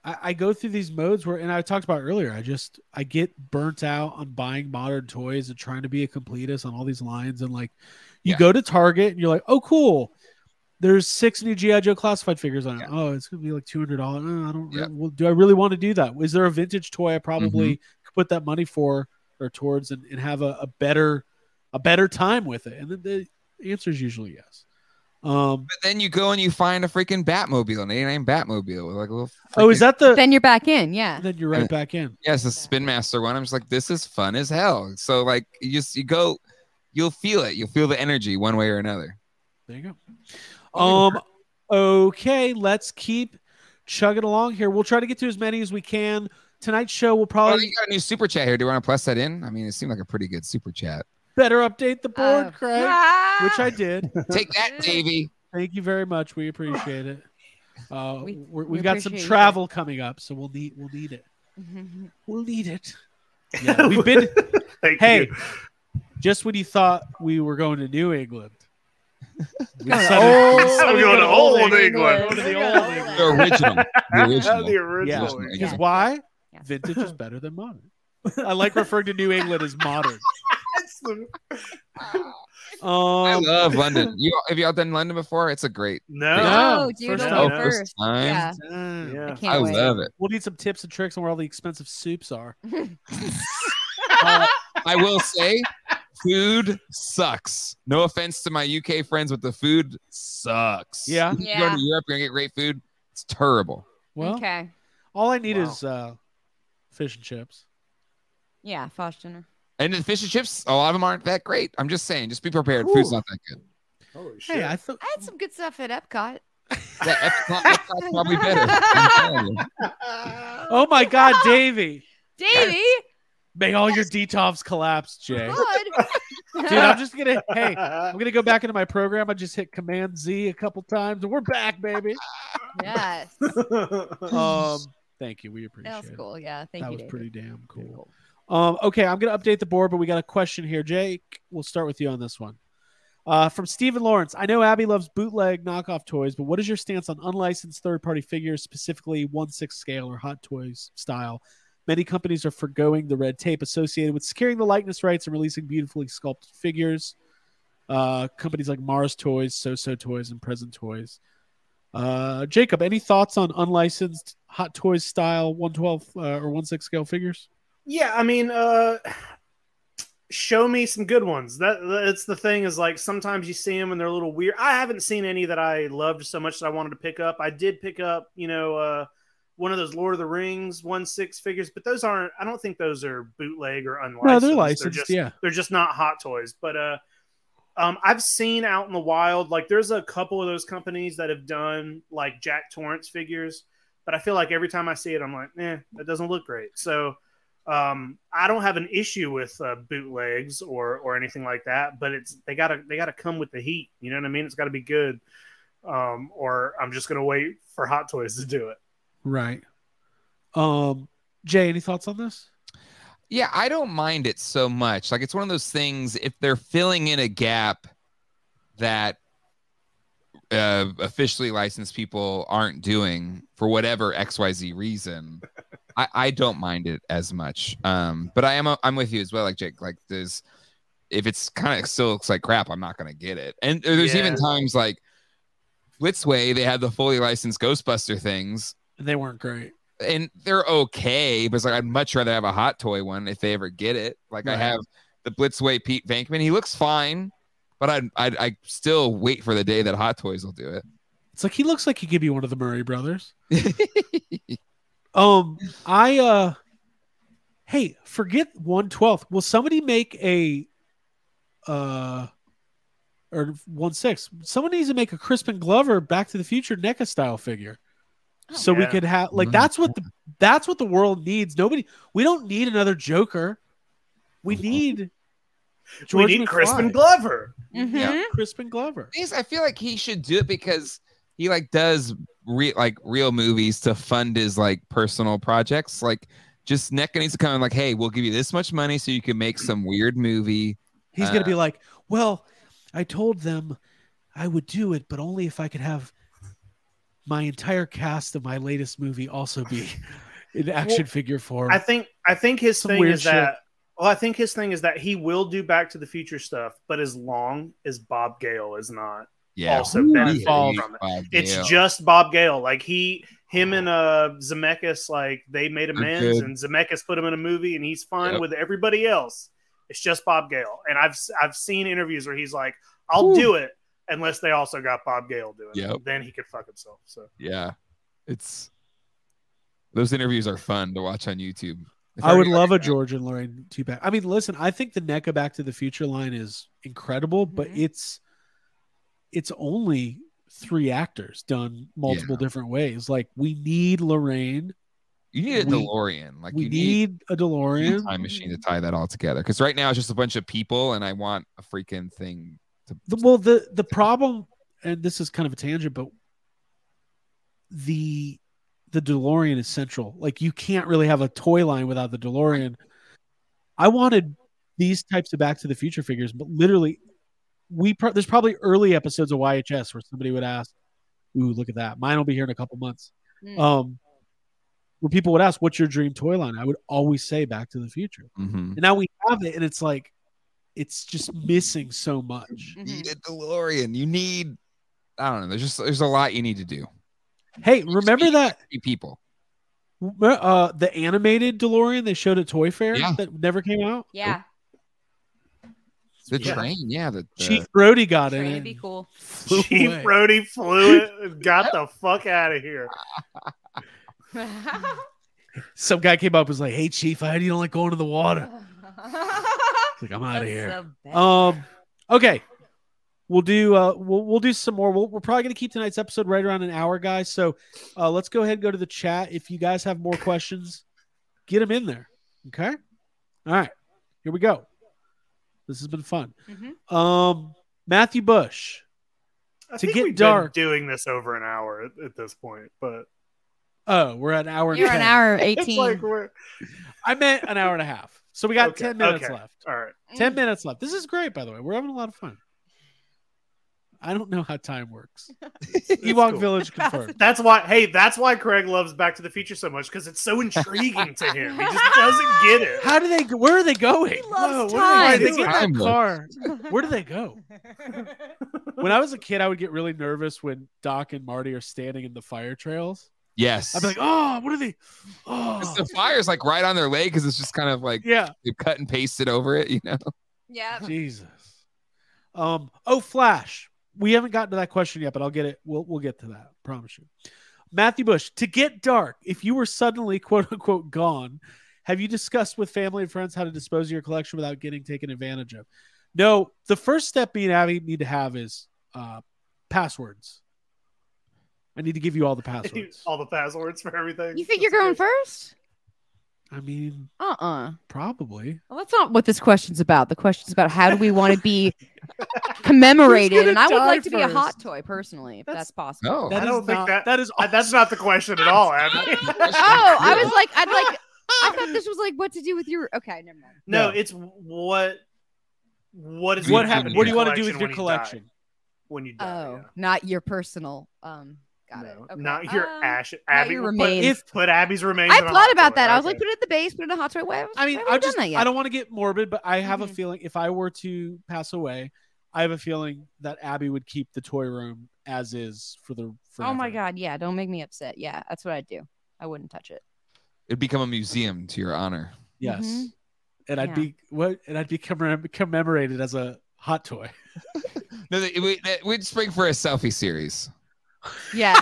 Speaker 2: I, I go through these modes where, and I talked about earlier, I just I get burnt out on buying modern toys and trying to be a completist on all these lines, and like you
Speaker 5: Yeah.
Speaker 2: go to Target and you're like, oh cool, there's six new GI Joe classified figures on it.
Speaker 5: Yeah.
Speaker 2: Oh, it's gonna be like two hundred dollars. Oh, I don't.
Speaker 5: Yeah.
Speaker 2: Really, well, do I really want to do that? Is there a vintage toy I probably
Speaker 5: Mm-hmm.
Speaker 2: could put that money for or towards and, and have a, a better a better time with it? And the, the answer is usually yes. Um,
Speaker 5: But then you go and you find a freaking Batmobile, an 89 Batmobile with like a little.
Speaker 2: oh, is
Speaker 5: freaking-
Speaker 2: that the?
Speaker 3: Then you're back in. Yeah.
Speaker 2: then you're right back in.
Speaker 5: Yes, the Spin Master one. I'm just like, this is fun as hell. So like, you just you go, you'll feel it. You'll feel the energy one way or another.
Speaker 2: There you go.
Speaker 3: Oh,
Speaker 2: Um, okay, let's keep chugging along here. We'll try to get to as many as we can. Tonight's show will
Speaker 5: Oh,
Speaker 2: probably
Speaker 5: you got a new super chat here. Do you want to plus that in? I mean, it seemed like a pretty good super chat.
Speaker 2: better update the board,
Speaker 3: Oh.
Speaker 2: Craig, which I did.
Speaker 5: Take that, Davey.
Speaker 2: Thank you very much. We appreciate it. Uh,
Speaker 3: We-
Speaker 2: we, we're,
Speaker 3: we
Speaker 2: we've got some
Speaker 3: appreciate you.
Speaker 2: travel coming up, so we'll need we'll need it. We'll need it. Yeah, we've been
Speaker 4: Thank
Speaker 2: hey.
Speaker 4: you.
Speaker 2: Just when you thought we were going to New England, we
Speaker 3: Going to
Speaker 2: suddenly-
Speaker 3: old-
Speaker 2: suddenly
Speaker 4: I'm going
Speaker 2: go
Speaker 4: to old England.
Speaker 2: oh, Go to the
Speaker 3: We're
Speaker 2: old
Speaker 3: going
Speaker 2: England.
Speaker 5: The original. The original.
Speaker 4: the original.
Speaker 5: Yeah.
Speaker 2: Because why?
Speaker 3: Yeah.
Speaker 2: Vintage is better than modern. I like referring to New England as modern.
Speaker 4: That's the-
Speaker 5: I
Speaker 2: Um,
Speaker 5: love London. You have y'all done London before? It's a great.
Speaker 4: no.
Speaker 2: Yeah.
Speaker 3: Oh, dude,
Speaker 2: First
Speaker 3: first,
Speaker 2: time.
Speaker 5: Oh,
Speaker 3: time. first.
Speaker 5: time.
Speaker 3: Yeah.
Speaker 2: damn.
Speaker 4: Yeah.
Speaker 3: I
Speaker 5: I
Speaker 3: can't wait.
Speaker 5: love it.
Speaker 2: We'll need some tips and tricks on where all the expensive soups are.
Speaker 3: Mm-hmm.
Speaker 5: Uh, I will say, food sucks. No offense to my UK friends, but the food sucks.
Speaker 2: Yeah.
Speaker 5: You go
Speaker 3: Yeah.
Speaker 5: to Europe, you're gonna get great food. It's terrible.
Speaker 2: Well,
Speaker 3: okay.
Speaker 2: all I need
Speaker 4: Wow.
Speaker 2: is uh, fish and chips.
Speaker 3: Yeah, Fosh dinner.
Speaker 5: And the fish and chips, a lot of them aren't that great. I'm just saying, just be prepared. Food's
Speaker 2: Ooh.
Speaker 5: not that good.
Speaker 4: Holy shit.
Speaker 2: Hey, I thought
Speaker 3: I had some good stuff at Epcot.
Speaker 5: Yeah, Epcot- Epcot's probably better. I'm telling you.
Speaker 2: Oh my God, Davey!
Speaker 3: Davey,
Speaker 2: May all your detox collapse, Jay.
Speaker 3: good.
Speaker 2: Dude, I'm just gonna. Hey, I'm gonna go back into my program. I just hit Command Z a couple times, and we're back, baby.
Speaker 3: yes.
Speaker 2: Um, thank you. We appreciate
Speaker 3: That was
Speaker 2: it.
Speaker 3: cool. Yeah, thank
Speaker 2: that
Speaker 3: you.
Speaker 2: was
Speaker 3: David.
Speaker 2: pretty damn cool. Um, okay, I'm going to update the board, but we got a question here. Jake, we'll start with you on this one. Uh, from Stephen Lawrence, I know Abby loves bootleg knockoff toys, but what is your stance on unlicensed third party figures, specifically 1 6 scale or Hot Toys style? Many companies are forgoing the red tape associated with securing the likeness rights and releasing beautifully sculpted figures. Uh, companies like Mars Toys, So So Toys, and Present Toys. Uh, Jacob, any thoughts on unlicensed Hot Toys style 112 uh, or 1 6 scale figures?
Speaker 4: Yeah, I mean, uh, show me some good ones. That that's the thing is like sometimes you see them and they're a little weird. I haven't seen any that I loved so much that I wanted to pick up. I did pick up, you know, uh, one of those Lord of the Rings one six figures, but those aren't. I don't think those are bootleg or unlicensed.
Speaker 2: No, they're licensed.
Speaker 4: just
Speaker 2: yeah.
Speaker 4: they're just not hot toys. But uh, um, I've seen out in the wild like there's a couple of those companies that have done like Jack Torrance figures, but I feel like every time I see it, I'm like, eh, that doesn't look great. So um, I don't have an issue with uh, bootlegs or or anything like that, but it's they gotta they gotta come with the heat. You know what I mean? It's got to be good, um, or I'm just gonna wait for Hot Toys to do it.
Speaker 2: Right. Um, Jay, any thoughts on this?
Speaker 5: Yeah, I don't mind it so much. Like it's one of those things if they're filling in a gap that uh, officially licensed people aren't doing for whatever XYZ reason, I, I don't mind it as much. Um, but I am I'm with you as well, like Jake. Like there's if it's kind of still looks like crap, I'm not gonna get it. And there's even
Speaker 4: Yeah.
Speaker 5: times like Blitzway, they had the fully licensed Ghostbuster things,
Speaker 2: They weren't great.
Speaker 5: and they're okay, but it's like I'd much rather have a hot toy one if they ever get it. Like I
Speaker 2: Right.
Speaker 5: have the Blitzway Pete Vankman. He looks fine, but I'd, I'd I still wait for the day that Hot Toys will do
Speaker 2: It's like he looks like he could be one of the Murray brothers.
Speaker 5: it.
Speaker 2: Um, I uh, hey, forget one twelfth. Will somebody make a uh, or one six? Someone needs to make a Crispin Glover Back to the Future NECA style figure. so we
Speaker 4: Yeah.
Speaker 2: could have like
Speaker 5: Mhm.
Speaker 2: that's what the that's what the world needs. Nobody, we don't need another Joker. We
Speaker 5: Mhm.
Speaker 2: need
Speaker 4: Uh-huh. we
Speaker 2: George
Speaker 4: need Crispin
Speaker 2: McFly.
Speaker 4: Glover.
Speaker 3: Mhm.
Speaker 2: Crispin Glover.
Speaker 5: Things I feel like he should do it because he like does re- like real movies to fund his like personal projects. Like just NECA needs to come and like, hey, we'll give you this much money so you can make some weird movie.
Speaker 2: He's gonna
Speaker 5: Uh.
Speaker 2: be like, well, I told them I would do it, but only if I could have my entire cast of my latest movie also be in action figure form.
Speaker 4: I think I think his
Speaker 2: Some
Speaker 4: thing
Speaker 2: weird
Speaker 4: is that well, I think his thing is that he will do Back to the Future stuff, but as long as Bob Gale is not,
Speaker 5: Yeah,
Speaker 4: Also
Speaker 5: who
Speaker 4: benefit
Speaker 5: cares
Speaker 4: from it.
Speaker 5: about
Speaker 4: it's
Speaker 5: Gale?
Speaker 4: just Bob Gale. Like he, him, and uh Zemeckis, like they made amends,
Speaker 5: good.
Speaker 4: and Zemeckis put him in a movie, and he's fine
Speaker 5: Yep.
Speaker 4: with everybody else. It's just Bob Gale, and I've I've seen interviews where he's like, "I'll
Speaker 2: Whew.
Speaker 4: do it." Unless they also got Bob Gale doing
Speaker 5: Yep.
Speaker 4: it, then he could fuck himself. So
Speaker 5: Yeah. It's those interviews are fun to watch on YouTube. If
Speaker 2: I would
Speaker 5: already-
Speaker 2: love a George and Lorraine two pack. I mean, listen, I think the NECA Back to the Future line is incredible, but
Speaker 5: Mm-hmm.
Speaker 3: Mhm.
Speaker 2: it's it's only three actors done multiple different ways. Like we need Lorraine,
Speaker 5: You need a
Speaker 2: we-
Speaker 5: DeLorean. Like
Speaker 2: we
Speaker 5: you need,
Speaker 2: need, a
Speaker 5: you need a
Speaker 2: DeLorean.
Speaker 5: time machine to tie that all together. Because right now it's just a bunch of people, and I want a freaking thing to.
Speaker 2: The, well, the the problem, and this is kind of a tangent, but the the DeLorean is central. Like you can't really have a toy line without the DeLorean. I wanted these types of Back to the Future figures, but literally, we pro- there's probably early episodes of YHS where somebody would ask, "Ooh, look at that! Mine will be here in a couple months."
Speaker 3: Mm.
Speaker 2: Um, where people would ask, "What's your dream toy line?" I would always say Back to the Future,
Speaker 5: Mhm.
Speaker 2: and now we have it, and it's like, it's just missing so much.
Speaker 3: Mm-hmm.
Speaker 5: You need a DeLorean. You need. I don't know. There's just there's a lot you need to do.
Speaker 2: Hey, remember that
Speaker 5: Three people.
Speaker 2: uh the animated DeLorean they showed at Toy Fair
Speaker 5: Yeah.
Speaker 2: that never came out?
Speaker 3: Yeah.
Speaker 5: The
Speaker 4: Yeah.
Speaker 5: train. Yeah. The, the-
Speaker 2: Chief Brody got in.
Speaker 3: Trying
Speaker 2: it.
Speaker 3: to
Speaker 2: and
Speaker 3: be cool.
Speaker 2: flew away.
Speaker 4: Chief Brody flew it, and got the fuck out of here.
Speaker 2: Some guy came up and was like, "Hey, Chief, I heard you don't like going to the water." He's like, "I'm out of
Speaker 3: That's
Speaker 2: here."
Speaker 3: the best.
Speaker 2: Um, okay, we'll do uh we'll we'll do some more. We'll, we're probably gonna keep tonight's episode right around an hour, guys. So uh, let's go ahead and go to the chat. If you guys have more questions, get them in there. Okay. All right, here we go. This has been fun.
Speaker 3: Mhm.
Speaker 2: Um, Matthew Bush.
Speaker 4: I
Speaker 2: To
Speaker 4: think
Speaker 2: get
Speaker 4: we've been
Speaker 2: dark.
Speaker 4: doing this over an hour at, at this point, but
Speaker 2: Oh, we're at an hour. and
Speaker 3: You're an
Speaker 2: 10.
Speaker 3: hour and
Speaker 4: it's
Speaker 3: 18.
Speaker 4: like we're
Speaker 2: I meant an hour and a half. So we got
Speaker 4: Okay,
Speaker 2: ten minutes
Speaker 4: okay.
Speaker 2: left.
Speaker 4: all right.
Speaker 3: Mm.
Speaker 2: Ten minutes left. This is great, by the way. We're having a lot of fun. I don't know how time works.
Speaker 4: It's
Speaker 2: Ewok
Speaker 4: cool.
Speaker 2: Village confirmed.
Speaker 4: That's why. Hey, that's why Craig loves Back to the Future so much because it's so intriguing to him. He just doesn't get it.
Speaker 2: How do they? go- Where are they going?
Speaker 3: He loves
Speaker 2: where do they, where
Speaker 3: time.
Speaker 2: do they get in
Speaker 5: Time
Speaker 2: that
Speaker 5: works.
Speaker 2: car? Where do they go? When I was a kid, I would get really nervous when Doc and Marty are standing in the fire trails.
Speaker 5: Yes.
Speaker 2: I'd be like, oh, what are they? Oh,
Speaker 5: 'Cause the fire's like right on their leg because it's just kind of like
Speaker 2: yeah.
Speaker 5: they've cut and pasted over it, you know?
Speaker 3: Yeah.
Speaker 2: Jesus. Um. Oh, Flash. We haven't gotten to that question yet, but I'll get it. We'll we'll get to that. Promise you. Matthew Bush. To get dark, if you were suddenly quote unquote gone, have you discussed with family and friends how to dispose of your collection without getting taken advantage of? No. The first step me and Abby need to have is uh, passwords. I need to give you all the passwords.
Speaker 4: all the passwords for everything.
Speaker 3: You think you're going first?
Speaker 2: I mean,
Speaker 3: Uh uh
Speaker 2: probably.
Speaker 3: Well, that's not what this question's about. The question's about how do we want to be commemorated,
Speaker 2: gonna
Speaker 3: and I would
Speaker 2: die
Speaker 3: like to be a
Speaker 2: first?
Speaker 3: hot toy personally, if
Speaker 2: That's-
Speaker 3: that's, possible.
Speaker 5: No.
Speaker 2: That
Speaker 4: I
Speaker 2: is
Speaker 4: don't think
Speaker 2: not-
Speaker 4: that-
Speaker 2: that is
Speaker 4: Uh, That's not the question at all, Abby.
Speaker 3: Oh, I was like, I'd like. I thought this was like what to do with your. Okay, never mind.
Speaker 4: no,
Speaker 2: No.
Speaker 4: it's what. What is
Speaker 2: what
Speaker 5: Yeah.
Speaker 2: happened?
Speaker 4: in
Speaker 2: What do
Speaker 4: your
Speaker 2: you want to do with your
Speaker 4: when you die?
Speaker 2: collection?
Speaker 4: when you die?
Speaker 3: Oh,
Speaker 4: yeah.
Speaker 3: not your personal. Um, got
Speaker 4: No,
Speaker 3: it. Okay.
Speaker 4: Not your
Speaker 3: Um,
Speaker 4: ash. Abby
Speaker 3: your
Speaker 4: put-
Speaker 3: remains.
Speaker 4: If put Abby's remains.
Speaker 3: I
Speaker 4: in a
Speaker 3: thought
Speaker 4: hot
Speaker 3: about
Speaker 4: toy.
Speaker 3: that. I was
Speaker 4: Okay.
Speaker 3: like, put it in the base, put it in a hot toy. Why,
Speaker 2: I mean,
Speaker 3: why haven't
Speaker 2: I
Speaker 3: we
Speaker 2: just
Speaker 3: done that yet?
Speaker 2: I don't want to get morbid, but I have a
Speaker 3: Mhm.
Speaker 2: feeling if I were to pass away, I have a feeling that Abby would keep the toy room as is for the. Forever.
Speaker 3: Oh my god, yeah. Don't make me upset. Yeah, that's what I'd do. I wouldn't touch it.
Speaker 5: It'd become a museum to your honor.
Speaker 2: Yes,
Speaker 3: Mhm.
Speaker 2: and I'd
Speaker 3: Yeah.
Speaker 2: be what? And I'd be commem- commemorated as a hot toy.
Speaker 5: No, they, we, that, we'd spring for a selfie series.
Speaker 3: Yeah.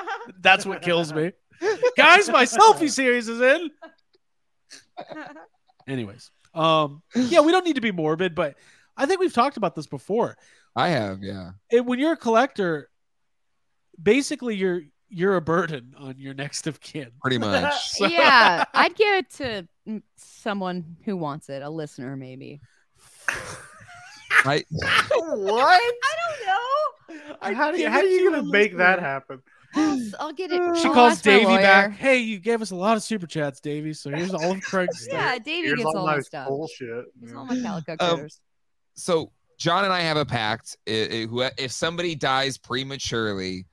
Speaker 2: That's what kills me, guys. My selfie series is in. Anyways, um, yeah, we don't need to be morbid, but I think we've talked about this before.
Speaker 5: I have, yeah.
Speaker 2: it, when you're a collector, basically you're you're a burden on your next of kin.
Speaker 5: Pretty much.
Speaker 3: yeah, I'd give it to mm, someone who wants it, a listener maybe.
Speaker 5: I,
Speaker 3: I
Speaker 4: what?
Speaker 3: don't
Speaker 4: How do you,
Speaker 2: give
Speaker 4: how
Speaker 2: it
Speaker 4: are
Speaker 2: to
Speaker 4: you
Speaker 2: a
Speaker 4: gonna make that
Speaker 2: listener.
Speaker 4: happen?
Speaker 3: know. I'll, I'll get it.
Speaker 2: She
Speaker 3: I'll
Speaker 2: calls
Speaker 3: ask my
Speaker 2: Davey
Speaker 3: lawyer.
Speaker 2: back. Hey, you gave us a lot of super chats, Davey. So here's all of Craig's stuff.
Speaker 3: Yeah, Davey
Speaker 4: Here's
Speaker 3: gets all
Speaker 4: my
Speaker 3: my stuff.
Speaker 4: bullshit.
Speaker 3: Here's
Speaker 4: Yeah.
Speaker 3: all my calico
Speaker 5: Um,
Speaker 3: critters.
Speaker 5: so John and I have a pact. I- I- who- If somebody dies prematurely,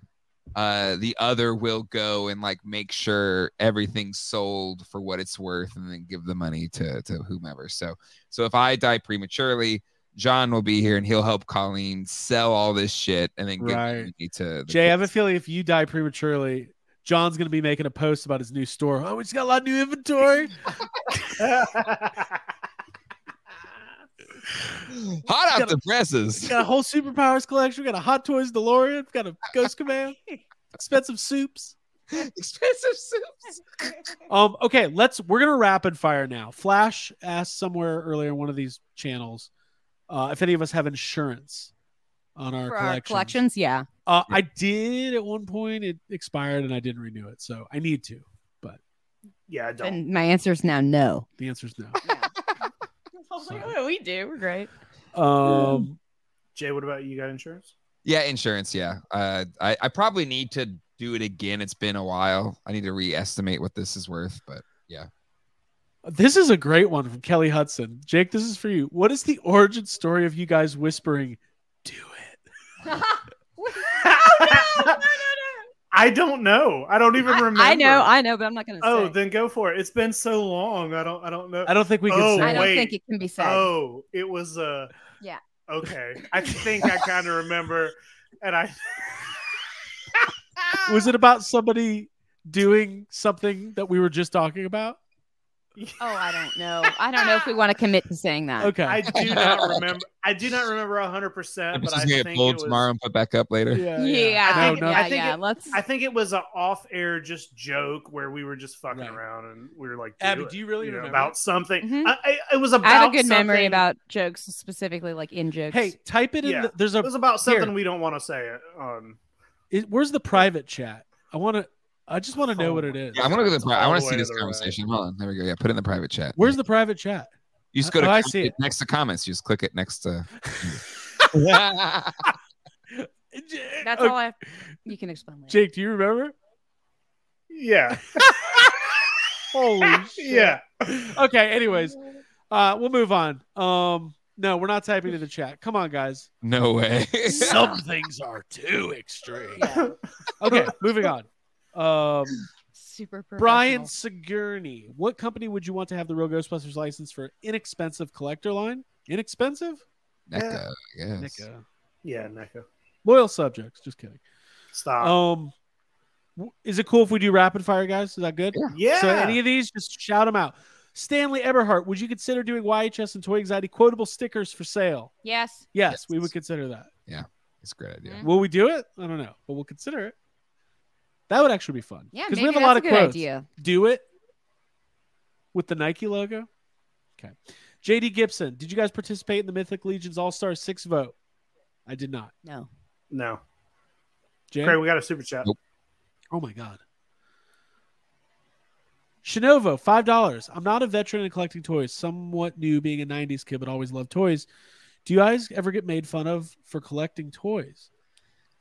Speaker 5: uh, the other will go and like make sure everything's sold for what it's worth, and then give the money to to whomever. So, so if I die prematurely, John will be here and he'll help Colleen sell all this shit, and then give
Speaker 2: Right.
Speaker 5: the money to the
Speaker 2: Jay, I have a
Speaker 5: kids.
Speaker 2: feeling if you die prematurely, John's gonna be making a post about his new store. Oh, we just got a lot of new inventory.
Speaker 5: hot off
Speaker 2: Gotta-
Speaker 5: the presses.
Speaker 2: got a whole superpowers collection. We got a Hot Toys DeLorean. We got a Ghost Command. Expensive soups.
Speaker 5: Expensive soups.
Speaker 2: Um, okay, let's we're gonna rapid fire now. Flash asked somewhere earlier in one of these channels uh, if any of us have insurance on our,
Speaker 3: For
Speaker 2: collections.
Speaker 3: our collections, yeah.
Speaker 2: Uh, I did at one point. It expired and I didn't renew it, so I need to.
Speaker 4: yeah, I don't.
Speaker 3: And my answer is now no.
Speaker 2: The answer is no.
Speaker 3: we do. We're great.
Speaker 2: Um,
Speaker 4: Jay, what about you? You Got insurance?
Speaker 5: Yeah, insurance. Yeah, uh, I I probably need to do it again. It's been a while. I need to reestimate what this is worth, but
Speaker 2: this is a great one from Kelly Hudson. Jake, this is for you. What is the origin story of you guys whispering, "Do it"?
Speaker 3: Oh,
Speaker 4: I don't know. I don't even remember.
Speaker 3: I know, I know, but I'm not gonna say.
Speaker 4: oh, then go for it. It's been so long. I don't. I don't know.
Speaker 2: I don't think we can
Speaker 4: Oh,
Speaker 2: say.
Speaker 3: I
Speaker 2: it.
Speaker 3: don't
Speaker 4: wait.
Speaker 3: think it can be said.
Speaker 4: Oh, it was uh
Speaker 3: Yeah.
Speaker 4: Okay. I think I kind of remember and I
Speaker 2: Was it about somebody doing something that we were just talking about?
Speaker 3: Oh, I don't know. I don't know if we want to commit to saying that.
Speaker 2: Okay.
Speaker 4: I do not remember I do not remember 100%,
Speaker 5: This
Speaker 4: but
Speaker 5: is
Speaker 4: I
Speaker 5: gonna
Speaker 4: think
Speaker 5: get
Speaker 4: it
Speaker 5: pulled
Speaker 4: was
Speaker 5: tomorrow and put back up later.
Speaker 2: yeah,
Speaker 3: Yeah,
Speaker 4: I
Speaker 2: No, no.
Speaker 3: yeah,
Speaker 4: I think
Speaker 3: yeah.
Speaker 4: it-
Speaker 3: Let's.
Speaker 4: I think it was an off-air just joke where we were just fucking
Speaker 2: Right.
Speaker 4: around and we were like,
Speaker 2: Abby,
Speaker 4: it,
Speaker 2: do you really
Speaker 4: know,
Speaker 2: remember?
Speaker 4: about something?
Speaker 3: Mhm.
Speaker 4: I, I, it was about.
Speaker 3: I have a good memory
Speaker 4: something-
Speaker 3: about jokes, specifically like in jokes.
Speaker 2: Hey, type it in.
Speaker 4: Yeah.
Speaker 2: The, there's a.
Speaker 4: It was about
Speaker 2: Here.
Speaker 4: something we don't want to say it on.
Speaker 2: it- where's the private chat? I want to. I just want to know
Speaker 4: Oh
Speaker 2: what
Speaker 4: my
Speaker 2: it is.
Speaker 5: Yeah, I'm gonna go to the.
Speaker 4: It's
Speaker 5: Pri- I
Speaker 4: all
Speaker 5: want
Speaker 4: the
Speaker 5: to see
Speaker 4: way
Speaker 5: this
Speaker 4: to the right.
Speaker 5: conversation. Hold on, there we go. Yeah, put it in the private chat.
Speaker 2: Where's the private chat?
Speaker 5: You just go to
Speaker 2: Oh, I
Speaker 5: comment
Speaker 2: see it.
Speaker 5: next to comments. You just click it next to.
Speaker 3: that's all I. You can explain later.
Speaker 2: Uh, Jake, do you remember?
Speaker 4: Yeah,
Speaker 2: Holy shit.
Speaker 4: yeah.
Speaker 2: Okay. Anyways, uh, we'll move on. Um, no, we're not typing in the chat. Come on, guys.
Speaker 5: no way.
Speaker 2: Some things are too extreme. Okay, moving on. Um,
Speaker 3: Super.
Speaker 2: Brian
Speaker 3: professional.
Speaker 2: Sigourney, what company would you want to have the real Ghostbusters license for? Inexpensive collector line. Inexpensive.
Speaker 5: NECA, yes.
Speaker 2: Nick, uh,
Speaker 4: Yeah, Neko.
Speaker 2: Loyal subjects. Just kidding.
Speaker 4: Stop.
Speaker 2: Um, W- Is it cool if we do rapid fire, guys? Is that good?
Speaker 4: Yeah.
Speaker 2: Oh, So any of these, just shout them out. Stanley Eberhardt, would you consider doing YHS and Toy Anxiety quotable stickers for sale?
Speaker 3: Yes.
Speaker 2: Yes, we
Speaker 5: Yes.
Speaker 2: would consider that.
Speaker 5: It's a great idea.
Speaker 3: Mhm.
Speaker 2: Will we do it? I don't know, but we'll consider it. That would actually be fun.
Speaker 3: Yeah.
Speaker 2: because
Speaker 3: Maybe
Speaker 2: we have a
Speaker 3: that's
Speaker 2: lot
Speaker 3: a
Speaker 2: of
Speaker 3: good
Speaker 2: quotes.
Speaker 3: idea.
Speaker 2: Do it with the Nike logo. Okay. JD Gibson, did you guys participate in the Mythic Legions All Star Six vote? I did not.
Speaker 3: No.
Speaker 4: no.
Speaker 2: Jay?
Speaker 4: Craig, we got a super chat.
Speaker 5: Nope.
Speaker 2: Oh my god. Shinovo, five dollars. I'm not a veteran in collecting toys. Somewhat new, being a '90s kid, but always loved toys. Do you guys ever get made fun of for collecting toys?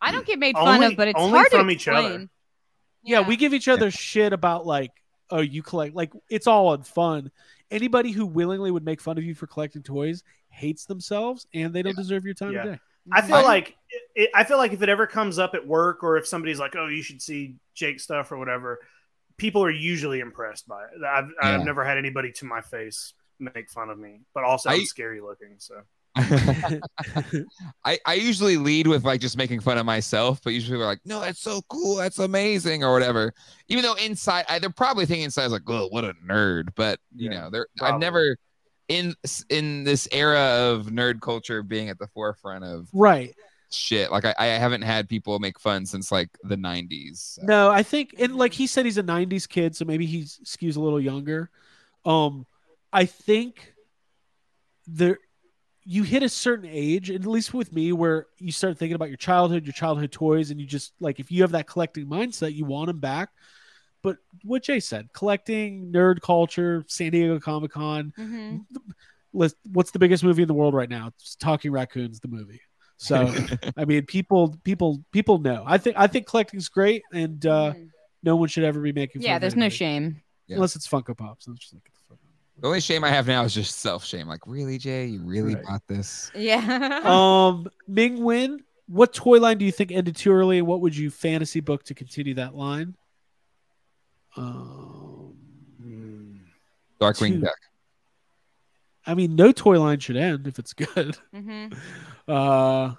Speaker 3: I don't get made fun
Speaker 4: Only-
Speaker 3: of, but it's
Speaker 4: only
Speaker 3: hard
Speaker 4: from
Speaker 3: to
Speaker 4: each other.
Speaker 3: explain.
Speaker 2: Yeah, we give each other shit about like, oh, you collect. Like, it's all on fun. Anybody who willingly would make fun of you for collecting toys hates themselves, and they don't deserve your time
Speaker 4: Yeah.
Speaker 2: today.
Speaker 4: I feel
Speaker 3: Mm-hmm.
Speaker 5: I-
Speaker 4: like it, I feel like if it ever comes up at work or if somebody's like, "Oh, you should see Jake stuff" or whatever, people are usually impressed by it. I've,
Speaker 5: Yeah.
Speaker 4: I've never had anybody to my face make fun of me, but also
Speaker 5: I-
Speaker 4: I'm scary looking. So
Speaker 5: I, I usually lead with like just making fun of myself, but usually we're like, no, that's so cool, that's amazing, or whatever. Even though inside, I, they're probably thinking inside is like, oh, what a nerd. But you
Speaker 4: Yeah,
Speaker 5: know, they're I've
Speaker 4: probably.
Speaker 5: never in in this era of nerd culture being at the forefront of
Speaker 2: Right.
Speaker 5: shit. Like I, I haven't had people make fun since like the '90s.
Speaker 2: No, I think and like he said he's a 90s kid, so maybe he skews a little younger. Um I think there you hit a certain age, at least with me, where you start thinking about your childhood, your childhood toys, and you just like if you have that collecting mindset, you want them back. But what Jay said, collecting nerd culture, San Diego Comic Con,
Speaker 3: hmm
Speaker 2: let's- what's the biggest movie in the world right now? It's Talking Raccoons, the movie. So I mean, people, people, people know. I think I think collecting's great, and uh, no one should ever be making. fun
Speaker 3: yeah.
Speaker 2: of
Speaker 3: There's no
Speaker 2: anybody.
Speaker 3: shame.
Speaker 5: Yeah.
Speaker 2: unless it's Funko Pops. I'm just like, "Get the fuck out
Speaker 5: the only shame I have now is just self shame. Like, really, Jay, you really
Speaker 2: Right.
Speaker 5: bought this?
Speaker 3: Yeah.
Speaker 2: of here." um, Ming Wen, what toy line do you think ended too early, and what would you fantasy book to continue that line? Um,
Speaker 5: Darkwing
Speaker 2: Two.
Speaker 5: Duck.
Speaker 2: I mean, no toy line should end if it's good.
Speaker 3: hmm
Speaker 2: Uh,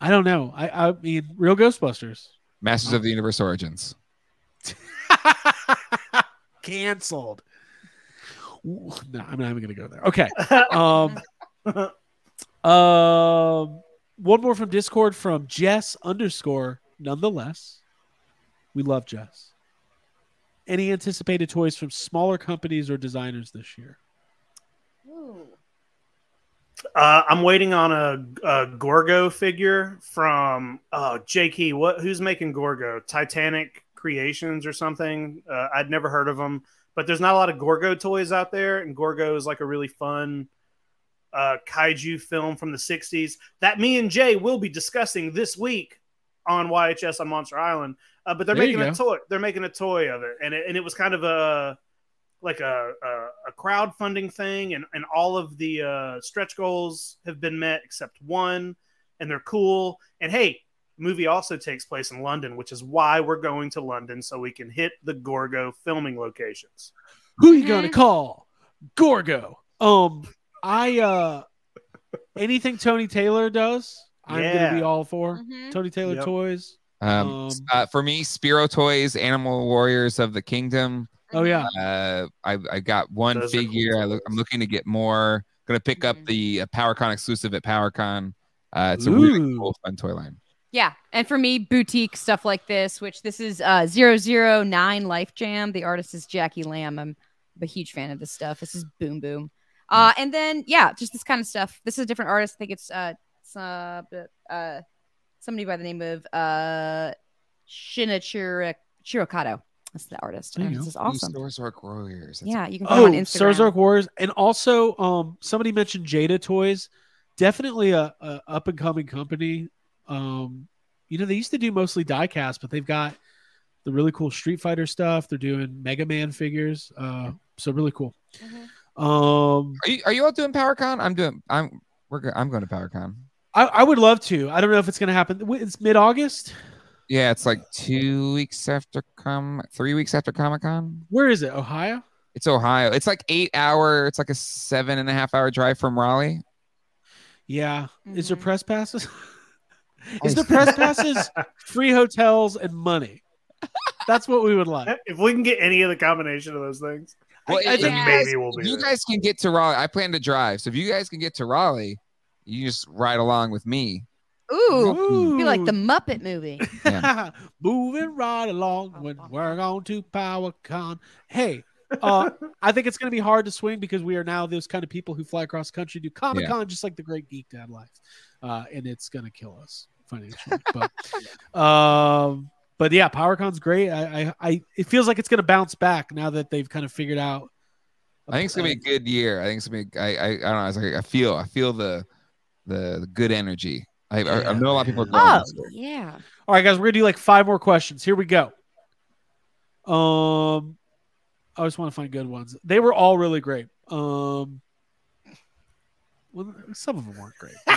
Speaker 2: I don't know. I, I mean, real Ghostbusters.
Speaker 5: Masters of the Universe Origins.
Speaker 2: Canceled. Ooh, No, I'm not even gonna go there. Okay. Um, um, one more from Discord from Jess underscore nonetheless. We love Jess. Any anticipated toys from smaller companies or designers this year?
Speaker 4: uh, I'm waiting on a, a Gorgo figure from uh, Jakey. What? Who's making Gorgo? Titanic Creations or something? Uh, I'd never heard of them, but there's not a lot of Gorgo toys out there, and Gorgo is like a really fun uh, kaiju film from the '60s that me and Jay will be discussing this week on YHS on Monster Island. Uh, but they're
Speaker 2: There you
Speaker 4: making a toy. They're making a toy of it, and it, and it was kind of a like a, a, a crowdfunding thing and, and all of the uh, stretch goals have been met except one and they're cool and hey the movie also takes place in london which is why we're going to london so we can hit the gorgo filming locations
Speaker 2: Who you
Speaker 3: Mhm.
Speaker 2: gonna call? Gorgo. Um, I uh, anything Tony Taylor does, I'm
Speaker 4: Yeah.
Speaker 2: gonna be all for.
Speaker 3: Mhm.
Speaker 2: Tony Taylor
Speaker 4: Yep.
Speaker 2: toys.
Speaker 5: Um, s-
Speaker 2: Um,
Speaker 5: uh, for me, Spiro Toys, Animal Warriors of the Kingdom.
Speaker 2: Oh yeah,
Speaker 5: Uh, I I got one
Speaker 4: Those are cool
Speaker 5: figure. I look, I'm
Speaker 4: toys.
Speaker 5: looking to get more. Gonna pick up
Speaker 3: Mhm.
Speaker 5: the uh, PowerCon exclusive at PowerCon. Uh, it's a really
Speaker 2: Ooh.
Speaker 5: cool, fun toy line.
Speaker 3: Yeah, and for me, boutique stuff like this, which this is uh 009 Life Jam. The artist is Jackie Lamb. I'm a huge fan of this stuff. This is Boom Boom. Uh, and then yeah, just this kind of stuff. This is a different artist. I think it's uh, it's, uh, uh somebody by the name of uh Shinichiro Chirocado. That's the artist.
Speaker 2: There you
Speaker 3: And
Speaker 2: go.
Speaker 3: This is awesome.
Speaker 5: Sarzork Warriors. That's
Speaker 3: Yeah, you can go
Speaker 2: Oh,
Speaker 3: on Instagram.
Speaker 2: Sarzark Warriors, and also um, somebody mentioned Jada Toys. Definitely a, a up and coming company. Um, you know, they used to do mostly diecast, but they've got the really cool Street Fighter stuff. They're doing Mega Man figures, uh, so really cool.
Speaker 3: Mm-hmm.
Speaker 2: Um,
Speaker 5: Are you, are you all doing PowerCon? I'm doing. I'm. We're. Go- I'm going to PowerCon.
Speaker 2: I, I would love to. I don't know if it's going to happen. Wait, It's mid August.
Speaker 5: Yeah, it's like two weeks after com, three weeks after Comic Con.
Speaker 2: Where is it? Ohio.
Speaker 5: It's Ohio. It's like eight hour. It's like a seven and a half hour drive from Raleigh.
Speaker 2: Yeah. Is there
Speaker 3: Mhm.
Speaker 2: press passes? is the press passes free hotels and money? That's what we would like.
Speaker 4: if we can get any of the combination of those things,
Speaker 5: Well,
Speaker 2: I
Speaker 4: then
Speaker 5: if
Speaker 3: think-
Speaker 5: you guys-
Speaker 4: maybe we'll
Speaker 5: if
Speaker 4: be.
Speaker 5: you
Speaker 4: there.
Speaker 5: guys can get to Raleigh. I plan to drive, so if you guys can get to Raleigh, you just ride along with me.
Speaker 3: Mm-hmm. Ooh,
Speaker 2: Ooh.
Speaker 3: be like the Muppet movie.
Speaker 2: Moving right along when we're on to PowerCon. Hey, uh, I think it's going to be hard to swing because we are now those kind of people who fly across country, do Comic Con just like the great Geek Dad life, uh, and it's going to kill us financially. but, um, but yeah, PowerCon's great. I, I, I, it feels like it's going to bounce back now that they've kind of figured out.
Speaker 5: I think it's gonna be a good year. I think it's gonna be. I I, I don't know. It's like I feel. I feel the the, the good energy. I, I, I know a lot of people are going.
Speaker 3: Oh
Speaker 5: this year.
Speaker 3: yeah.
Speaker 2: All right, guys, we're gonna do like five more questions. Here we go. Um, I just want to find good ones. They were all really great. Um, well, some of them weren't great. but-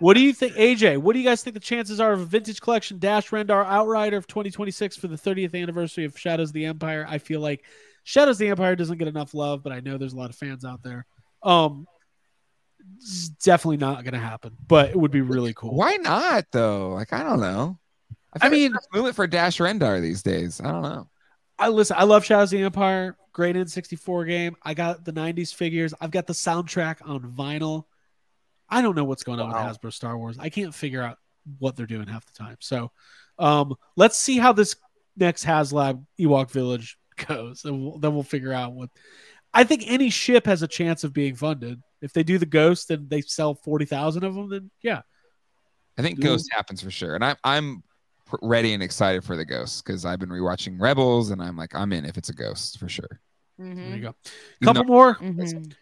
Speaker 2: what do you think, AJ? What do you guys think the chances are of a vintage collection Dash Rendar Outrider of 2026 for the 30th anniversary of Shadows of the Empire? I feel like Shadows of the Empire doesn't get enough love, but I know there's a lot of fans out there. Um, it's definitely not gonna happen, but it would be really cool.
Speaker 5: Why not though? Like I don't know.
Speaker 2: I
Speaker 5: feel like
Speaker 2: mean-
Speaker 5: there's movement for Dash Rendar these days. I don't know.
Speaker 2: I listen. I love Shadows of the Empire. Great N64 game. I got the '90s figures. I've got the soundtrack on vinyl. I don't know what's going on
Speaker 4: Wow.
Speaker 2: with Hasbro Star Wars. I can't figure out what they're doing half the time. So, um, let's see how this next HasLab Ewok Village goes, and we'll, then we'll figure out what. I think any ship has a chance of being funded. If they do the Ghost and they sell forty thousand of them, then yeah,
Speaker 5: I think
Speaker 2: Dude.
Speaker 5: Ghost happens for sure, and I'm I'm pr- ready and excited for the Ghost because I've been rewatching Rebels, and I'm like I'm in if it's a Ghost for sure.
Speaker 2: there you
Speaker 3: Mm-hmm.
Speaker 2: go.
Speaker 5: Even
Speaker 2: Couple more.
Speaker 3: Mm-hmm.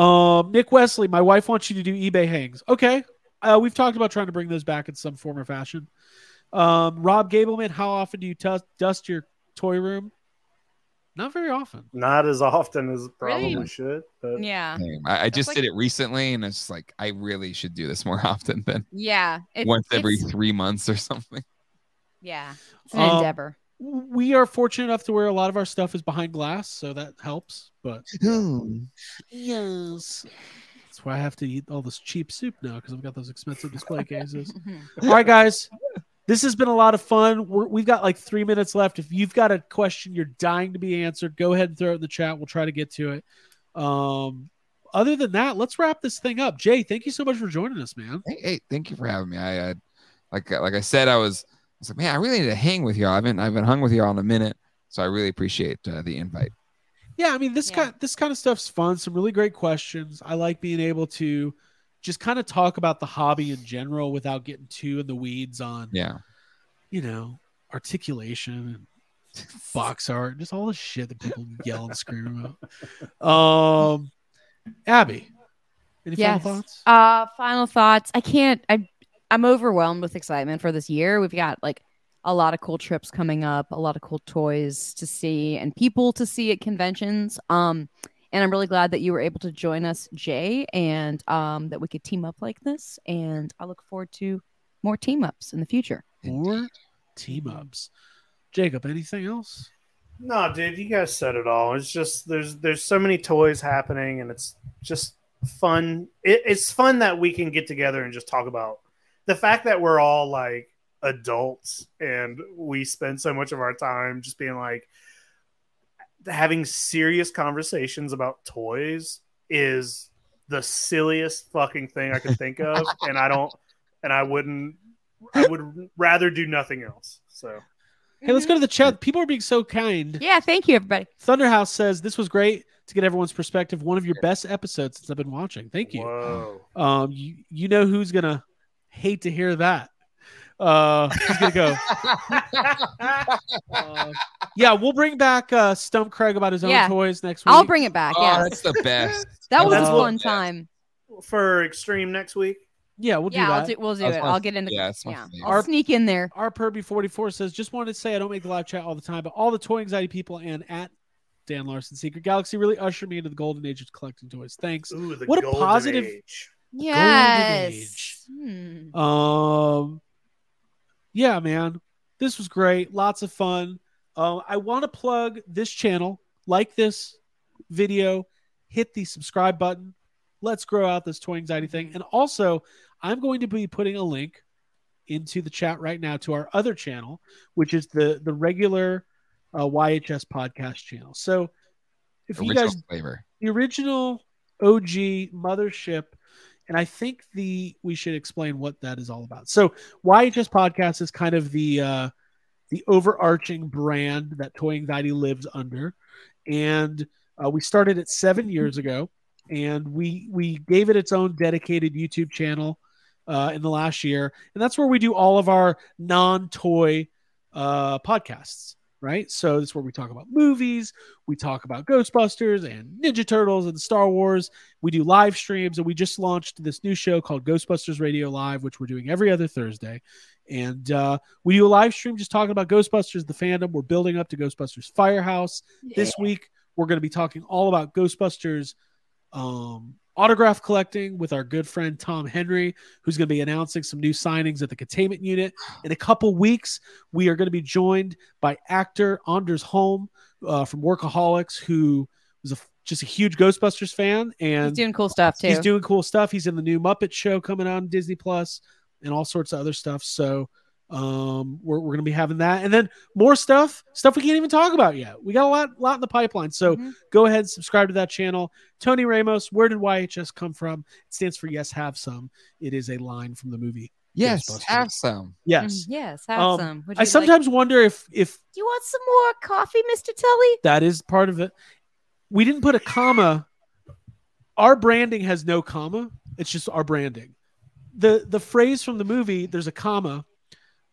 Speaker 2: Um, Nick Wesley, my wife wants you to do eBay hangs. Okay. Uh, we've talked about trying to bring those back in some form or fashion. Um, Rob Gableman, how often do you tu- dust your toy room? Not very often.
Speaker 4: Not as often as it probably
Speaker 3: Really?
Speaker 4: should, but
Speaker 3: Yeah.
Speaker 5: Same. I, I just
Speaker 3: like-
Speaker 5: did it recently, and it's just like I really should do this more often than
Speaker 3: Yeah. It-
Speaker 5: once every
Speaker 3: it's-
Speaker 5: three months or something.
Speaker 3: Yeah. It's an
Speaker 2: Um,
Speaker 3: endeavor.
Speaker 2: We are fortunate enough to where a lot of our stuff is behind glass, so that helps. But yes, that's why I have to eat all this cheap soup now because I've got those expensive display cases.
Speaker 3: Mhm.
Speaker 2: All right, guys. This has been a lot of fun. We're, we've got like three minutes left. If you've got a question you're dying to be answered, go ahead and throw it in the chat. We'll try to get to it. Um, other than that, let's wrap this thing up. Jay, thank you so much for joining us, man.
Speaker 5: hey, hey, thank you for having me. I, I like like I said, I was I was like, man, I really need to hang with y'all. I haven't I've been hung with y'all in a minute, so I really appreciate uh, the invite.
Speaker 2: Yeah, I mean this
Speaker 3: Yeah.
Speaker 2: kind this kind of stuff's fun. Some really great questions. I like being able to just kind of talk about the hobby in general without getting too in the weeds on
Speaker 5: Yeah,
Speaker 2: you know articulation and box art, just all the shit that people yell and scream about. Um, Abby, any
Speaker 3: Yes.
Speaker 2: final thoughts?
Speaker 3: Uh, final thoughts. I can't. I I'm overwhelmed with excitement for this year. We've got like a lot of cool trips coming up, a lot of cool toys to see, and people to see at conventions. Um, and I'm really glad that you were able to join us, Jay, and um, that we could team up like this. And I look forward to more team ups in the future.
Speaker 2: More team ups. Jacob, anything else?
Speaker 4: No, dude, you guys said it all. It's just there's there's so many toys happening, and it's just fun. It, it's fun that we can get together and just talk about the fact that we're all like adults and we spend so much of our time just being like having serious conversations about toys is the silliest fucking thing I could think of, and I don't, and I wouldn't, I would rather do nothing else. So.
Speaker 2: Hey, let's go to the chat. Mm-hmm. People are being so kind.
Speaker 3: Yeah, thank you, everybody.
Speaker 2: Thunderhouse says this was great to get everyone's perspective. One of your best episodes since I've been watching. Thank you.
Speaker 4: Whoa.
Speaker 2: Um, you, you know who's gonna hate to hear that. Uh, who's gonna go? Uh, yeah, we'll bring back uh, Stump Craig about his own
Speaker 3: Yeah.
Speaker 2: toys next week.
Speaker 3: I'll bring it back.
Speaker 5: oh,
Speaker 3: yeah,
Speaker 5: that's the best.
Speaker 3: that was
Speaker 4: that's
Speaker 3: a
Speaker 4: what-
Speaker 3: fun time.
Speaker 4: for extreme next week.
Speaker 2: Yeah, we'll
Speaker 3: yeah,
Speaker 2: do that.
Speaker 3: I'll do, we'll do
Speaker 5: That's
Speaker 3: it.
Speaker 5: my-
Speaker 3: I'll get in the
Speaker 5: yeah, it's my
Speaker 3: yeah.
Speaker 5: favorite.
Speaker 3: I'll sneak in there.
Speaker 2: Our Perby 44 says, just wanted to say I don't make the live chat all the time, but all the toy anxiety people and at Dan Larson Secret Galaxy really ushered me into the golden age of collecting toys. Thanks.
Speaker 4: Ooh, the
Speaker 2: What a
Speaker 4: golden
Speaker 2: positive-
Speaker 4: age.
Speaker 2: age.
Speaker 3: Yes. Hmm.
Speaker 2: Um, yeah, man, this was great. Lots of fun. Um, I want to plug this channel, like this video, hit the subscribe button. Let's grow out this toy anxiety thing. And also, I'm going to be putting a link into the chat right now to our other channel, which is the the regular uh, YHS podcast channel. So if you
Speaker 5: original
Speaker 2: guys
Speaker 5: flavor.
Speaker 2: the original OG mothership, and I think the we should explain what that is all about. So YHS podcast is kind of the uh, the overarching brand that Toy Anxiety lives under, and uh, we started it seven years ago, and we we gave it its own dedicated YouTube channel uh, in the last year, and that's where we do all of our non toy uh, podcasts. Right, so this is where we talk about movies, we talk about Ghostbusters and Ninja Turtles and Star Wars. We do live streams, and we just launched this new show called Ghostbusters Radio Live, which we're doing every other Thursday. And uh, we do a live stream just talking about Ghostbusters, the fandom. We're building up to Ghostbusters Firehouse. This week, we're going to be talking all about Ghostbusters um, autograph collecting with our good friend Tom Henry, who's going to be announcing some new signings at the containment unit. In a couple weeks, we are going to be joined by actor Anders Holm uh, from Workaholics, who was a, just a huge Ghostbusters fan.
Speaker 3: He's
Speaker 2: And
Speaker 3: doing cool stuff too.
Speaker 2: He's doing cool stuff. He's in the new Muppet Show coming out on Disney Plus and all sorts of other stuff. So um, we're, we're going to be having that. And then more stuff, stuff we can't even talk about yet. We got a lot, lot in the pipeline. So
Speaker 3: Mhm.
Speaker 2: go ahead, subscribe to that channel. Tony Ramos, where did YHS come from? It stands for Yes, Have Some. It is a line from the movie.
Speaker 5: Yes,
Speaker 2: Ghostbusters.
Speaker 5: have some.
Speaker 2: Yes.
Speaker 3: Mm, yes, have
Speaker 2: Um,
Speaker 3: some. Would you
Speaker 2: I
Speaker 3: like-
Speaker 2: sometimes wonder if if
Speaker 3: you want some more coffee, Mister Tully?
Speaker 2: that is part of it. We didn't put a comma. Our branding has no comma. It's just our branding. The the phrase from the movie, there's a comma.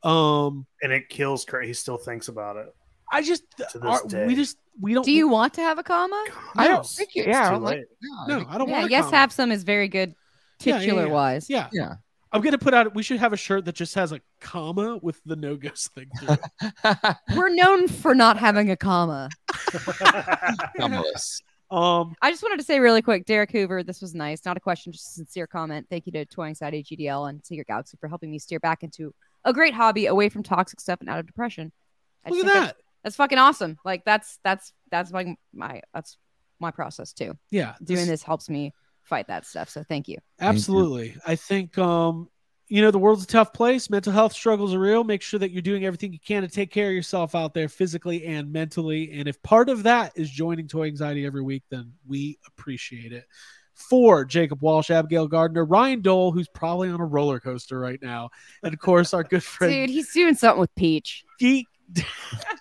Speaker 2: Um
Speaker 4: and it kills Craig. He still thinks about it.
Speaker 2: I just
Speaker 4: To this
Speaker 2: our-
Speaker 4: day.
Speaker 2: we just we don't
Speaker 3: Do you want to have a comma?
Speaker 5: I
Speaker 2: No.
Speaker 5: don't think you.
Speaker 4: It's
Speaker 5: Yeah, I
Speaker 4: too
Speaker 5: don't like.
Speaker 4: late.
Speaker 5: No, I
Speaker 2: No,
Speaker 5: think-
Speaker 2: I don't
Speaker 3: Yeah,
Speaker 2: want a
Speaker 3: yes,
Speaker 2: comma.
Speaker 3: have some is very good
Speaker 2: Yeah, yeah,
Speaker 3: titular wise.
Speaker 2: Yeah.
Speaker 5: Yeah.
Speaker 2: I'm gonna put out we should have a shirt that just has a comma with the no ghost thing through it.
Speaker 3: We're known for not having a comma.
Speaker 5: Numberless.
Speaker 2: Um
Speaker 3: I just wanted to say really quick, Derek Hoover, this was nice. Not a question, just a sincere comment. Thank you to Toy Anxiety GDL E and Secret Galaxy for helping me steer back into a great hobby away from toxic stuff and out of depression. I just
Speaker 2: look at
Speaker 3: think
Speaker 2: that.
Speaker 3: That's fucking awesome. Like that's that's that's my my that's my process too.
Speaker 2: yeah.
Speaker 3: Doing this helps me fight that stuff. So thank you.
Speaker 5: you.
Speaker 2: Absolutely. I think um you know the world's a tough place. Mental health struggles are real. Make sure that you're doing everything you can to take care of yourself out there physically and mentally. And if part of that is joining Toy Anxiety every week, then we appreciate it. For Jacob Walsh, Abigail Gardner, Ryan Dole, who's probably on a roller coaster right now, and of course our good friend
Speaker 3: Dude, he's doing something with Peach.
Speaker 2: Geek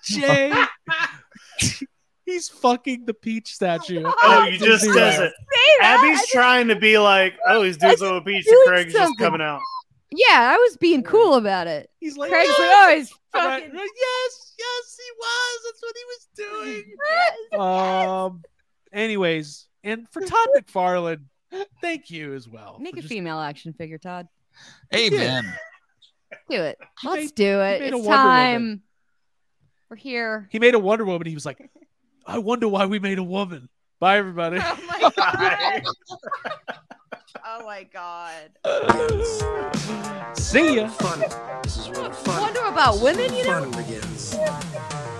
Speaker 2: Jay. He's fucking the peach statue.
Speaker 4: Oh, you just says it. Abby's trying to be like, oh, he's doing
Speaker 3: That's
Speaker 4: something with Peach,
Speaker 3: doing
Speaker 4: and Craig's just
Speaker 3: something.
Speaker 4: coming out.
Speaker 3: Yeah, I was being cool about it.
Speaker 2: He's like,
Speaker 3: Craig's like,
Speaker 2: "Yeah."
Speaker 3: oh, he's
Speaker 2: I'm like,
Speaker 3: fucking
Speaker 2: yes, yes, he was. That's what he was doing. Um. Anyways, and for Todd McFarlane, thank you as well.
Speaker 3: Make
Speaker 2: for
Speaker 3: a
Speaker 2: just-
Speaker 3: female action figure, Todd.
Speaker 5: Amen.
Speaker 3: Do it.
Speaker 2: He
Speaker 3: Let's
Speaker 2: made-
Speaker 3: do it.
Speaker 2: made a
Speaker 3: It's
Speaker 2: Wonder Woman.
Speaker 3: time. We're here.
Speaker 2: He made a Wonder Woman. He was like, I wonder why we made a woman. Bye, everybody.
Speaker 3: Oh my god. oh my god.
Speaker 7: begins.
Speaker 2: See ya.
Speaker 7: Fun. This is where the fun.
Speaker 3: Wonder about
Speaker 7: this is
Speaker 3: women,
Speaker 7: where
Speaker 3: you
Speaker 7: the
Speaker 3: know?
Speaker 7: Fun begins.